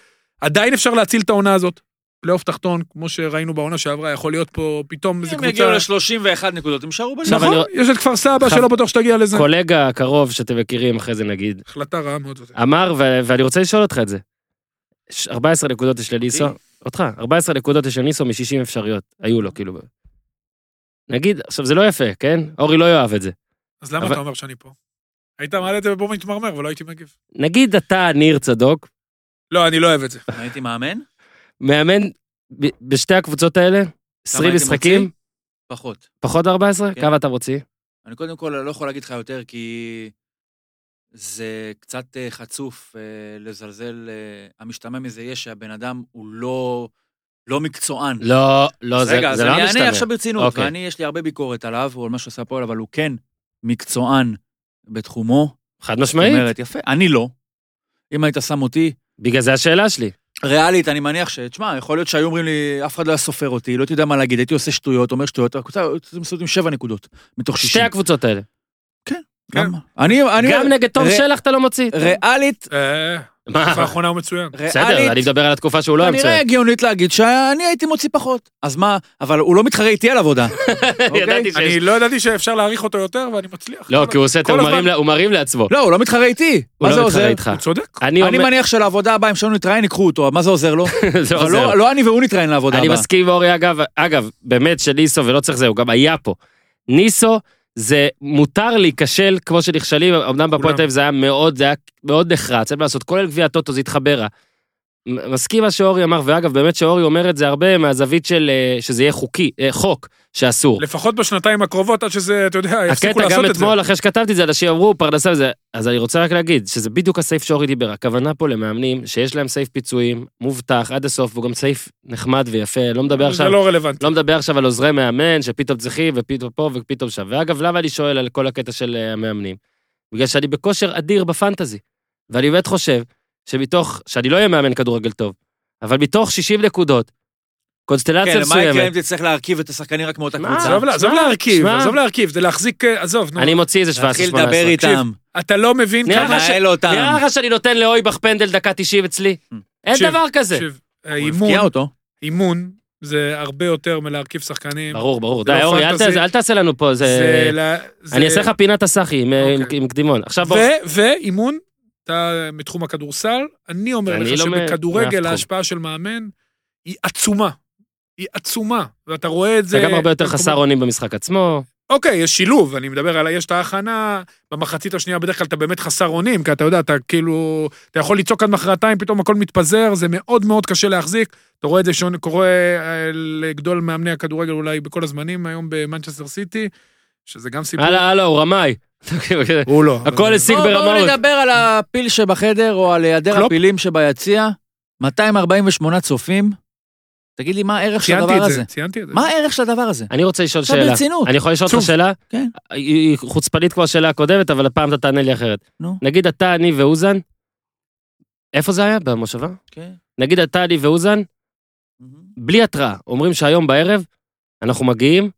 Speaker 3: עדיין אפשר להציל את העונה הזאת. פלייאוף תחתון, כמו שראינו בעונה שעברה, יכול להיות פה פתאום איזה
Speaker 4: אם יגיעו
Speaker 3: קבוצה...
Speaker 4: ל-31 נקודות, הם יישארו בליגה.
Speaker 1: עכשיו
Speaker 3: נכון,
Speaker 1: אני- לא-
Speaker 3: יש את כפר סבא
Speaker 1: חב-
Speaker 3: שלא בטוח שתגיע לזה.
Speaker 1: קולגה קרוב שאתם מכירים, אחרי זה נגיד,
Speaker 3: החלטה רעה מאוד. זאת.
Speaker 1: אמר, ו- ואני רוצה לשאול אותך את זה. ש- 14 נקודות יש לניסו,
Speaker 4: אותי?
Speaker 1: אותך, 14 נקודות יש לניסו מ-60 אפשריות, היו לו כאילו. נגיד, עכשיו זה לא יפה, כן? אורי לא יאהב את זה.
Speaker 3: אז למה
Speaker 1: אבל-
Speaker 3: אתה אומר שאני פה? היית מעלה את זה בבום מתמרמר ולא הייתי מגיב.
Speaker 1: נגיד אתה, ניר צדוק,
Speaker 3: לא, אני לא אוהב את זה.
Speaker 4: הייתי מאמן?
Speaker 1: מאמן ב- בשתי הקבוצות האלה, 20
Speaker 4: הייתי
Speaker 1: משחקים,
Speaker 4: מוציא? פחות.
Speaker 1: פחות 14,
Speaker 4: כן.
Speaker 1: כמה אתה מוציא?
Speaker 4: אני קודם כל לא יכול להגיד לך יותר, כי זה קצת אה, חצוף אה, לזלזל. אה, המשתמע מזה יהיה שהבן אדם הוא לא, לא מקצוען.
Speaker 1: לא, לא, זה
Speaker 4: רגע,
Speaker 1: זה
Speaker 4: אז
Speaker 1: לא
Speaker 4: אני אענה
Speaker 1: משתמע.
Speaker 4: עכשיו ברצינות,
Speaker 1: אוקיי.
Speaker 4: ואני, יש לי הרבה ביקורת עליו, או על מה שעושה הפועל, אבל הוא כן מקצוען בתחומו.
Speaker 1: חד
Speaker 4: זאת
Speaker 1: משמעית,
Speaker 4: אומרת, יפה. אני לא. אם היית שם אותי,
Speaker 1: בגלל זה השאלה שלי.
Speaker 4: ריאלית, אני מניח ש... תשמע, יכול להיות שהיו אומרים לי, אף אחד לא היה סופר אותי, לא הייתי יודע מה להגיד, הייתי עושה שטויות, אומר שטויות, הקבוצה, הייתי מסתובב עם שבע נקודות, מתוך
Speaker 1: שתי
Speaker 4: שישים.
Speaker 1: הקבוצות האלה.
Speaker 4: גם- אני, אני...
Speaker 1: גם נגד תום
Speaker 4: ר-
Speaker 1: שלח אתה לא מוציא.
Speaker 4: ריאלית,
Speaker 3: אה,
Speaker 1: מה?
Speaker 3: התקופה האחרונה הוא מצוין.
Speaker 1: בסדר, אני
Speaker 4: ריאלית,
Speaker 1: מדבר על התקופה שהוא לא היה
Speaker 4: כנראה
Speaker 1: מצוין.
Speaker 4: הגיונית להגיד שאני הייתי מוציא פחות. אז מה, אבל הוא לא מתחרה איתי על עבודה. אוקיי?
Speaker 1: ידעתי שיש-
Speaker 3: אני לא ידעתי שאפשר להעריך אותו יותר, ואני מצליח.
Speaker 1: לא, כי הוא עושה את
Speaker 3: כל
Speaker 1: הוא
Speaker 3: הזמן-
Speaker 1: מרים לה- הוא מרים לעצמו.
Speaker 4: לא, הוא לא מתחרה איתי.
Speaker 1: הוא
Speaker 4: מה זה
Speaker 1: לא מתחרה
Speaker 4: עוזר?
Speaker 1: איתך.
Speaker 3: הוא צודק.
Speaker 1: אני
Speaker 4: אני
Speaker 1: אומר,
Speaker 4: מניח שלעבודה הבאה, אם שלנו נתראיין, ייקחו אותו, מה זה עוזר לו?
Speaker 1: זה
Speaker 4: אבל
Speaker 1: עוזר.
Speaker 4: לא- לא אני והוא נתראיין לעבודה
Speaker 1: אני
Speaker 4: הבאה.
Speaker 1: מסכים עם אורי, אגב, אגב, באמת שניסו, ולא צריך זה, הוא גם היה פה. ניסו, זה מותר להיכשל כמו שנכשלים, אמנם
Speaker 3: כולם.
Speaker 1: בפועל תל אביב זה היה מאוד, זה היה מאוד נחרץ, אין מה לעשות, כולל גביע הטוטו, זה התחבר רע. מ- מסכים מה שאורי אמר, ואגב, באמת שאורי אומר את זה הרבה מהזווית של אה, שזה יהיה חוקי, אה, חוק, שאסור.
Speaker 3: לפחות בשנתיים הקרובות, עד שזה, אתה יודע, יפסיקו
Speaker 1: הקטע
Speaker 3: לעשות
Speaker 1: כן, גם
Speaker 3: את זה.
Speaker 1: אתמול, אחרי שכתבתי את זה, אנשים אמרו פרנסה וזה, אז אני רוצה רק להגיד שזה בדיוק הסעיף שאורי דיבר, הכוונה פה למאמנים שיש להם סעיף פיצויים, מובטח עד הסוף, והוא גם סעיף נחמד ויפה, לא מדבר
Speaker 3: זה
Speaker 1: עכשיו,
Speaker 3: לא רלוונטי.
Speaker 1: לא מדבר עכשיו על עוזרי מאמן שפתאום צריכים ופתאום פה ופתאום שם. ואגב, למה אני שואל על כל הקטע של אה, המאמנים? בגלל שאני בכושר אדיר בפנטזי, ואני באמת חושב שמתוך, שאני לא אהיה מאמן כדורגל טוב, אבל מתוך 60 נקודות, קונסטלציה
Speaker 4: כן, מה יקרה
Speaker 1: מסוימת,
Speaker 4: אם תצריך להרכיב את השחקנים רק מאותה
Speaker 1: מה?
Speaker 4: קבוצה?
Speaker 3: עזוב לה- עזוב
Speaker 1: אה, שמע,
Speaker 3: להרכיב,
Speaker 1: שמע.
Speaker 3: עזוב להרכיב, זה להחזיק, אה, עזוב, נו.
Speaker 1: אני מוציא איזה 17-18.
Speaker 4: להתחיל לדבר איתם,
Speaker 3: אתה לא מבין
Speaker 1: נראה
Speaker 3: כמה...
Speaker 1: לך ש-
Speaker 4: לנהל אותם.
Speaker 1: נראה לך שאני נותן לאויבך פנדל דקה 90 אצלי?
Speaker 4: Hmm.
Speaker 1: אין
Speaker 3: תקשיב,
Speaker 1: דבר כזה.
Speaker 3: תקשיב,
Speaker 4: הוא
Speaker 3: האימון,
Speaker 4: הפקיע אותו.
Speaker 3: אימון, זה הרבה יותר מלהרכיב שחקנים.
Speaker 1: ברור, ברור.
Speaker 3: זה
Speaker 1: די,
Speaker 3: לא
Speaker 1: אורי, אל
Speaker 3: פנטזי.
Speaker 1: תעשה- אל תעשה לנו פה, זה...
Speaker 3: זה לה- זה-
Speaker 1: אני אעשה לך פינת הסאחי עם- עם-
Speaker 3: אוקיי.
Speaker 1: עם קדימון. עכשיו בוא...
Speaker 3: ו- ואימון, אתה מתחום הכדורסל, אני אומר
Speaker 1: אני
Speaker 3: לך
Speaker 1: לא מ- מאף
Speaker 3: שבכדורגל
Speaker 1: תחום.
Speaker 3: ההשפעה של מאמן היא עצומה. היא עצומה, ואתה רואה את זה...
Speaker 1: אתה גם הרבה יותר
Speaker 3: במקומות-
Speaker 1: חסר אונים במשחק עצמו.
Speaker 3: אוקיי, יש שילוב, אני מדבר על, יש את ההכנה, במחצית השנייה בדרך כלל אתה באמת חסר אונים, כי אתה יודע, אתה כאילו, אתה יכול לצעוק עד מחרתיים, פתאום הכל מתפזר, זה מאוד מאוד קשה להחזיק. אתה רואה את זה שקורה אה, לגדול מאמני הכדורגל אולי בכל הזמנים, היום במנצ'סטר סיטי, שזה גם סיפור.
Speaker 1: הלאה, הלאה, הוא רמאי.
Speaker 3: הוא לא. אבל-
Speaker 1: הכל השיג
Speaker 4: בואו בואו
Speaker 1: ברמאות.
Speaker 4: נדבר על הפיל שבחדר, או על היעדר
Speaker 3: קלופ.
Speaker 4: הפילים שביציע. 248 צופים. תגיד לי, מה הערך של
Speaker 3: ציינתי
Speaker 4: הדבר
Speaker 3: את זה,
Speaker 4: הזה?
Speaker 3: ציינתי את זה.
Speaker 4: מה הערך של הדבר הזה?
Speaker 1: אני רוצה לשאול
Speaker 4: עכשיו
Speaker 1: שאלה.
Speaker 4: ברצינות.
Speaker 1: אני יכול לשאול אותך
Speaker 4: צוף.
Speaker 1: שאלה?
Speaker 4: כן.
Speaker 1: היא היא חוצפנית כמו השאלה הקודמת, אבל הפעם אתה תענה לי אחרת.
Speaker 4: נו.
Speaker 1: נגיד אתה, אני ואוזן, איפה זה היה? במושבה?
Speaker 4: אוקיי.
Speaker 1: נגיד אתה, אני ואוזן, בלי התראה, אומרים שהיום בערב אנחנו מגיעים,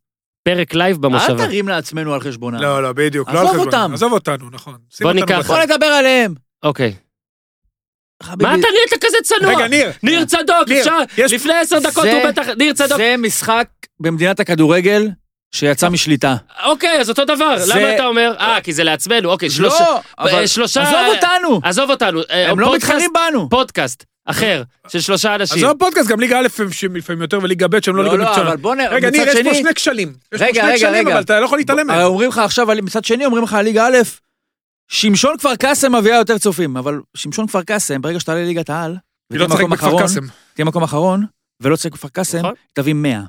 Speaker 1: פרק לייב
Speaker 4: אל
Speaker 1: במושבה.
Speaker 4: תרים לעצמנו על חשבונם.
Speaker 3: לא, לא, בדיוק. לא
Speaker 4: עזוב
Speaker 3: על חשבון-
Speaker 4: אותם.
Speaker 3: עזוב אותנו, נכון. שים אותנו
Speaker 1: ניקח-
Speaker 3: בצד.
Speaker 4: בוא נדבר עליהם.
Speaker 1: אוקיי.
Speaker 4: חביבי,
Speaker 1: מה אתה נהיית כזה צנוע?
Speaker 3: רגע, ניר,
Speaker 1: ניר צדוק,
Speaker 3: ניר,
Speaker 1: אפשר?
Speaker 3: יש-
Speaker 1: לפני עשר דקות
Speaker 4: זה-
Speaker 1: הוא בטח... ניר צדוק.
Speaker 4: זה משחק במדינת הכדורגל שיצא משליטה.
Speaker 1: אוקיי, אז אותו דבר.
Speaker 4: זה-
Speaker 1: למה אתה אומר? אה, כי זה לעצמנו. אוקיי, שלושה...
Speaker 4: לא, אבל...
Speaker 1: אה, שלושה...
Speaker 4: עזוב אותנו,
Speaker 1: עזוב אותנו. אה,
Speaker 4: הם לא
Speaker 1: פודקאסט-
Speaker 4: מתחרים בנו.
Speaker 1: פודקאסט אחר של שלושה אנשים.
Speaker 3: עזוב פודקאסט, גם ליגה א' הם שהם לפעמים יותר, וליגה ב' שהם לא ליגה מקצועית.
Speaker 4: אבל בוא נ...
Speaker 3: רגע,
Speaker 4: מצד
Speaker 3: ניר, יש פה
Speaker 4: שני-
Speaker 3: שני כשלים. יש פה
Speaker 4: רגע,
Speaker 3: שני
Speaker 4: רגע,
Speaker 3: כשלים,
Speaker 4: רגע.
Speaker 3: אבל אתה לא יכול להתעלם
Speaker 4: הרי
Speaker 3: מהם.
Speaker 4: אומרים לך עכשיו, על- מצד שני אומרים לך, ליגה א', שמשון כפר קאסם מביאה יותר צופים, אבל שמשון כפר קאסם, ברגע שתעלה לליגת העל,
Speaker 3: היא לא
Speaker 4: ותהיה
Speaker 3: תשחק
Speaker 4: מקום
Speaker 3: בכפר
Speaker 4: אחרון,
Speaker 3: קאסם.
Speaker 4: תהיה מקום אחרון, ולא תשחק בכפר קאסם,
Speaker 1: נכון.
Speaker 4: תביא 100,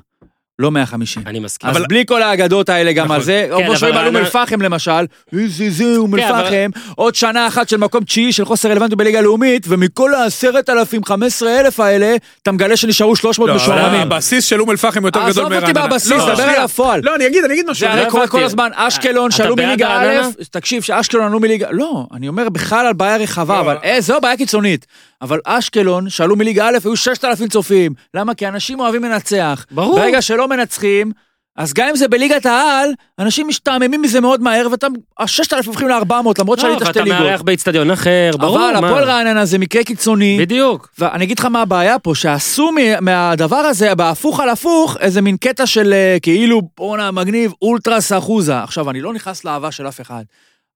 Speaker 4: לא 150.
Speaker 1: אני מסכים.
Speaker 4: אז בלי כל האגדות האלה גם
Speaker 3: נכון.
Speaker 4: על זה, או
Speaker 1: כן,
Speaker 4: כמו שאומרים
Speaker 1: אבל
Speaker 4: על אום
Speaker 1: אני-
Speaker 4: אל-פחם למשל, איזה זה אום
Speaker 1: כן, אבל-
Speaker 4: אל-פחם, עוד שנה אחת של מקום תשיעי של חוסר רלוונטיות בליגה הלאומית, ומכל העשרת אלפים, חמש אלף האלה, אתה מגלה שנשארו 300
Speaker 3: לא, אבל
Speaker 4: משועממים.
Speaker 3: הבסיס של אום אל-פחם יותר גדול
Speaker 4: עזוב
Speaker 3: מרעננה.
Speaker 4: אותי בבסיס,
Speaker 3: לא,
Speaker 4: דבר
Speaker 3: שנייה.
Speaker 4: על הפועל.
Speaker 3: לא, אני אגיד, אני אגיד משהו.
Speaker 4: זה הרי
Speaker 1: לא
Speaker 4: קורה
Speaker 1: הבנתי.
Speaker 4: כל הזמן, אשקלון
Speaker 1: אתה
Speaker 4: שעלו
Speaker 1: בעד
Speaker 4: מליגה
Speaker 1: רעננה?
Speaker 4: א', תקשיב, שאשקלון עלו מליגה, לא, אני אומר בכלל על בעיה רחבה,
Speaker 3: לא.
Speaker 4: אבל אה, זו בעיה קיצונית. אבל אשקלון שעלו מליגה א', היו 6,000 צופים, למה? כי אנשים אוהבים לנצח.
Speaker 1: ברור.
Speaker 4: ברגע שלא מנצחים, אז גם אם זה בליגת העל, אנשים משתעממים מזה מאוד מהר, ואתה, ה-6,000 הופכים ל-400, למרות
Speaker 1: לא,
Speaker 4: שעלית שתי
Speaker 1: ואתה מארח
Speaker 4: ליגות.
Speaker 1: באיצטדיון אחר, ברור, מה?
Speaker 4: אבל הפועל רעננה זה מקרה קיצוני.
Speaker 1: בדיוק.
Speaker 4: ואני אגיד לך מה הבעיה פה, שעשו מ- מהדבר הזה, בהפוך על הפוך, איזה מין קטע של אה, כאילו, בואנה, מגניב, אולטרס אחוזה. עכשיו, אני לא נכנס לאהבה של אף אחד.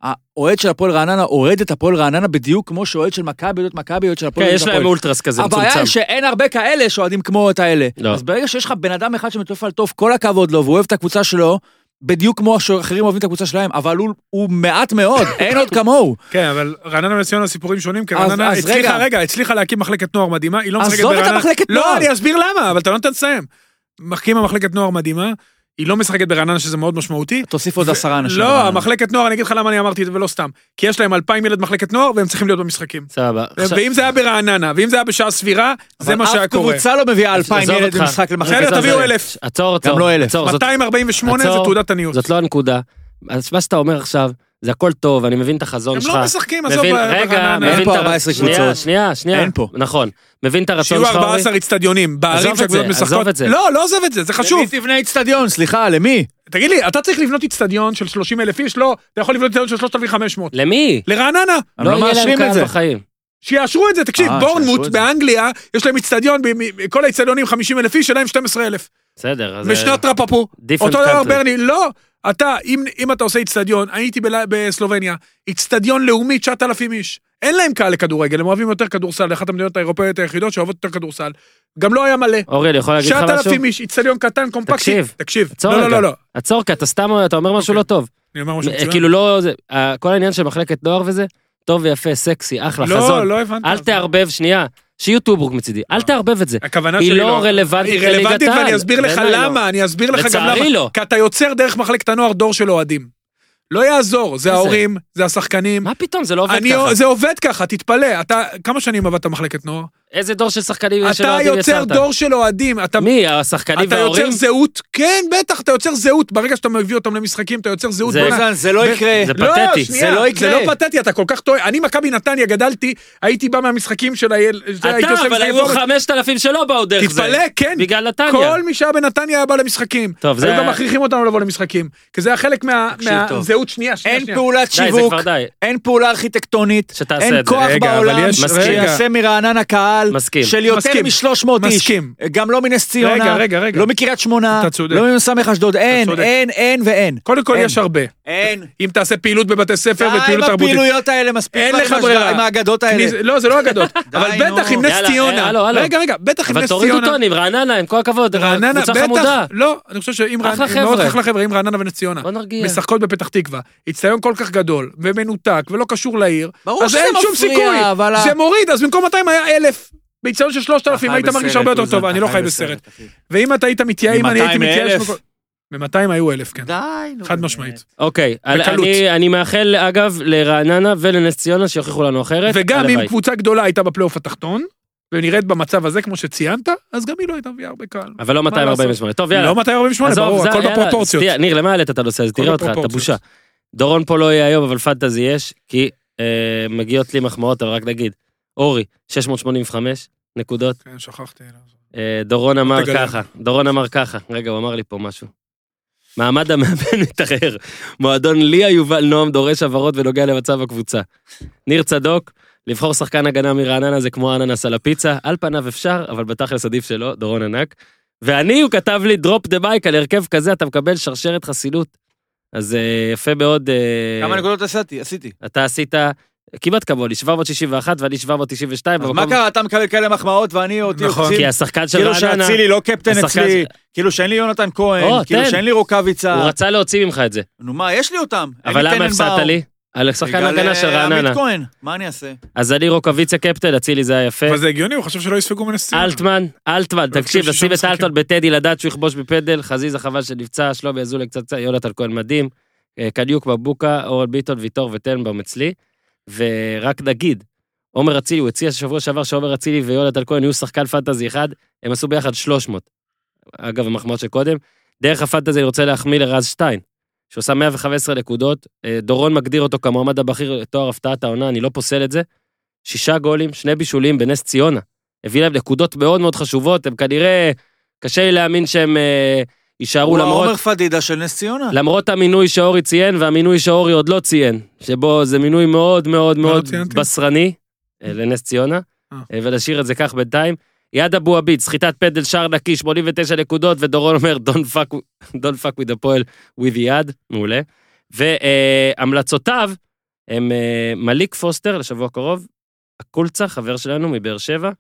Speaker 4: האוהד של הפועל רעננה אוהד את הפועל רעננה בדיוק כמו שאוהד של מכבי אוהד את מכבי, אוהד של
Speaker 1: כן,
Speaker 4: הפועל אוהד
Speaker 1: יש
Speaker 4: את
Speaker 1: להם
Speaker 4: הפועל.
Speaker 1: אולטרס כזה
Speaker 4: הבעיה
Speaker 1: מצומצם.
Speaker 4: היא שאין הרבה כאלה שאוהדים כמו את האלה.
Speaker 1: לא.
Speaker 4: אז ברגע שיש לך בן אדם אחד שמטורף על טוב, כל הכבוד לו, והוא אוהב את הקבוצה שלו, בדיוק כמו שאחרים אוהבים את הקבוצה שלהם, אבל הוא, הוא מעט מאוד, אין עוד כמוהו.
Speaker 3: כן, אבל רעננה ונס ציונה סיפורים שונים, כי
Speaker 4: אז-
Speaker 3: רעננה
Speaker 4: אז
Speaker 3: הצליחה,
Speaker 4: רגע.
Speaker 3: רגע, הצליחה להקים מחלקת נוער מדהימה, היא לא משחקת
Speaker 4: עזוב את
Speaker 3: ברעננה.
Speaker 4: המחלקת נוער.
Speaker 3: לא, אני אסביר למה, אבל אתה לא נותן לסיים. מחכימה מחלקת נוער מדהימה, היא לא משחקת ברעננה, שזה מאוד משמעותי.
Speaker 4: תוסיף עוד עשרה אנשים. אה.
Speaker 3: לא,
Speaker 4: ברעננה.
Speaker 3: המחלקת נוער, אני אגיד לך למה אני אמרתי את זה ולא סתם. כי יש להם 2,000 ילד מחלקת נוער, והם צריכים להיות במשחקים.
Speaker 1: סבבה. עכשיו-
Speaker 3: ואם זה היה ברעננה, ואם זה היה בשעה סבירה, זה מה שהיה
Speaker 4: אבל אף
Speaker 3: קורה.
Speaker 4: קבוצה לא מביאה אלפיים
Speaker 1: עזוב
Speaker 4: ילד
Speaker 1: אותך.
Speaker 4: למשחק למחלקת
Speaker 3: בסדר, תביאו
Speaker 4: הזה.
Speaker 3: אלף.
Speaker 1: עצור, עצור.
Speaker 4: גם לא אלף.
Speaker 1: עצור, זאת-
Speaker 3: 248 זה
Speaker 1: עצור.
Speaker 3: תעודת עניות.
Speaker 1: זאת לא הנקודה. אז מה שאתה אומר עכשיו, זה הכל טוב, אני מבין את החזון
Speaker 3: הם
Speaker 1: שלך.
Speaker 3: לא משחקים, עזוב,
Speaker 1: מבין-
Speaker 3: ברעננה.
Speaker 1: רגע,
Speaker 3: אין
Speaker 1: מבין
Speaker 4: פה
Speaker 1: את ה-
Speaker 4: 14
Speaker 1: שנייה,
Speaker 4: קבוצות.
Speaker 1: שנייה, שנייה.
Speaker 4: אין פה.
Speaker 1: נכון. מבין את הרצון
Speaker 3: שיהיו
Speaker 1: שלך, אורי?
Speaker 3: 14 אצטדיונים, בערים
Speaker 1: עזוב את
Speaker 3: שהקבוצות
Speaker 1: זה, עזוב
Speaker 3: משחקות.
Speaker 1: את זה.
Speaker 3: לא, לא עוזב את זה, זה חשוב.
Speaker 4: למי תבנה איצטדיון, סליחה, למי?
Speaker 3: תגיד לי, אתה צריך לבנות איצטדיון של 30 אלף איש? לא, אתה יכול לבנות איצטדיון של 3,500.
Speaker 1: למי?
Speaker 3: לרעננה,
Speaker 4: הם לא
Speaker 1: יהיה להם
Speaker 4: מאשרים
Speaker 1: קהל
Speaker 4: את זה.
Speaker 1: בחיים.
Speaker 3: שיאשרו את זה, תקשיב,
Speaker 4: אה, שיאשרו
Speaker 3: בורנמוט
Speaker 4: את זה.
Speaker 3: באנגליה, יש להם איצטדיון, ב- מ- כל האיצטדיונים 50 אלף איש, שלהם 12 אלף.
Speaker 1: בסדר, אז... אה,
Speaker 3: בשנת רפפו.
Speaker 1: different
Speaker 3: אותו דבר
Speaker 1: country.
Speaker 3: ברני, לא, אתה, אם, אם אתה עושה איצטדיון, אני הייתי בלה- בסלובניה, איצטדיון לאומי 9,000 איש. אין להם קהל לכדורגל, הם אוהבים יותר כדורסל, אחת המדינות האירופאיות היחידות שאוהבות יותר כדורסל. גם לא היה מלא.
Speaker 1: אורי, אני יכול להגיד לך משהו?
Speaker 3: 9,000 איש, איצטדיון קטן, קומפקטי.
Speaker 1: תקשיב,
Speaker 3: תקשיב.
Speaker 1: עצור
Speaker 3: לא,
Speaker 1: רגע.
Speaker 3: לא, לא, לא.
Speaker 1: עצור, כי אתה סתם, אתה אומר משהו לא
Speaker 3: אוקיי.
Speaker 1: טוב.
Speaker 3: אני אומר משהו
Speaker 1: אה,
Speaker 3: מצוין.
Speaker 1: כאילו לא, זה- אה, כל העניין של מחלקת נוער וזה, טוב ויפה, סקסי, אחלה,
Speaker 3: לא,
Speaker 1: חזון.
Speaker 3: לא הבנת. אה.
Speaker 1: אל תערבב, שנייה, שיהיו טוברוק מצידי, אל תערבב את זה.
Speaker 3: הכוונה
Speaker 1: היא
Speaker 3: שלי
Speaker 1: לא רלוונטית
Speaker 3: היא
Speaker 1: לליגת
Speaker 3: רלוונטית
Speaker 1: העל.
Speaker 3: ואני אסביר לך
Speaker 1: בעיניי לא.
Speaker 3: למה, אני אסביר לך גם למה.
Speaker 1: לצערי לא.
Speaker 3: כי אתה יוצר דרך מחלקת הנוער דור של אוהדים. לא יעזור, זה
Speaker 1: איזה?
Speaker 3: ההורים, זה השחקנים.
Speaker 1: מה פתאום, זה לא עובד
Speaker 3: אני-
Speaker 1: ככה.
Speaker 3: זה עובד ככה, תתפלא. אתה, כמה שנים עבדת מחלקת נוער?
Speaker 1: איזה דור של שחקנים יש
Speaker 3: אתה
Speaker 1: לאוהדים
Speaker 3: יוצר
Speaker 1: יצרת?
Speaker 3: דור של אוהדים. אתה
Speaker 1: מי, השחקנים
Speaker 3: אתה יוצר
Speaker 1: וההורים?
Speaker 3: זהות, כן, בטח, אתה יוצר זהות. ברגע שאתה מביא אותם למשחקים, אתה יוצר זהות.
Speaker 1: זה-
Speaker 3: בואנה,
Speaker 4: אוזן, זה לא יקרה.
Speaker 1: זה
Speaker 3: לא,
Speaker 1: פתטי.
Speaker 3: שנייה,
Speaker 4: זה לא
Speaker 3: זה
Speaker 4: יקרה.
Speaker 3: לא פתטי, אתה כל כך טועה. אני מכבי נתניה גדלתי, הייתי בא מהמשחקים של הילד. הייתי
Speaker 1: אתה,
Speaker 3: עושה
Speaker 1: אבל
Speaker 3: משחקים
Speaker 1: היו
Speaker 3: בו-
Speaker 1: 5,000 שלא באו דרך זה.
Speaker 3: תתפלא, כן.
Speaker 1: בגלל נתניה.
Speaker 3: כל מי שהיה בנתניה היה בא למשחקים.
Speaker 1: טוב, זה
Speaker 3: היו
Speaker 1: היה-
Speaker 3: גם מכריחים אותנו לבוא למשחקים. כי זה היה חלק מה-
Speaker 4: תקשיב טוב.
Speaker 3: מהזהות שנייה, שנייה,
Speaker 4: אין
Speaker 3: שנייה.
Speaker 4: פעולת
Speaker 1: די, זה
Speaker 4: שיווק,
Speaker 1: כבר די.
Speaker 4: אין פעולה ארכיטקטונית,
Speaker 1: שתעשה
Speaker 4: אין
Speaker 1: את זה.
Speaker 4: כוח
Speaker 3: רגע, אבל
Speaker 4: בעולם
Speaker 3: יש-
Speaker 1: רגע.
Speaker 4: שיעשה מרעננה קהל
Speaker 1: מסכים.
Speaker 4: של יותר
Speaker 3: מסכים.
Speaker 4: מ-300 איש.
Speaker 3: מסכים.
Speaker 4: גם לא מנס ציונה,
Speaker 3: רגע, רגע, רגע.
Speaker 4: לא מקריית שמונה,
Speaker 3: אתה צודק.
Speaker 4: לא ממס"ם אשדוד, אין,
Speaker 3: צודק.
Speaker 4: אין, אין ואין.
Speaker 3: קודם כל
Speaker 4: אין.
Speaker 3: יש הרבה.
Speaker 4: אין.
Speaker 3: אם תעשה פעילות בבתי
Speaker 4: די
Speaker 3: ספר
Speaker 4: עם
Speaker 3: ופעילות תרבותית.
Speaker 4: הפעילויות האלה, מספיק
Speaker 3: אין
Speaker 4: כבר
Speaker 3: לך
Speaker 4: עם
Speaker 3: ברירה.
Speaker 4: השד- עם האגדות האלה.
Speaker 3: כניס- לא, זה לא אגדות. אבל
Speaker 4: די,
Speaker 3: בטח
Speaker 4: נו.
Speaker 3: עם נס
Speaker 1: יאללה, אה,
Speaker 3: ציונה.
Speaker 1: הלו, הלו.
Speaker 3: רגע, רגע, בטח עם
Speaker 1: אבל
Speaker 3: נס
Speaker 1: תורידו
Speaker 3: ציונה.
Speaker 1: טונים, רעננה, עם כל הכבוד,
Speaker 3: רעננה,
Speaker 1: קבוצה חמודה.
Speaker 3: בטח, לא, אני חושב שאם
Speaker 1: אחלה
Speaker 3: רעננה, מאוד
Speaker 1: חבר'ה.
Speaker 3: אחלה חבר'ה, אם רעננה ונס ציונה,
Speaker 1: בוא נרגיע.
Speaker 3: משחקות בפתח תקווה, איצטדיון כל כך גדול, ומנותק, ולא קשור לעיר,
Speaker 4: ברור
Speaker 3: אז
Speaker 4: שזה
Speaker 3: אין שום
Speaker 4: מפריע,
Speaker 3: סיכוי,
Speaker 4: אבל ה-
Speaker 3: זה מוריד, אז במקום 200 היה 1,000, באיצטדיון של 3,000
Speaker 4: אתה
Speaker 3: היית
Speaker 4: חי
Speaker 3: מרגיש
Speaker 4: בסרט,
Speaker 3: הרבה יותר
Speaker 4: אוזן,
Speaker 3: טוב, אני
Speaker 4: אתה
Speaker 3: לא חי בסרט. ואם אתה היית מתייאש, אם אני הייתי
Speaker 4: מ-200
Speaker 3: מתייאש,
Speaker 4: אלף.
Speaker 3: ב-200 היו 1,000, כן,
Speaker 4: די, נו.
Speaker 3: חד
Speaker 4: באמת.
Speaker 3: משמעית.
Speaker 1: אוקיי, על-
Speaker 3: בקלות.
Speaker 1: אני- אני מאחל, אגב, לרעננה ולנס ציונה שיוכיחו לנו אחרת.
Speaker 3: וגם
Speaker 1: הלוואי.
Speaker 3: אם קבוצה גדולה הייתה בפלייאוף התחתון, ונראית במצב הזה, כמו שציינת, אז גם היא לא הייתה מביאה הרבה קהל.
Speaker 1: אבל לא
Speaker 3: מה
Speaker 1: 248. טוב, יאללה.
Speaker 3: לא 248,
Speaker 1: עזוב,
Speaker 3: ברור,
Speaker 1: זה-
Speaker 3: הכל
Speaker 1: יאללה,
Speaker 3: בפרופורציות.
Speaker 1: תראה, ניר, למה העלית את הנושא הזה?
Speaker 3: הכל
Speaker 1: תראה אותך, אתה בושה.
Speaker 3: בפרופורציות.
Speaker 1: דורון פה לא יהיה היום, אבל פנטזי יש, כי אה, מגיעות לי מחמאות, אבל רק נגיד, אורי, 685 נקודות.
Speaker 3: כן, שכחתי.
Speaker 1: אה, דורון אמר
Speaker 3: תגלה.
Speaker 1: ככה, דורון אמר ככה, רגע, הוא אמר לי פה משהו. מעמד המאמן מתערער, מועדון ליה יובל נועם דורש הבהרות בנוגע למצב הקבוצה. ניר צדוק, לבחור שחקן הגנה מרעננה זה כמו אננס על הפיצה, על פניו אפשר, אבל בתכלס עדיף שלא, דורון ענק. ואני, הוא כתב לי, דרופ דה מייק, על הרכב כזה אתה מקבל שרשרת חסינות. אז אה, יפה מאוד, אה,
Speaker 4: כמה נקודות עשיתי? עשיתי.
Speaker 1: אתה עשית כמעט כמוני, 761 ואני 792.
Speaker 4: אז
Speaker 1: במקום-
Speaker 4: מה קרה, אתה מקבל כאלה מחמאות ואני אותי
Speaker 3: נכון.
Speaker 4: עושים?
Speaker 1: כי השחקן של
Speaker 4: כאילו
Speaker 1: רעננה...
Speaker 4: שאצילי לא קפטן
Speaker 1: השחקן
Speaker 4: אצלי, כאילו שאין לי יונתן
Speaker 1: או,
Speaker 4: כהן, כאילו
Speaker 1: תן.
Speaker 4: שאין לי
Speaker 1: הוא
Speaker 4: רוקאביצה.
Speaker 1: רצה להוציא ממך את זה.
Speaker 4: נו מה, יש לי אותם. אין לי
Speaker 1: אבל למה
Speaker 4: טננבאום.
Speaker 1: הפסדת לי? על שחקן
Speaker 4: בגלל,
Speaker 1: הגנה
Speaker 4: אה,
Speaker 1: של
Speaker 4: עמית
Speaker 1: רעננה.
Speaker 4: כהן, מה אני אעשה?
Speaker 1: אז אני רוקוויציה קפטן, אצילי זה היה יפה.
Speaker 3: אבל זה הגיוני, הוא חשב שלא יספגו מנס ציונה.
Speaker 1: אלטמן, אלטמן,
Speaker 3: לא
Speaker 1: תקשיב,
Speaker 3: הפסידו
Speaker 1: לשים את
Speaker 3: שישה
Speaker 1: אלטמן בטדי לדעת שהוא יכבוש מפדל, חזיזה חבל שנפצע, שלומי אזולאי קצת קצת, יונתן כהן מדהים, אה, קניוק בבוקה, אורן ביטון, ויטור וטנבאום אצלי. ורק נגיד, עומר אצילי, הוא הציע שבוע שעבר שעומר אצילי ויונתן כהן יהיו שחקן פנטזי אחד, הם עשו ביחד 300. אגב, המחמאות של קודם. דרך הפנטזי אני רוצה להחמיא לרז שטיין, שעושה 115 נקודות, אה, דורון מגדיר אותו כמועמד הבכיר לתואר הפתעת העונה, אני לא פוסל את זה. שישה גולים, שני בישולים בנס ציונה. הביא להם נקודות מאוד מאוד חשובות, הם כנראה, קשה לי להאמין שהם אה, יישארו
Speaker 4: הוא
Speaker 1: למרות...
Speaker 4: העומר פדידה של נס ציונה.
Speaker 1: למרות המינוי שאורי ציין והמינוי שאורי עוד לא ציין, שבו זה מינוי מאוד מאוד
Speaker 3: לא
Speaker 1: מאוד
Speaker 3: ציינתי?
Speaker 1: בשרני אה, לנס ציונה,
Speaker 3: אה.
Speaker 1: אה, ונשאיר את זה כך בינתיים. יד אבו עביד, סחיטת פדל, שער נקי, 89 נקודות, ודורון אומר, Don't fuck, with- don't fuck with הפועל with the yad, מעולה. והמלצותיו הם אה, מליק פוסטר לשבוע הקרוב, הקולצה, חבר שלנו מבאר שבע,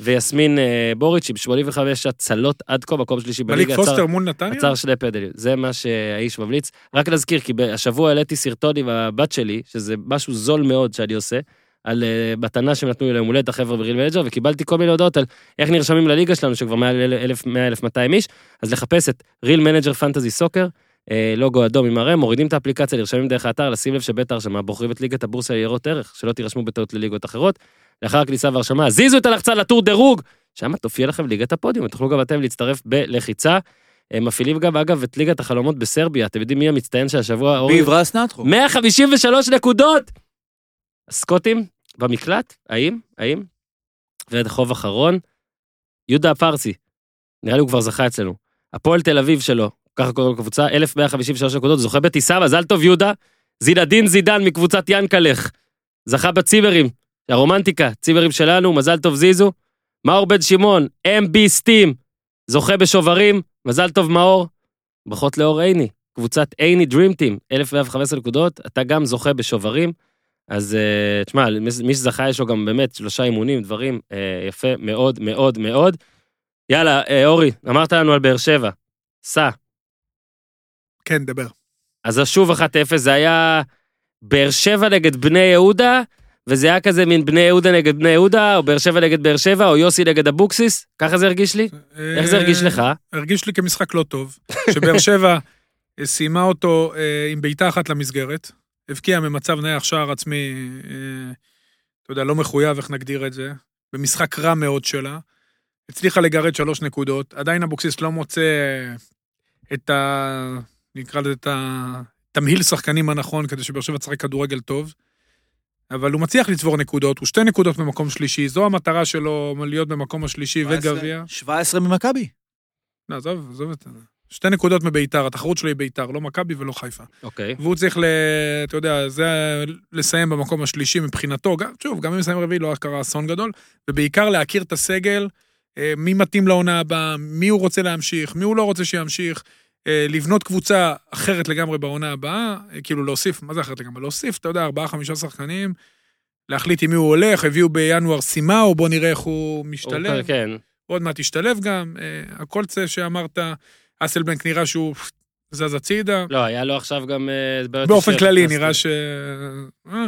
Speaker 1: ויסמין אה, בוריץ' עם 85 הצלות עד כה, מקום שלישי בליגה.
Speaker 3: מליק
Speaker 1: הצר-
Speaker 3: פוסטר מול נתניה?
Speaker 1: עצר שני פדלים, זה מה שהאיש ממליץ. רק להזכיר, כי השבוע העליתי סרטון עם הבת שלי, שזה משהו זול מאוד שאני עושה, על אה, מתנה שהם נתנו לי ליום הולדת, החבר'ה בריל מנג'ר, וקיבלתי כל מיני הודעות על איך נרשמים לליגה שלנו, שכבר מעל 100-1,200 איש, אז לחפש את ריל מנג'ר פנטזי סוקר, אה, לוגו אדום עם הרי, מורידים את האפליקציה, נרשמים דרך האתר, לשים לב שבית ההרשמה בוחרים את ליגת הבורסה לניירות ערך, שלא תירשמו בטעות לליגות אחרות. לאחר הכניסה וההרשמה, זיזו את הלחצן לטור דירוג, שם תופיע לכם ליגת הפודיום, ותוכלו גם אתם להצטרף בלחיצה. הם מפעילים גם, אגב, את ליגת החלומות בסרביה. אתם יודעים מי המצטיין של השבוע? אורי?
Speaker 4: ביב רס נטחו.
Speaker 1: 153 נקודות! הסקוטים במקלט? האם? האם? וחוב אחרון, יהודה הפרסי. נראה לי הוא כבר זכה אצלנו. הפועל תל אביב שלו, ככה קוראים לקבוצה, 1153 נקודות, זוכה בטיסה, מזל טוב יהודה. זינדין זידן מקבוצת ינקלך. זכה בצימרים, הרומנטיקה, צימרים שלנו, מזל טוב זיזו. מאור בן שמעון, MB סטים, זוכה בשוברים, מזל טוב מאור. ברכות לאור עיני, קבוצת עיני Dream Team, 1,115 נקודות, אתה גם זוכה בשוברים. אז אה, תשמע, מי מי שזכה יש לו גם באמת שלושה אימונים, דברים, אה, יפה מאוד מאוד מאוד. יאללה, אה, אורי, אמרת לנו על באר שבע, סע.
Speaker 3: כן, דבר.
Speaker 1: אז שוב 1-0, זה היה באר שבע נגד בני יהודה, וזה היה כזה מין בני יהודה נגד בני יהודה, או באר שבע נגד באר שבע, או יוסי נגד אבוקסיס, ככה זה הרגיש לי?
Speaker 3: אה,
Speaker 1: איך זה הרגיש לך?
Speaker 3: הרגיש לי כמשחק לא טוב, שבאר שבע אה, סיימה אותו אה, עם בעיטה אחת למסגרת, הבקיעה ממצב נייח שער עצמי, אה, אתה יודע, לא מחויב, איך נגדיר את זה, במשחק רע מאוד שלה, הצליחה לגרד שלוש נקודות, עדיין אבוקסיס לא מוצא את ה... נקרא לזה את התמהיל שחקנים הנכון כדי שבאר שבע תשחק כדורגל טוב. אבל הוא מצליח לצבור נקודות, הוא שתי נקודות במקום שלישי, זו המטרה שלו, להיות במקום השלישי וגביע.
Speaker 4: 17 ממכבי.
Speaker 3: לא, עזוב, עזוב את זה. שתי נקודות מביתר, התחרות שלו היא ביתר, לא מכבי ולא חיפה.
Speaker 1: אוקיי.
Speaker 3: והוא צריך, ל... אתה יודע, זה לסיים במקום השלישי מבחינתו, גם, שוב, גם אם יסיים רביעי לא קרה אסון גדול, ובעיקר להכיר את הסגל, אה, מי מתאים לעונה הבאה, מי הוא רוצה להמשיך, מי הוא לא רוצה שימשיך, אה, לבנות קבוצה אחרת לגמרי בעונה הבאה, אה, כאילו להוסיף, מה זה אחרת לגמרי? להוסיף, אתה יודע, ארבעה, חמישה שחקנים, להחליט עם מי הוא הולך, הביאו בינואר סימאו, בוא נראה איך הוא משתלב.
Speaker 1: אוקיי, כן.
Speaker 3: עוד מעט ישתלב גם, אה, הקולצה שאמרת, אסלבנק נראה שהוא זז הצידה,
Speaker 1: לא, היה לו עכשיו גם... אה, בעיות
Speaker 3: באופן
Speaker 1: אישיות.
Speaker 3: כללי
Speaker 1: אז- כן.
Speaker 3: נראה ש... אה,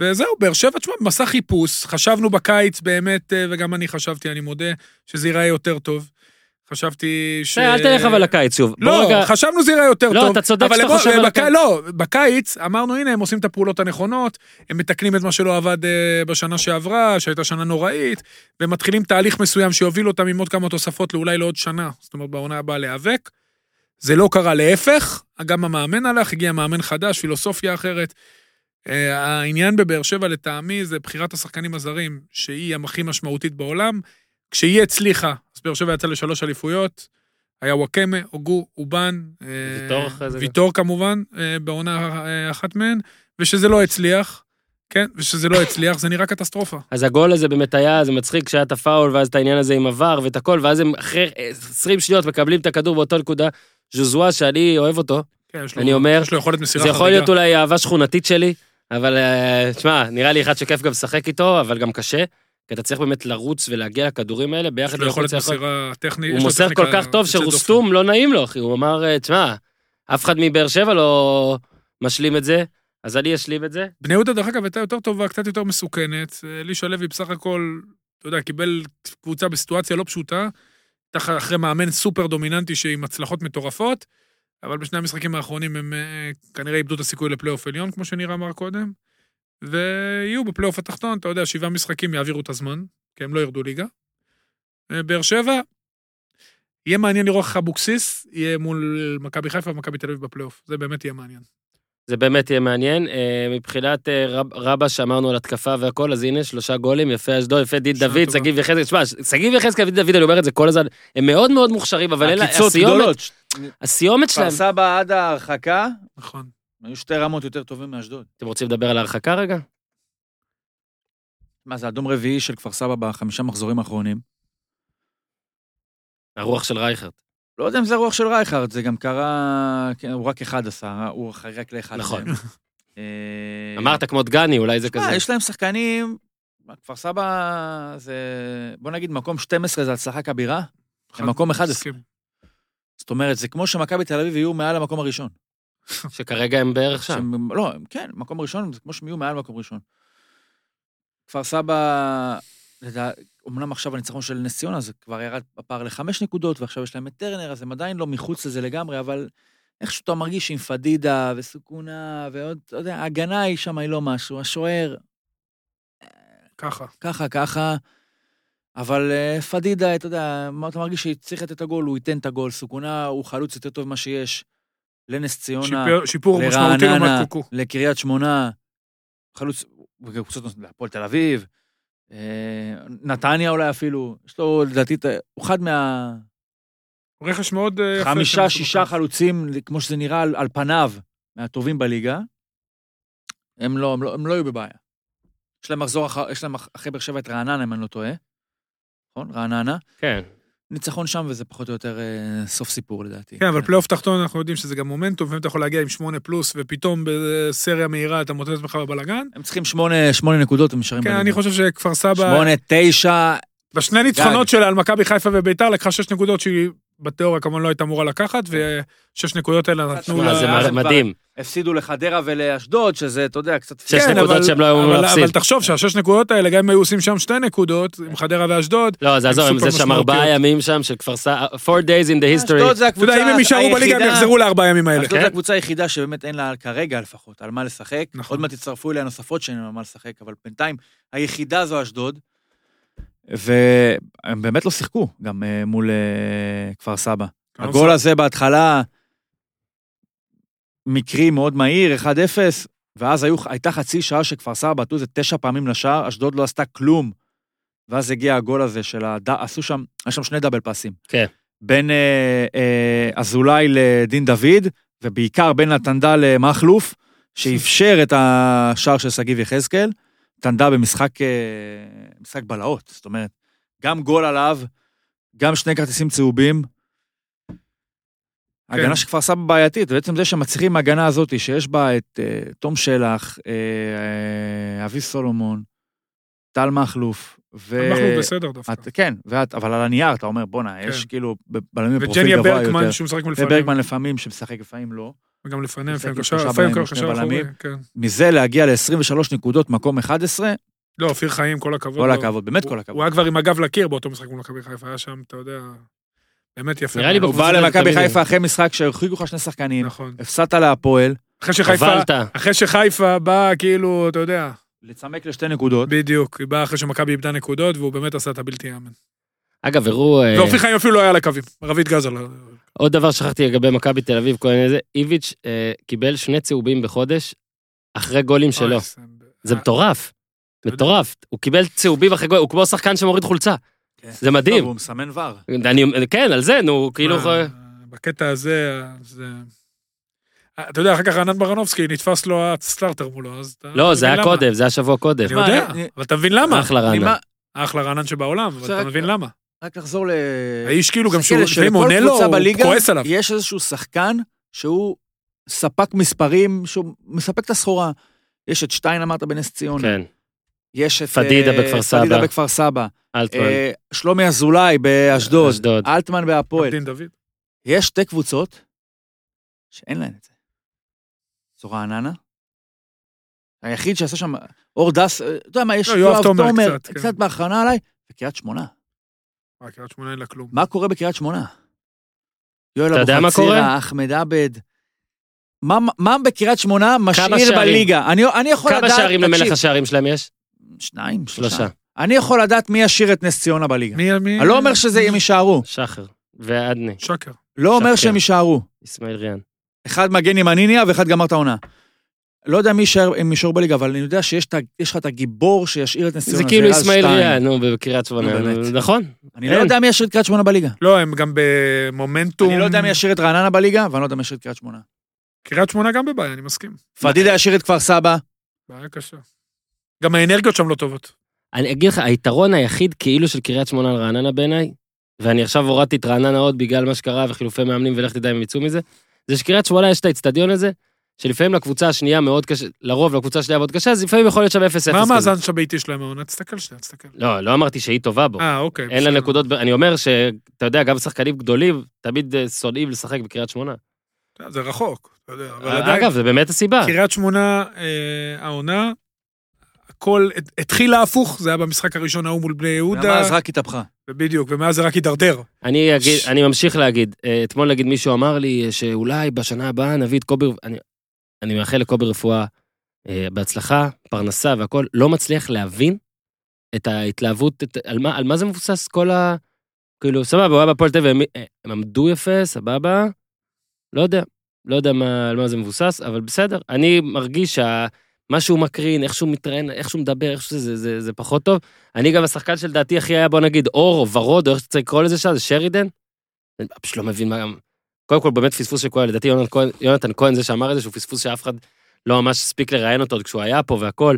Speaker 3: וזהו, באר שבע, תשמע, מסע חיפוש, חשבנו בקיץ באמת, אה, וגם אני חשבתי, אני מודה, שזה ייראה יותר טוב. חשבתי ש...
Speaker 1: בסדר, אה, אל תלך אבל לקיץ שוב. בוא
Speaker 3: לא,
Speaker 1: רגע-
Speaker 3: חשבנו זה יראה יותר
Speaker 1: לא,
Speaker 3: טוב.
Speaker 1: אתה צודק
Speaker 3: אבל
Speaker 1: שאתה
Speaker 3: הם לא-
Speaker 1: חושב על
Speaker 3: בק-
Speaker 1: הקיץ.
Speaker 3: לא, בקיץ אמרנו, הנה, הם עושים את הפעולות הנכונות, הם מתקנים את מה שלא עבד אה, בשנה שעברה, שהייתה שנה נוראית, והם מתחילים תהליך מסוים שיוביל אותם עם עוד כמה תוספות לאולי לעוד שנה, זאת אומרת, בעונה הבאה להיאבק. זה לא קרה, להפך, גם המאמן הלך, הגיע מאמן חדש, פילוסופיה אחרת. אה, העניין בבאר שבע לטעמי זה בחירת השחקנים הזרים, שהיא הכי משמעותית בעולם. כשהיא הצליחה, אז באר שבע יצאה לשלוש אליפויות, היה וואקמה, אוגו, אובן, אה,
Speaker 1: ויטור אחרי זה גם.
Speaker 3: ויטור כמובן, אה, בעונה אה, אחת מהן, ושזה לא הצליח, כן, ושזה לא הצליח, זה נראה קטסטרופה.
Speaker 1: אז הגול הזה באמת היה, זה מצחיק שהיה את הפאול, ואז את העניין הזה עם עבר ואת הכל, ואז הם אחרי אה, 20 שניות מקבלים את הכדור באותו נקודה. ז'וזואה, שאני אוהב אותו,
Speaker 3: כן, יש לו-
Speaker 1: אני אומר,
Speaker 3: יש לו יכולת מסירה
Speaker 1: זה
Speaker 3: חריגה.
Speaker 1: יכול להיות אולי אהבה שכונתית שלי, אבל אה, תשמע, נראה לי אחד שכיף גם לשחק איתו, אבל גם קשה, כי אתה צריך באמת לרוץ ולהגיע לכדורים האלה, ביחד
Speaker 3: יש לו יכולת
Speaker 1: יכול-
Speaker 3: מסירה טכנית.
Speaker 1: הוא מוסר כל כך טוב שרוסטום לא נעים לו, אחי, הוא אמר, אה, תשמע, אף אחד מבאר שבע לא משלים את זה, אז אני אשלים את זה.
Speaker 3: בני יהודה, דרך אגב, הייתה יותר טובה, קצת יותר מסוכנת. אה, אלישע לוי בסך הכל, אתה יודע, קיבל קבוצה בסיטואציה לא פשוטה, תח- אחרי מאמן סופר דומיננטי שעם הצלחות מטורפות, אבל בשני המשחקים האחרונים הם אה, כנראה איבדו את הסיכוי לפלייאוף עליון, כמו שניר אמר קודם, ויהיו בפלייאוף התחתון, אתה יודע, שבעה משחקים יעבירו את הזמן, כי הם לא ירדו ליגה. אה, באר שבע, יהיה מעניין לראות איך אבוקסיס יהיה מול מכבי חיפה ומכבי תל אביב בפלייאוף, זה באמת יהיה מעניין.
Speaker 1: זה באמת יהיה מעניין. אה, מבחינת אה, רב- רבה שאמרנו על התקפה והכל, אז הנה שלושה גולים, יפה אשדוד, יפה דיל
Speaker 3: שנה
Speaker 1: דוד,
Speaker 3: טובה.
Speaker 1: שגיב יחזקאל. תשמע, שגיב יחזקאל ודיל דוד, אני אומר את זה כל הזמן, הם מאוד מאוד מוכשרים, אבל אלה,
Speaker 4: עקיצות
Speaker 1: הסיומת,
Speaker 4: גדולות.
Speaker 1: הסיומת שלהם.
Speaker 4: כפר סבא עד ההרחקה,
Speaker 3: נכון.
Speaker 4: היו שתי רמות יותר טובים מאשדוד.
Speaker 1: אתם רוצים לדבר על ההרחקה רגע?
Speaker 4: מה, זה אדום רביעי של כפר סבא בחמישה מחזורים האחרונים.
Speaker 1: הרוח של רייכרד.
Speaker 4: לא יודע אם זה רוח של רייכרד, זה גם קרה... כן, הוא רק אחד עשה, הוא חרק לאחד.
Speaker 1: נכון.
Speaker 4: מהם. אה,
Speaker 1: אמרת כמו דגני, אולי זה
Speaker 4: תשמע,
Speaker 1: כזה.
Speaker 4: יש להם שחקנים... כפר סבא זה... בוא נגיד, מקום 12 זה הצלחה כבירה, למקום 11.
Speaker 3: נכון, מסכים.
Speaker 4: זאת אומרת, זה כמו שמכבי תל אביב יהיו מעל המקום הראשון.
Speaker 1: שכרגע הם בערך שם.
Speaker 4: שהם- לא, הם- כן, מקום ראשון, זה כמו שהם יהיו מעל מקום ראשון. כפר סבא, לדע- אמנם עכשיו הניצחון של נס ציונה, זה כבר ירד הפער לחמש נקודות, ועכשיו יש להם את טרנר, אז הם עדיין לא מחוץ לזה לגמרי, אבל איכשהו אתה מרגיש עם פדידה וסוכונה, ועוד, אתה יודע, ההגנה היא שם היא לא משהו, השוער,
Speaker 3: ככה.
Speaker 4: ככה, ככה. אבל אה, פדידה, אתה יודע, מה אתה מרגיש שצריך לתת את הגול, הוא ייתן את הגול. סוכונה הוא חלוץ יותר טוב ממה שיש. לנס ציונה.
Speaker 3: שיפור- שיפור משמעותי
Speaker 4: לרעננה,
Speaker 3: לעומת קוקו.
Speaker 4: לקריית שמונה, חלוץ, וקבוצות נוספות, להפועל תל אביב, אה, נתניה אולי אפילו, יש לו לדעתי, את ה- הוא אחד
Speaker 3: רכש מאוד אה, יפה.
Speaker 4: מהחמישה,
Speaker 3: שהם
Speaker 4: שישה
Speaker 3: עשו.
Speaker 4: חלוצים, כמו שזה נראה על, על פניו, מהטובים בליגה, הם לא, הם לא, הם לא יהיו בבעיה. יש להם מחזור, אח- יש להם אח- אחרי באר שבע את רעננה, אם אני לא טועה, נכון? רעננה.
Speaker 1: כן.
Speaker 4: ניצחון שם וזה פחות או יותר אה, סוף סיפור לדעתי.
Speaker 3: כן, אבל פלייאוף תחתון אנחנו יודעים שזה גם מומנטום, לפעמים אתה יכול להגיע עם שמונה פלוס, ופתאום בסריה מהירה אתה מוצא את עצמך בבלאגן.
Speaker 4: הם צריכים שמונה, שמונה נקודות, הם נשארים
Speaker 3: כן,
Speaker 4: בליגה.
Speaker 3: אני חושב שכפר סבא,
Speaker 4: שמונה, תשע,
Speaker 3: בשני ניצחונות שלה על מכבי חיפה וביתר, לקחה שש נקודות שהיא בתיאוריה כמובן לא הייתה אמורה לקחת, ושש נקודות האלה נתנו
Speaker 4: תשמע,
Speaker 1: מה,
Speaker 3: לה...
Speaker 1: זה
Speaker 4: אז הם
Speaker 1: מ- מדהים.
Speaker 4: הפסידו לחדרה ולאשדוד, שזה, אתה יודע, קצת...
Speaker 1: שש
Speaker 4: כן,
Speaker 1: נקודות
Speaker 4: אבל-
Speaker 1: שהם לא היו אמורים
Speaker 3: אבל-
Speaker 1: להפסיד.
Speaker 3: אבל תחשוב שהשש נקודות האלה, גם אם היו עושים שם שתי נקודות, עם חדרה ואשדוד,
Speaker 1: לא, אז עזוב, הם
Speaker 3: סופר
Speaker 1: זה שם ארבעה
Speaker 3: משמעותיות.
Speaker 1: ימים שם של כפר סבא, four days in the
Speaker 4: אה,
Speaker 1: history.
Speaker 4: אשדוד זה
Speaker 3: אתה יודע,
Speaker 4: הקבוצה
Speaker 3: אם הם יישארו בליגה, הם
Speaker 4: היחידה-
Speaker 3: יחזרו לארבעה ימים האלה.
Speaker 4: אשדוד
Speaker 1: כן.
Speaker 4: זה הקבוצה היחידה שבאמת אין לה כרגע לפחות על מה לשחק.
Speaker 3: נכון.
Speaker 4: עוד מעט יצטרפו אליה נוספות שאין לה מה לשחק, אבל בינתיים היחידה זו אשדוד. והם באמת לא שיחקו גם אה, מול אה, כפר סבא. הגול הזה בהתחלה, מקרי מאוד מהיר, 1-0, ואז היו, הייתה חצי שעה שכפר סבא בעטו איזה תשע פעמים לשער, אשדוד לא עשתה כלום. ואז הגיע הגול הזה של הד... עשו שם, היה שם שני דאבל פאסים.
Speaker 1: כן.
Speaker 4: בין אה, אה, אזולאי לדין דוד, ובעיקר בין הטנדה למכלוף, שאפשר את השער של שגיב יחזקאל. טנדה במשחק אה, משחק בלהות, זאת אומרת, גם גול עליו, גם שני כרטיסים צהובים.
Speaker 3: כן.
Speaker 4: הגנה של כפר סבא בעייתית, בעצם זה שמצליחים מההגנה הזאת, שיש בה את אה, תום שלח, אה, אה, אבי סולומון, טל מכלוף,
Speaker 1: לא-
Speaker 4: ו...
Speaker 3: אנחנו בסדר דווקא.
Speaker 4: את, כן, ואת, אבל על הנייר אתה אומר, בואנה,
Speaker 3: כן.
Speaker 4: יש כאילו ב- בלמים בפרופיל
Speaker 3: וג'ניה
Speaker 4: גבוה יותר.
Speaker 3: ברקמן, שהוא משחק מלפנים,
Speaker 4: וברגמן לפעמים שמשחק, לפעמים לא.
Speaker 3: וגם כן, לפניהם,
Speaker 4: משחק
Speaker 3: לפעמים
Speaker 4: עם
Speaker 3: קשר,
Speaker 4: שלושה
Speaker 3: לפעמים
Speaker 4: בלמים,
Speaker 3: קשר
Speaker 4: שני
Speaker 3: אחורי,
Speaker 4: בלמים.
Speaker 3: כן.
Speaker 4: מזה להגיע ל-23 נקודות, מקום 11,
Speaker 3: לא, אופיר חיים, כל הכבוד.
Speaker 4: כל
Speaker 3: לו.
Speaker 4: הכבוד, באמת
Speaker 3: הוא-
Speaker 4: כל
Speaker 3: הוא
Speaker 4: הכבוד.
Speaker 3: היה כבר עם הגב לקיר באותו משחק מול מכבי חיפה, היה שם, אתה יודע, באמת יפה.
Speaker 1: נראה לי
Speaker 3: מאוד.
Speaker 4: הוא בא
Speaker 1: בקבוצה הזאת
Speaker 4: למכבי
Speaker 1: תמיד
Speaker 4: חיפה אחרי משחק שהרחיקו לך שני שחקנים,
Speaker 3: נכון.
Speaker 4: הפסדת להפועל,
Speaker 3: אחרי שחיפה,
Speaker 1: חבלת.
Speaker 3: אחרי שחיפה באה, כאילו, אתה יודע,
Speaker 4: לצמק לשתי נקודות.
Speaker 3: בדיוק, היא באה אחרי שמכבי איבדה נקודות, והוא באמת עשה את הבלתי יאמן.
Speaker 1: אגב, הראו... אה,
Speaker 3: ואופיר חיים אפילו לא היה על הקווים, רביד גזל.
Speaker 1: עוד דבר שכחתי לגבי מכבי תל אביב, כל העניין הזה, איביץ' אה, קיבל שני צהובים בחודש אחרי גולים שלו.
Speaker 3: אוי, זה-
Speaker 1: זה מטורף.
Speaker 3: יודע.
Speaker 1: מטורף. הוא קיבל צהובים אחרי גולים, הוא כמו שחקן שמוריד חולצה.
Speaker 4: כן.
Speaker 1: זה מדהים.
Speaker 4: טוב, הוא מסמן ור.
Speaker 1: אני- כן, על זה, נו, כאילו...
Speaker 3: מה, בקטע הזה, אה, זה... אה, אתה יודע, אחר כך רענן ברנובסקי, נתפס לו הסטארטר מולו, אז אתה...
Speaker 1: לא,
Speaker 3: אתה
Speaker 1: זה
Speaker 3: מבין
Speaker 1: היה
Speaker 3: למה.
Speaker 1: קודם, זה היה שבוע קודם.
Speaker 3: אני יודע,
Speaker 4: מה, אני-
Speaker 3: אבל אתה מבין למה.
Speaker 1: אחלה רענן.
Speaker 4: ממה-
Speaker 3: אחלה רענן שבעולם, אבל
Speaker 4: בסדר.
Speaker 3: אתה מבין למה.
Speaker 4: רק לחזור ל...
Speaker 3: האיש כאילו גם
Speaker 4: אה, תסתכל,
Speaker 3: שהוא
Speaker 4: שלכל
Speaker 3: לפעמים עונה לו,
Speaker 4: קבוצה
Speaker 3: הוא
Speaker 4: בליגה
Speaker 3: כועס עליו.
Speaker 4: יש איזשהו שחקן שהוא ספק מספרים, שהוא מספק את הסחורה. יש את שטיין, אמרת, בנס ציונה.
Speaker 1: כן,
Speaker 4: יש את...
Speaker 1: פדידה
Speaker 4: אה,
Speaker 1: בכפר סבא.
Speaker 4: פדידה בכפר סבא.
Speaker 1: אלטמן.
Speaker 4: אה, שלומי אזולאי באשדוד.
Speaker 1: אשדוד.
Speaker 4: אלטמן בהפועל.
Speaker 3: דין דוד.
Speaker 4: יש שתי קבוצות שאין להן את זה. זו רעננה. היחיד שעשה שם, אור דס, אה, אתה יודע מה, יש
Speaker 3: לא, יואב תומר קצת, כן.
Speaker 4: קצת בהכרנה עליי, וקריית שמונה.
Speaker 3: אה, קריית שמונה אין לה כלום.
Speaker 4: מה קורה בקריית שמונה? יואל
Speaker 1: אתה יודע מה קורה?
Speaker 4: אבוחצירא, אחמד עבד. מה, מה בקריית שמונה משאיר
Speaker 1: שערים?
Speaker 4: בליגה? אני, אני יכול
Speaker 1: כמה
Speaker 4: לדעת...
Speaker 1: שערים
Speaker 4: תקשיב,
Speaker 1: למלך השערים שלהם יש?
Speaker 4: שניים, שלושה.
Speaker 1: שלושה.
Speaker 4: אני יכול לדעת מי ישיר את נס ציונה בליגה.
Speaker 3: מי, מי?
Speaker 4: אני לא אומר שזה הם יישארו.
Speaker 1: שחר ועדני,
Speaker 3: שקר.
Speaker 4: לא אומר
Speaker 1: שקר.
Speaker 4: שהם יישארו.
Speaker 1: אסמאעיל ריאן.
Speaker 4: אחד מגן ימני נהיה ואחד גמר את העונה. לא יודע מי יישאר, אם יישאר בליגה, אבל אני יודע שיש את ה- יש לך את הגיבור שישאיר את נס ציונה.
Speaker 1: זה כאילו
Speaker 4: וריאל
Speaker 1: אסמאעיל
Speaker 4: שתיים.
Speaker 1: ריאן, נו, בקריית שמונה.
Speaker 4: נו, באמת.
Speaker 1: נכון.
Speaker 4: אני לא
Speaker 1: אין.
Speaker 4: יודע מי ישאיר את קריית שמונה בליגה.
Speaker 3: לא, הם גם במומנטום.
Speaker 4: אני לא יודע מי ישאיר את רעננה בליגה, ואני לא יודע מי ישאיר את קריית שמונה.
Speaker 3: קריית שמונה גם בבעיה, אני מסכים.
Speaker 4: פדידה ישאיר את כפר סבא.
Speaker 3: בעיה קשה. גם האנרגיות שם לא טובות.
Speaker 1: אני אגיד לך, היתרון היחיד כאילו של קריית שמונה על רעננה בעיניי, ואני עכשיו הורדתי את רעננה עוד בגלל מה שקרה וחילופי מאמנים ולך תדע אם הם יצאו מזה, זה שקריית שמונה יש את האצטדיון הזה, שלפעמים לקבוצה השנייה מאוד קשה, לרוב לקבוצה השנייה מאוד קשה, אז לפעמים יכול להיות שם 0-0.
Speaker 3: מה
Speaker 1: כזה.
Speaker 3: המאזן שהביתי שלהם העונה? תסתכל שנייה, תסתכל.
Speaker 1: לא, לא אמרתי שהיא טובה בו.
Speaker 3: אה, אוקיי.
Speaker 1: אין לה
Speaker 3: בסדר.
Speaker 1: נקודות, ב- אני אומר שאתה יודע, גם שחקנים גדולים תמיד אה, שונאים לשחק בקריית שמונה.
Speaker 3: אה, זה רחוק. אתה יודע, אבל עדיין.
Speaker 1: אה, אגב, זה באמת הסיבה.
Speaker 3: קריית שמונה, אה, העונה, הכל הת- התחיל להפוך, זה היה במשחק הראשון ההוא מול בני יהודה.
Speaker 4: ומאז רק התהפכה.
Speaker 3: בדיוק, ומאז זה רק הידרדר.
Speaker 1: אני אגיד, אני ממשיך להגיד, אה, אתמול נגיד מישהו אמר לי אה, שאולי בשנה הבאה נביא את קובי, אני, אני מאחל לקובי רפואה אה, בהצלחה, פרנסה והכל, לא מצליח להבין את ההתלהבות, את, על, מה, על מה זה מבוסס כל ה... כאילו, סבבה, הוא היה בהפועל תל אביב, הם- אה, הם עמדו יפה, סבבה, לא יודע, לא יודע מה, על מה זה מבוסס, אבל בסדר, אני מרגיש שה... מה שהוא מקרין, איך שהוא מתראיין, איך שהוא מדבר, איך שזה, זה, זה, זה פחות טוב. אני גם השחקן שלדעתי הכי היה, בוא נגיד, אור או ורוד, או איך שצריך לקרוא לזה שם, זה שרידן. אני פשוט לא מבין מה גם... קודם כל, באמת פספוס של כהן, לדעתי יונתן כהן, יונתן כהן זה שאמר את זה, שהוא פספוס שאף אחד לא ממש הספיק לראיין אותו עוד כשהוא היה פה והכל,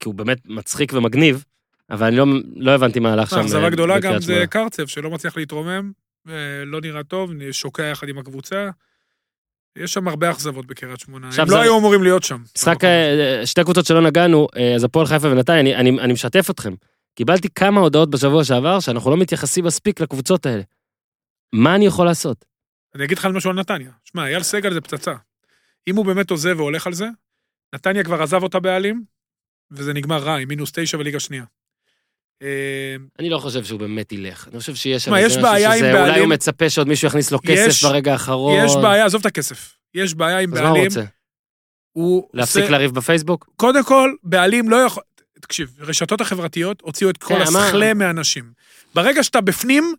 Speaker 1: כי הוא באמת מצחיק ומגניב, אבל אני לא, לא הבנתי מה הלך שם.
Speaker 3: האכזבה
Speaker 1: אה,
Speaker 3: גדולה
Speaker 1: בקריית
Speaker 3: גם
Speaker 1: שמונה.
Speaker 3: זה קרצב, שלא מצליח להתרומם, אה, לא נראה טוב, שוקע יחד עם הקבוצה. יש שם הרבה אכזבות בקריית שמונה.
Speaker 1: עכשיו
Speaker 3: הם לא
Speaker 1: זה-
Speaker 3: היו אמורים להיות שם.
Speaker 1: משחק, אה, שתי קבוצות שלא נגענו, אה, אז הפועל חיפה ונתניה, אני, אני, אני משתף אתכם. קיבלתי כמה הודעות בשבוע שעבר שאנחנו לא מתייחסים מספיק לקבוצות האלה. מה אני יכול לעשות?
Speaker 3: אני אגיד לך על משהו על נתניה. שמע, אייל סגל זה פצצה. אם הוא באמת עוזב והולך על זה, נתניה כבר עזב אותה בעלים, וזה נגמר רע, עם מינוס תשע וליגה שנייה. אה,
Speaker 1: אני לא חושב שהוא באמת ילך. אני חושב שיש...
Speaker 3: תשמע,
Speaker 1: איזה
Speaker 3: יש
Speaker 1: משהו
Speaker 3: בעיה עם
Speaker 1: שזה- אולי
Speaker 3: בעלים-
Speaker 1: הוא מצפה שעוד מישהו יכניס לו כסף
Speaker 3: יש-
Speaker 1: ברגע האחרון.
Speaker 3: יש בעיה, עזוב את הכסף. יש בעיה עם
Speaker 1: אז מה הוא
Speaker 3: בעלים.
Speaker 1: רוצה?
Speaker 3: הוא
Speaker 1: להפסיק
Speaker 3: עושה-
Speaker 1: לריב בפייסבוק?
Speaker 3: קודם כל, בעלים לא יכול... תקשיב, הרשתות החברתיות הוציאו את כל
Speaker 1: כן, אמר-
Speaker 3: הסכלה מאנשים. ברגע שאתה בפנים,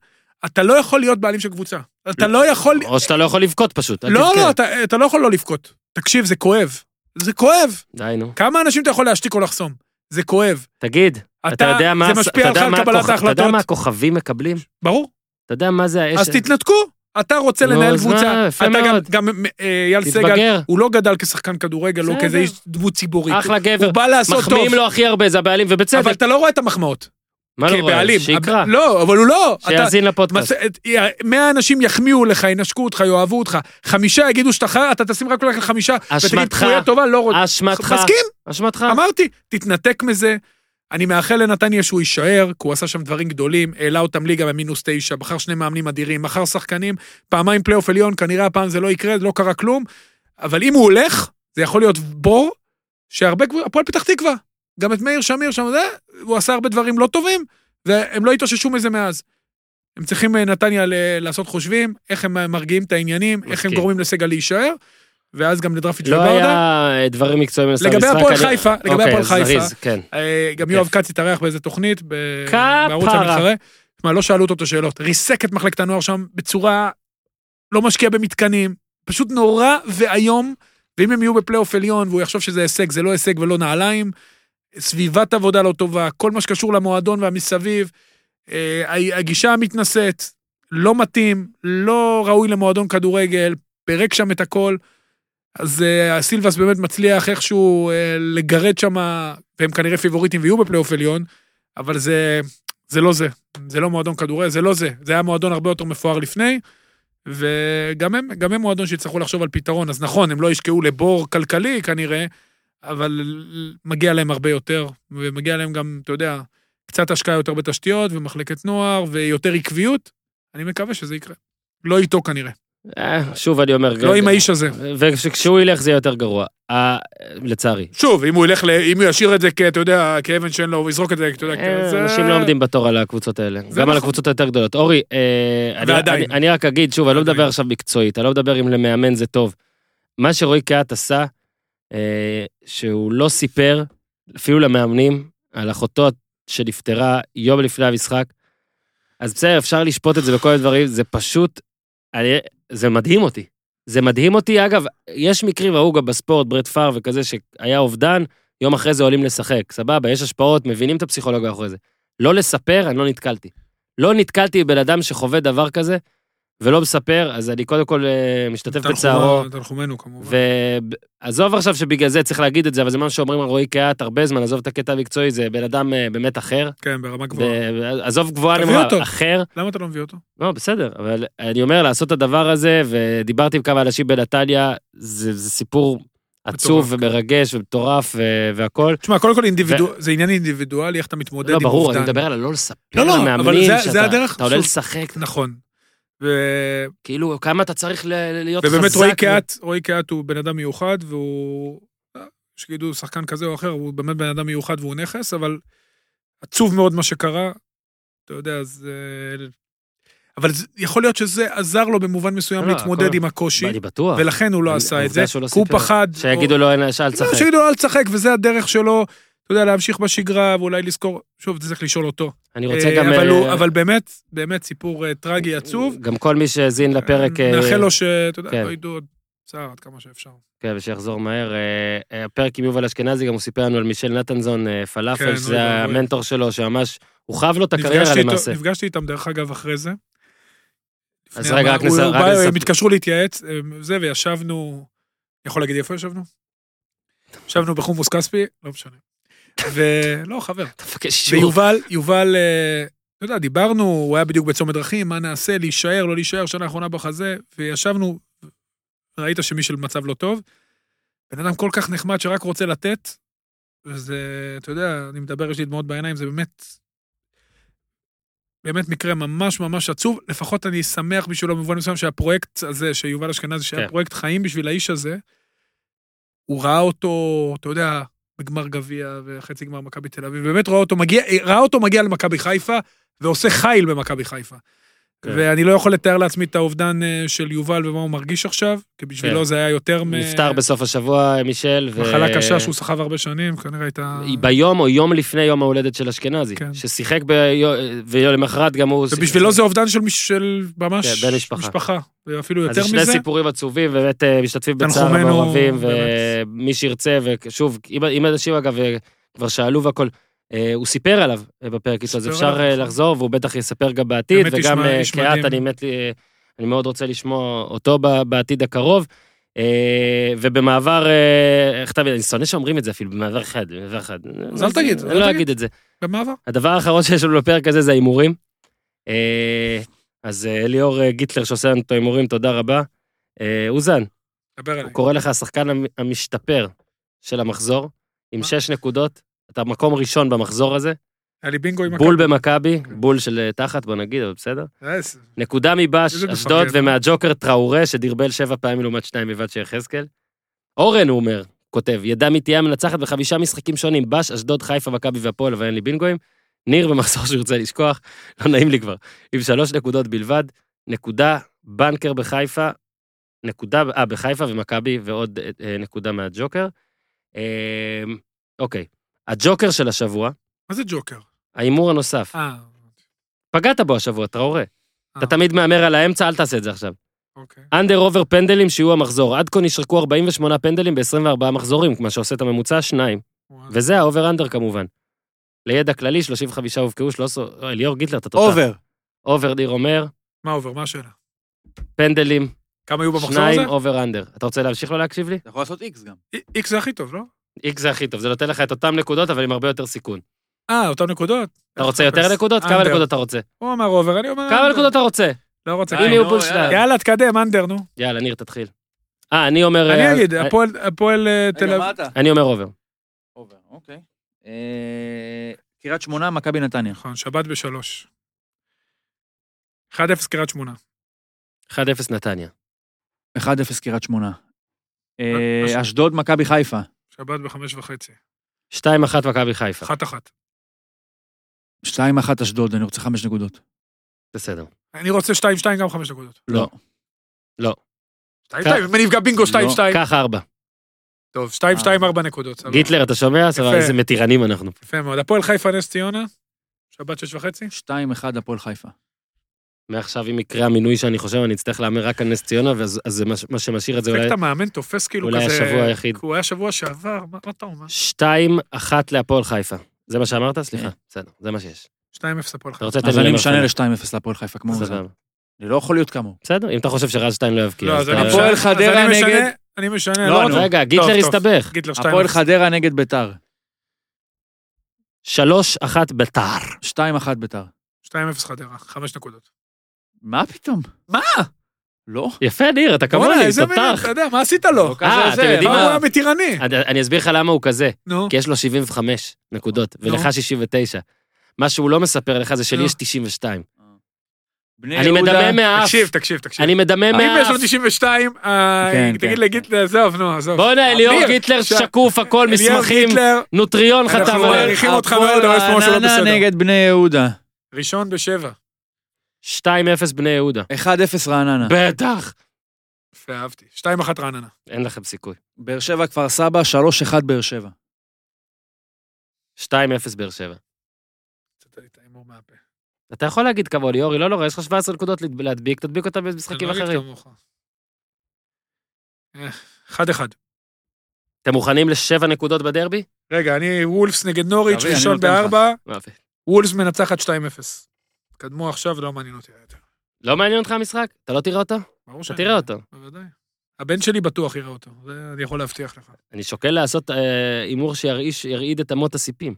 Speaker 3: אתה לא יכול להיות בעלים של קבוצה. אתה לא יכול...
Speaker 1: או שאתה לא יכול לבכות פשוט. כן. אל
Speaker 3: לא,
Speaker 1: תבכה.
Speaker 3: לא, אתה- אתה לא יכול לא לבכות. תקשיב, זה כואב. זה כואב.
Speaker 1: די, נו.
Speaker 3: כמה אנשים אתה יכול להשתיק או לחסום? זה כואב.
Speaker 1: תגיד, אתה יודע מה...
Speaker 3: זה משפיע
Speaker 1: אתה
Speaker 3: עליך
Speaker 1: יודע
Speaker 3: על
Speaker 1: מה
Speaker 3: קבלת
Speaker 1: הכוכ- אתה יודע מה
Speaker 3: ההחלטות.
Speaker 1: הכוכבים מקבלים?
Speaker 3: ברור.
Speaker 1: אתה יודע מה זה האש?
Speaker 3: אז תתנתקו. אתה רוצה
Speaker 1: נו,
Speaker 3: לנהל
Speaker 1: אז מה,
Speaker 3: קבוצה.
Speaker 1: יפה
Speaker 3: אתה גם-
Speaker 1: מאוד.
Speaker 3: גם אה, אייל סגל,
Speaker 1: תתבגר.
Speaker 3: הוא לא גדל כשחקן כדורגל, לא
Speaker 1: בסדר.
Speaker 3: כאיזה איש דמות ציבורית.
Speaker 1: אחלה גבר.
Speaker 3: הוא בא לעשות טוב.
Speaker 1: מחמיאים לו הכי הרבה, זה הבעלים, ובצדק.
Speaker 3: אבל אתה לא רואה את המחמאות.
Speaker 1: מה לא רואה?
Speaker 3: כבעלים.
Speaker 1: שיקרא.
Speaker 3: הב- לא, אבל הוא לא. אתה-
Speaker 1: שיאזין לפודקאסט.
Speaker 3: מס- את- י- מאה אנשים יחמיאו לך, ינשקו אותך, יאהבו אותך. חמישה יגידו שאתה חרא, אתה תשים רק לך חמישה. ותגיד,
Speaker 1: אשמתך.
Speaker 3: כפויה טובה, לא רוצה.
Speaker 1: אשמתך.
Speaker 3: מסכים,
Speaker 1: אשמתך.
Speaker 3: אמרתי, תתנתק מזה. אני מאחל לנתניה שהוא יישאר, כי הוא עשה שם דברים גדולים, העלה אותם ליגה במינוס תשע, בחר שני מאמנים אדירים, מכר שחקנים, פעמיים פלייאוף עליון, כנראה הפעם זה לא יקרה, לא קרה כלום. אבל אם הוא הולך, זה יכול להיות בור, שהרבה קבוצות, הפועל פתח תקווה, גם את מאיר שמיר שם, זה, הוא עשה הרבה דברים לא טובים, והם לא התאוששו מזה מאז. הם צריכים, אה, נתניה, ל- לעשות חושבים, איך הם אה, מרגיעים את העניינים, איך הם
Speaker 1: מסכים.
Speaker 3: גורמים לסגל להישאר, ואז גם לדרפיץ'
Speaker 1: לא
Speaker 3: וברדה.
Speaker 1: היה אה, דברים מקצועיים לנסוע
Speaker 3: לגבי
Speaker 1: משחק,
Speaker 3: הפועל
Speaker 1: אני-
Speaker 3: חיפה, לגבי הפועל
Speaker 1: אוקיי, אז
Speaker 3: חיפה.
Speaker 1: זריז, כן.
Speaker 3: אה, גם
Speaker 1: כיף.
Speaker 3: יואב כץ התארח באיזה תוכנית, ב-
Speaker 1: כפרה.
Speaker 3: בערוץ המתחרה. תשמע, לא שאלו אותו את השאלות. ריסק את מחלקת הנוער שם בצורה לא משקיע במתקנים, פשוט נורא ואיום, ואם הם יהיו בפלייאוף עליון והוא יחשוב שזה הישג, זה לא הישג ולא נעליים. סביבת עבודה לא טובה, כל מה שקשור למועדון והמסביב, אה, ה- הגישה המתנשאת, לא מתאים, לא ראוי למועדון כדורגל, פירק שם את הכל. אז אה, סילבס באמת מצליח איכשהו אה, לגרד שם, והם כנראה פיבוריטים ויהיו בפלייאוף עליון, אבל זה, זה לא זה. זה לא מועדון כדורגל, זה לא זה. זה היה מועדון הרבה יותר מפואר לפני, וגם הם, גם הם מועדון שיצטרכו לחשוב על פתרון. אז נכון, הם לא ישקעו לבור כלכלי כנראה, אבל מגיע להם הרבה יותר, ומגיע להם גם, אתה יודע, קצת השקעה יותר בתשתיות, ומחלקת נוער, ויותר עקביות. אני מקווה שזה יקרה. לא איתו כנראה,
Speaker 1: אה, שוב אני אומר,
Speaker 3: לא עם האיש הזה.
Speaker 1: וכשהוא ילך זה יהיה יותר גרוע, אה, לצערי.
Speaker 3: שוב, אם הוא ילך, ל... אם הוא ישאיר את זה, כ- אתה יודע, כאבן שאין לו, הוא יזרוק את זה, אתה יודע,
Speaker 1: אה,
Speaker 3: זה...
Speaker 1: אנשים לא עומדים בתור על הקבוצות האלה,
Speaker 3: זה
Speaker 1: גם על
Speaker 3: נכון.
Speaker 1: הקבוצות היותר גדולות. אורי, אה, אני-
Speaker 3: ועדיין.
Speaker 1: אני- אני רק אגיד, שוב, אני לא
Speaker 3: ועדיין.
Speaker 1: מדבר עכשיו מקצועית, אני לא מדבר אם למאמן זה טוב. מה שרועי קהת עשה, אה, שהוא לא סיפר, אפילו למאמנים, על אחותו שנפטרה יום לפני המשחק, אז בסדר, אפשר לשפוט את זה בכל מיני דברים, זה פשוט, אני, זה מדהים אותי. זה מדהים אותי. אגב, יש מקרים, ראו גם בספורט, ברד פאר וכזה, שהיה אובדן, יום אחרי זה עולים לשחק. סבבה, יש השפעות, מבינים את הפסיכולוגיה מאחורי זה. לא לספר, אני לא נתקלתי. לא נתקלתי בבן אדם שחווה דבר כזה, ולא מספר, אז אני קודם כל אה, משתתף בצערו.
Speaker 3: תנחומה- תנחומינו כמובן.
Speaker 1: ועזוב עכשיו שבגלל זה צריך להגיד את זה, אבל זה מה שאומרים על רועי קהת הרבה זמן, עזוב את הקטע המקצועי, זה בן אדם אה, באמת אחר.
Speaker 3: כן, ברמה גבוהה.
Speaker 1: ו- עזוב גבוהה
Speaker 3: תביא
Speaker 1: נמוכה,
Speaker 3: אותו.
Speaker 1: אחר.
Speaker 3: למה אתה לא מביא אותו?
Speaker 1: לא, בסדר, אבל אני אומר, לעשות את הדבר הזה, ודיברתי עם כמה אנשים בנתניה, זה, זה סיפור עצוב
Speaker 3: מטורף, כן.
Speaker 1: ומרגש ומטורף ו- והכל.
Speaker 3: תשמע, קודם כל אינדיבידואל, זה עניין אינדיבידואלי, איך אתה מתמודד
Speaker 1: לא,
Speaker 3: עם אובדן.
Speaker 1: ברור, אני מדבר על הלא לספר
Speaker 3: לא, לא, אבל
Speaker 1: למאמנים,
Speaker 3: זה-
Speaker 1: שאתה
Speaker 3: זה הדרך
Speaker 1: אתה עולה
Speaker 3: לעשות.
Speaker 1: לשחק,
Speaker 3: נכון. ו...
Speaker 1: כאילו, כמה אתה לא צריך ל- ל- להיות חזק.
Speaker 3: ובאמת רועי
Speaker 1: ו-
Speaker 3: קהת, רועי קהת הוא בן אדם מיוחד, והוא... שיגידו שחקן כזה או אחר, הוא באמת בן אדם מיוחד והוא נכס, אבל עצוב מאוד מה שקרה. אתה יודע, זה... אבל זה- יכול להיות שזה עזר לו במובן מסוים
Speaker 1: לא, לא,
Speaker 3: להתמודד
Speaker 1: הכל-
Speaker 3: עם הקושי,
Speaker 1: אני בטוח.
Speaker 3: ולכן הוא לא
Speaker 1: אני-
Speaker 3: עשה את
Speaker 1: העובדה
Speaker 3: זה.
Speaker 1: שהוא לא
Speaker 3: כי הוא
Speaker 1: סיפר.
Speaker 3: פחד...
Speaker 1: שיגידו לו, אין, שאל
Speaker 3: לא,
Speaker 1: תשחק.
Speaker 3: שיגידו לו אל תשחק, וזה הדרך שלו, אתה יודע, להמשיך בשגרה, ואולי לזכור, שוב, זה צריך לשאול אותו.
Speaker 1: אני רוצה
Speaker 3: אה,
Speaker 1: גם...
Speaker 3: אבל,
Speaker 1: אה,
Speaker 3: הוא, אבל באמת, באמת סיפור אה, טרגי עצוב.
Speaker 1: גם כל מי שהאזין לפרק... אה,
Speaker 3: נאחל לו שאתה יודע,
Speaker 1: כן.
Speaker 3: לא ידעו עוד צער עד כמה שאפשר.
Speaker 1: כן, ושיחזור מהר. אה, אה, הפרק עם יובל אשכנזי, גם הוא סיפר לנו על מישל נתנזון, אה, פלאפל,
Speaker 3: כן,
Speaker 1: שזה
Speaker 3: אוי ואבוי.
Speaker 1: המנטור שלו, שממש, הוא חב לו את
Speaker 3: נפגשתי
Speaker 1: הקריירה
Speaker 3: איתו-
Speaker 1: למעשה.
Speaker 3: נפגשתי איתם דרך אגב אחרי זה.
Speaker 1: אז
Speaker 3: לפני
Speaker 1: רגע,
Speaker 3: המ-
Speaker 1: רק
Speaker 3: הוא-
Speaker 1: נספר.
Speaker 3: הוא בא, הם התקשרו להתייעץ, הם- זה, וישבנו, אני יכול להגיד איפה ישבנו? ישבנו בחומוס כספי, לא משנה. ולא, חבר. ויובל, יובל, אה, אתה יודע, דיברנו, הוא היה בדיוק בצומת דרכים, מה נעשה, להישאר, לא להישאר, שנה האחרונה בחזה, וישבנו, ראית שמישל במצב לא טוב. בן אדם כל כך נחמד שרק רוצה לתת, וזה, אתה יודע, אני מדבר, יש לי דמעות בעיניים, זה באמת, באמת מקרה ממש ממש עצוב. לפחות אני שמח בשבילו במובן מסוים שהפרויקט הזה, שיובל אשכנזי, שהיה
Speaker 1: כן.
Speaker 3: פרויקט חיים בשביל האיש הזה, הוא ראה אותו, אתה יודע, בגמר גביע וחצי גמר מכבי תל אביב, באמת ראה אותו מגיע, ראה אותו מגיע למכבי חיפה, ועושה חיל במכבי חיפה.
Speaker 1: כן.
Speaker 3: ואני לא יכול לתאר לעצמי את האובדן אה, של יובל ומה הוא מרגיש עכשיו, כי בשבילו
Speaker 1: כן.
Speaker 3: זה היה יותר מ...
Speaker 1: נפטר בסוף השבוע, מישל. ו-
Speaker 3: אה, מחלה קשה שהוא סחב הרבה שנים, כנראה הייתה...
Speaker 1: ביום או יום לפני יום ההולדת של אשכנזי,
Speaker 3: כן.
Speaker 1: ששיחק ביום, ולמחרת גם הוא...
Speaker 3: ובשבילו זה אובדן של, מיש- של ממש...
Speaker 1: כן, בן משפחה.
Speaker 3: משפחה, ואפילו כאילו, יותר
Speaker 1: אז זה שני
Speaker 3: מזה.
Speaker 1: סיפורים עצובים, באמת אה, משתתפים בצער
Speaker 3: תנחומינו,
Speaker 1: המעורבים,
Speaker 3: באמת.
Speaker 1: ומי שירצה, ושוב, אם- אם אנשים אגב אה, כבר שאלו והכל, אה, הוא סיפר עליו אה, בפרק איתו, אז
Speaker 3: סיפר
Speaker 1: אפשר
Speaker 3: עליו,
Speaker 1: אה,
Speaker 3: נכון.
Speaker 1: לחזור, והוא בטח יספר גם בעתיד,
Speaker 3: באמת
Speaker 1: וגם
Speaker 3: איש מ-
Speaker 1: אה,
Speaker 3: איש
Speaker 1: קהת,
Speaker 3: מדהים.
Speaker 1: אני מת, אה, אני מאוד רוצה לשמוע אותו ב- בעתיד הקרוב. אה, ובמעבר, אה, איך אתה מבין, אני שונא שאומרים את זה אפילו, במעבר אחד, במעבר אחד.
Speaker 3: אז אל תגיד,
Speaker 1: אני
Speaker 3: אל
Speaker 1: לא
Speaker 3: תגיד.
Speaker 1: אגיד את זה.
Speaker 3: במעבר.
Speaker 1: הדבר האחרון שיש לנו בפרק הזה זה ההימורים. אה, אז אה, ליאור אה, גיטלר שעושה לנו את ההימורים, תודה רבה. אה, אוזן,
Speaker 3: דבר
Speaker 1: הוא
Speaker 3: אליי.
Speaker 1: קורא לך השחקן המ- המשתפר של המחזור, עם
Speaker 3: מה?
Speaker 1: שש נקודות, אתה מקום ראשון במחזור הזה,
Speaker 3: היה לי בינגו עם...
Speaker 1: בול במכבי, בול של אה, תחת, בוא נגיד, אבל בסדר.
Speaker 3: מכבי. אה, זה-
Speaker 1: נקודה מבאש,
Speaker 3: איזה אה? מפגר.
Speaker 1: אשדוד, ומהג'וקר טראורה, שדרבל שבע פעמים לעומת שניים מבאצ'י יחזקאל. אורן, הוא אומר, כותב, ידע מי תהיה המנצחת בחמישה משחקים שונים, באש, אשדוד, חיפה, מכבי והפועל, אבל אין לי בינגויים. ניר במחזור שירצה לשכוח, לא נעים לי כבר, עם שלוש נקודות בלבד, נקודה, בנקר בחיפה, נקודה, אה, בחיפה ומכבי ועוד אה, אה, נקודה מהג'וקר. אה, אוקיי, הג'וקר של השבוע,
Speaker 3: מה זה ג'וקר?
Speaker 1: ההימור הנוסף,
Speaker 3: אה,
Speaker 1: פגעת בו השבוע, טראורה. אתה
Speaker 3: אה.
Speaker 1: תמיד מהמר על האמצע, אל תעשה את זה עכשיו.
Speaker 3: אוקיי.
Speaker 1: אנדר אובר פנדלים שיהיו המחזור. עד כה נשרקו 48 פנדלים ב-24 מחזורים, מה שעושה את הממוצע שניים.
Speaker 3: וואלה.
Speaker 1: אה, וזה האובר אנדר כמובן. לידע כללי, 35 הובקעו, 13... אוי, ליאור גיטלר, אתה תותח.
Speaker 4: אובר.
Speaker 1: אובר, ניר אומר,
Speaker 3: מה עובר? מה השאלה?
Speaker 1: פנדלים,
Speaker 3: כמה היו במחזור הזה?
Speaker 1: שניים אובר אנדר. אתה רוצה להמשיך לא להקשיב לי?
Speaker 4: אתה יכול לעשות איקס גם.
Speaker 3: אי- איקס זה הכי טוב, לא?
Speaker 1: איקס זה הכי טוב, זה נותן לך את אותן נקודות, אבל עם הרבה יותר סיכון.
Speaker 3: אה, אותן נקודות?
Speaker 1: אתה רוצה יותר
Speaker 3: לחפש.
Speaker 1: נקודות? כמה
Speaker 3: אנדר.
Speaker 1: נקודות אתה רוצה?
Speaker 3: הוא אמר אובר, אני אומר...
Speaker 1: כמה
Speaker 3: אנדר.
Speaker 1: נקודות אתה רוצה?
Speaker 3: לא רוצה.
Speaker 1: הנה
Speaker 3: כלום.
Speaker 1: הוא פול
Speaker 4: יאללה.
Speaker 1: שניים.
Speaker 3: יאללה, תקדם, אנדר, נו.
Speaker 1: יאללה, ניר, תתחיל. אה, אני אומר... אה,
Speaker 3: אני אגיד,
Speaker 1: אה,
Speaker 3: הפועל- הפועל אה, תל
Speaker 4: רגע,
Speaker 3: אביב.
Speaker 4: מה אתה?
Speaker 1: אני אומר אובר.
Speaker 4: אובר, אוקיי. אה, קריית שמונה, מכבי נתניה.
Speaker 3: נכון, שבת בשלוש. 1-0 קריית שמונה.
Speaker 1: 1-0 נתניה.
Speaker 4: 1-0 קריית שמונה. אה,
Speaker 3: מה- מה שם?
Speaker 4: אשדוד, מכבי חיפה.
Speaker 3: שבת בחמש וחצי.
Speaker 1: 2-1 מכבי חיפה.
Speaker 3: אחת אחת.
Speaker 4: 2-1 אשדוד, אני רוצה 5 נקודות.
Speaker 1: בסדר.
Speaker 3: אני רוצה 2-2 גם חמש נקודות.
Speaker 1: לא.
Speaker 3: 2-2, אם אני אפגע בינגו 2-2.
Speaker 1: קח ארבע.
Speaker 3: טוב,
Speaker 1: אה.
Speaker 3: 2-2 ארבע נקודות. סבבה.
Speaker 1: גיטלר, אתה שומע? סבבה,
Speaker 3: יפה.
Speaker 1: איזה מתירנים אנחנו.
Speaker 3: יפה מאוד. הפועל חיפה נס ציונה. שבת שש וחצי.
Speaker 4: 2-1 הפועל חיפה.
Speaker 1: מעכשיו, אם יקרה המינוי שאני חושב, אני אצטרך להמר רק על נס ציונה, ואז אז זה מה ש- מה שמשאיר את זה אולי...
Speaker 3: אפקט המאמן תופס כאילו
Speaker 1: אולי
Speaker 3: כזה...
Speaker 1: השבוע היחיד.
Speaker 3: הוא היה שבוע שעבר, מה מה אתה אומר?
Speaker 1: 2-1 להפועל חיפה. זה מה שאמרת?
Speaker 3: כן.
Speaker 1: סליחה. בסדר, זה מה שיש.
Speaker 3: 2-0 הפועל
Speaker 1: אתה
Speaker 3: חיפה.
Speaker 1: רוצה לתת
Speaker 4: אז אני
Speaker 1: להם
Speaker 4: משנה
Speaker 1: הבחנה?
Speaker 4: ל-2-0 להפועל חיפה כמו זה.
Speaker 1: סבבה.
Speaker 4: אני לא יכול להיות כמוהו.
Speaker 1: בסדר, אם אתה חושב שרז שטיין לא יבקיע.
Speaker 3: לא,
Speaker 1: אז
Speaker 3: אז
Speaker 1: אתה-
Speaker 3: אני
Speaker 4: הפועל
Speaker 3: משנה- אז
Speaker 4: חדרה
Speaker 3: אני משנה-
Speaker 4: נגד-
Speaker 3: אני משנה,
Speaker 4: לא,
Speaker 3: לא
Speaker 4: נו.
Speaker 3: רוצה.
Speaker 1: רגע, גיטלר
Speaker 3: טוב.
Speaker 1: הסתבך.
Speaker 3: גיטלר 2-0.
Speaker 4: הפועל חדרה נגד ביתר.
Speaker 1: 3-1 ביתר.
Speaker 4: 2-1 ביתר.
Speaker 3: 2-0 חדרה, חמש נקודות.
Speaker 4: מה פתאום?
Speaker 3: מה?
Speaker 4: לא.
Speaker 1: יפה, ניר, אתה
Speaker 3: בואנה,
Speaker 1: כמוני,
Speaker 3: איזה מין,
Speaker 1: תותח.
Speaker 3: אתה יודע, מה עשית לו?
Speaker 4: כזה
Speaker 1: אה,
Speaker 4: לא, זה, אה,
Speaker 1: אתם
Speaker 4: כן.
Speaker 1: יודעים
Speaker 3: מה הוא
Speaker 1: מה?
Speaker 3: היה בטירני?
Speaker 1: אני- אני אסביר לך למה הוא כזה.
Speaker 3: נו,
Speaker 1: כי יש לו 75 נקודות,
Speaker 3: נו.
Speaker 1: ולך 69. מה שהוא לא מספר לך זה שלי
Speaker 3: נו.
Speaker 1: יש 92.
Speaker 4: בני
Speaker 1: אני
Speaker 4: יהודה-
Speaker 1: מדמם מהאף.
Speaker 3: תקשיב, תקשיב, תקשיב.
Speaker 1: אני מדמם
Speaker 3: אם יש לו
Speaker 1: מהאף.
Speaker 3: 92, אה,
Speaker 4: כן,
Speaker 3: תגיד
Speaker 4: כן.
Speaker 3: לגיטלר, עזוב, נו, עזוב.
Speaker 1: בואנה, אליאור
Speaker 3: אמיר,
Speaker 1: גיטלר
Speaker 3: ש-
Speaker 1: שקוף, הכל
Speaker 3: אליהו
Speaker 1: מסמכים,
Speaker 3: גיטלר,
Speaker 1: נוטריון
Speaker 3: אנחנו
Speaker 1: חתם
Speaker 3: רואים.
Speaker 1: עליהם.
Speaker 3: מעריכים אותך
Speaker 4: הפועל
Speaker 3: מאוד, אבל יש פה משהו לא
Speaker 4: רעננה
Speaker 3: בסדר.
Speaker 4: נגד בני יהודה.
Speaker 3: ראשון בשבע.
Speaker 1: 2-0 בני יהודה.
Speaker 4: 1-0 רעננה.
Speaker 1: בטח.
Speaker 3: יפה, אהבתי. 2-1 רעננה.
Speaker 1: אין לכם סיכוי.
Speaker 4: באר שבע כפר סבא, 3-1 באר שבע.
Speaker 1: 2-0 באר שבע.
Speaker 3: יצאת לי את ההימור מהפה.
Speaker 1: אתה יכול להגיד כמוני, יורי, לא נורא, יש לך 17 נקודות להד- להדביק, תדביק אותם
Speaker 3: אני
Speaker 1: במשחקים
Speaker 3: לא אגיד
Speaker 1: אחרים.
Speaker 3: כמוך. אה, 1-1.
Speaker 1: אתם מוכנים לשבע נקודות בדרבי?
Speaker 3: רגע, אני וולפס נגד נוריץ',
Speaker 4: תביא, אני
Speaker 3: ראשון
Speaker 4: נותן לך.
Speaker 3: בארבע,
Speaker 1: יופי.
Speaker 3: וולפס מנצחת 2-0. קדמו עכשיו, לא מעניין אותי יותר.
Speaker 1: לא מעניין אותך המשחק? אתה לא תראה אותו?
Speaker 3: ברור
Speaker 1: אתה
Speaker 3: שאני-
Speaker 1: תראה אותו.
Speaker 3: בוודאי. הבן שלי בטוח יראה אותו, זה אני יכול להבטיח לך.
Speaker 1: אני שוקל לעשות אה, הימור שירעיש- ירעיד את אמות הסיפים.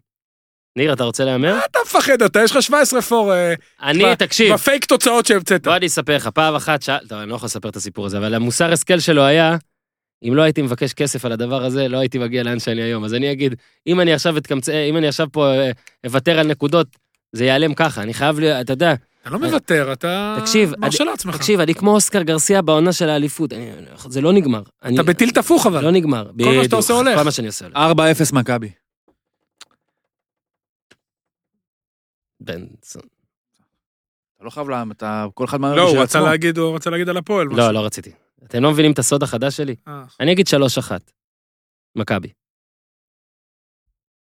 Speaker 1: ניר, אתה רוצה להמר?
Speaker 3: אתה מפחד, אתה, יש לך 17 פור אה,
Speaker 1: אני,
Speaker 3: ב-
Speaker 1: תקשיב,
Speaker 3: בפייק תוצאות שהמצאת.
Speaker 1: בוא לא, אני אספר לך, פעם אחת שאל... טוב, אני לא יכול לספר את הסיפור הזה, אבל המוסר השכל שלו היה, אם לא הייתי מבקש כסף על הדבר הזה, לא הייתי מגיע לאן שאני היום. אז אני אגיד, אם אני עכשיו אתקמצ... אה, אם אני עכשיו פה אה, אוותר על נקודות, זה ייעלם ככה, אני חייב, ל- אתה יודע,
Speaker 3: אתה לא מוותר, אתה...
Speaker 1: תקשיב,
Speaker 3: מרשה לעצמך.
Speaker 1: תקשיב, אני כמו אוסקר גרסיה בעונה של האליפות, אני... זה לא נגמר. אני...
Speaker 3: אתה בטיל תפוך אבל.
Speaker 1: לא נגמר, בדיוק.
Speaker 3: מה שאתה עושה הולך. אה.
Speaker 1: כל מה שאני עושה הולך.
Speaker 4: 4-0 מכבי.
Speaker 1: בנסון.
Speaker 4: אתה לא חייב לעם, אתה כל אחד מהמר
Speaker 3: לא, הוא
Speaker 4: בשביל
Speaker 3: רצה
Speaker 4: עצמו.
Speaker 3: להגיד, הוא רצה להגיד על הפועל.
Speaker 1: לא, לא רציתי. אתם לא מבינים את הסוד החדש שלי?
Speaker 3: לא.
Speaker 1: אני אגיד 3-1. מכבי.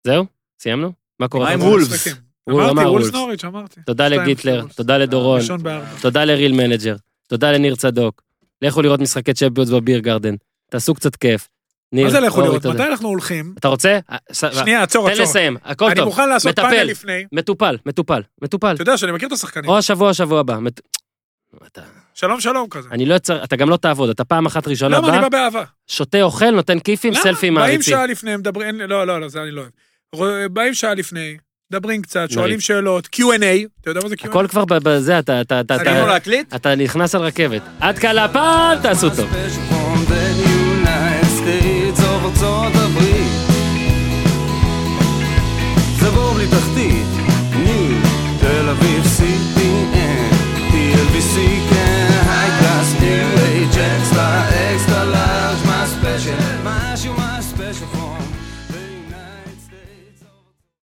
Speaker 1: זהו? סיימנו? מה קורה?
Speaker 4: מה עם
Speaker 1: חברים?
Speaker 4: וולפס?
Speaker 1: הוא לא אמר
Speaker 3: אמרתי, וולס
Speaker 1: וולפס.
Speaker 3: נוריץ', אמרתי.
Speaker 1: תודה
Speaker 3: שתיים,
Speaker 1: לגיטלר,
Speaker 3: וולפס.
Speaker 1: תודה לדורון,
Speaker 3: ראשון בארבע.
Speaker 1: תודה לריל מנג'ר, תודה לניר צדוק. לכו לראות משחקי צ'מפיונס בביר גרדן. תעשו קצת כיף. ניר,
Speaker 3: מה זה לכו
Speaker 1: אורי,
Speaker 3: לראות?
Speaker 1: תודה.
Speaker 3: מתי אנחנו הולכים?
Speaker 1: אתה רוצה? אה, ס-
Speaker 3: שנייה, עצור,
Speaker 1: תן
Speaker 3: עצור.
Speaker 1: לסיים, הכל
Speaker 3: אני
Speaker 1: טוב.
Speaker 3: מוכן לעשות
Speaker 1: מטפל.
Speaker 3: פאנל לפני.
Speaker 1: מטופל, מטופל, מטופל.
Speaker 3: אתה יודע שאני מכיר את השחקנים.
Speaker 1: או השבוע, או השבוע הבא. מט- אתה-
Speaker 3: שלום, שלום כזה.
Speaker 1: אוקיי. אני לא אצטרך, אתה גם לא תעבוד, אתה פעם אחת ראשונה
Speaker 3: למה? אני
Speaker 1: בא,
Speaker 3: בא באהבה.
Speaker 1: שותה אוכל, נותן כיפים,
Speaker 3: למה?
Speaker 1: סלפי עם
Speaker 3: באים
Speaker 1: העריצים.
Speaker 3: שעה לפני, מדברים, אין לי- לא, לא, לא, זה אני לא אוהב. ר- באים שעה לפני, מדברים קצת, שואלים
Speaker 1: נריב.
Speaker 3: שאלות, Q&A, אתה יודע מה זה Q&A?
Speaker 1: הכל כבר ב- בזה, אתה- אתה- אתה-
Speaker 3: אני יכול
Speaker 1: אתה-
Speaker 4: להקליט?
Speaker 1: אתה נכנס על רכבת. עד כאן להפעם, תעשו טוב.
Speaker 2: Special from the United States of ארצות הברית. זה בור בלי תחתית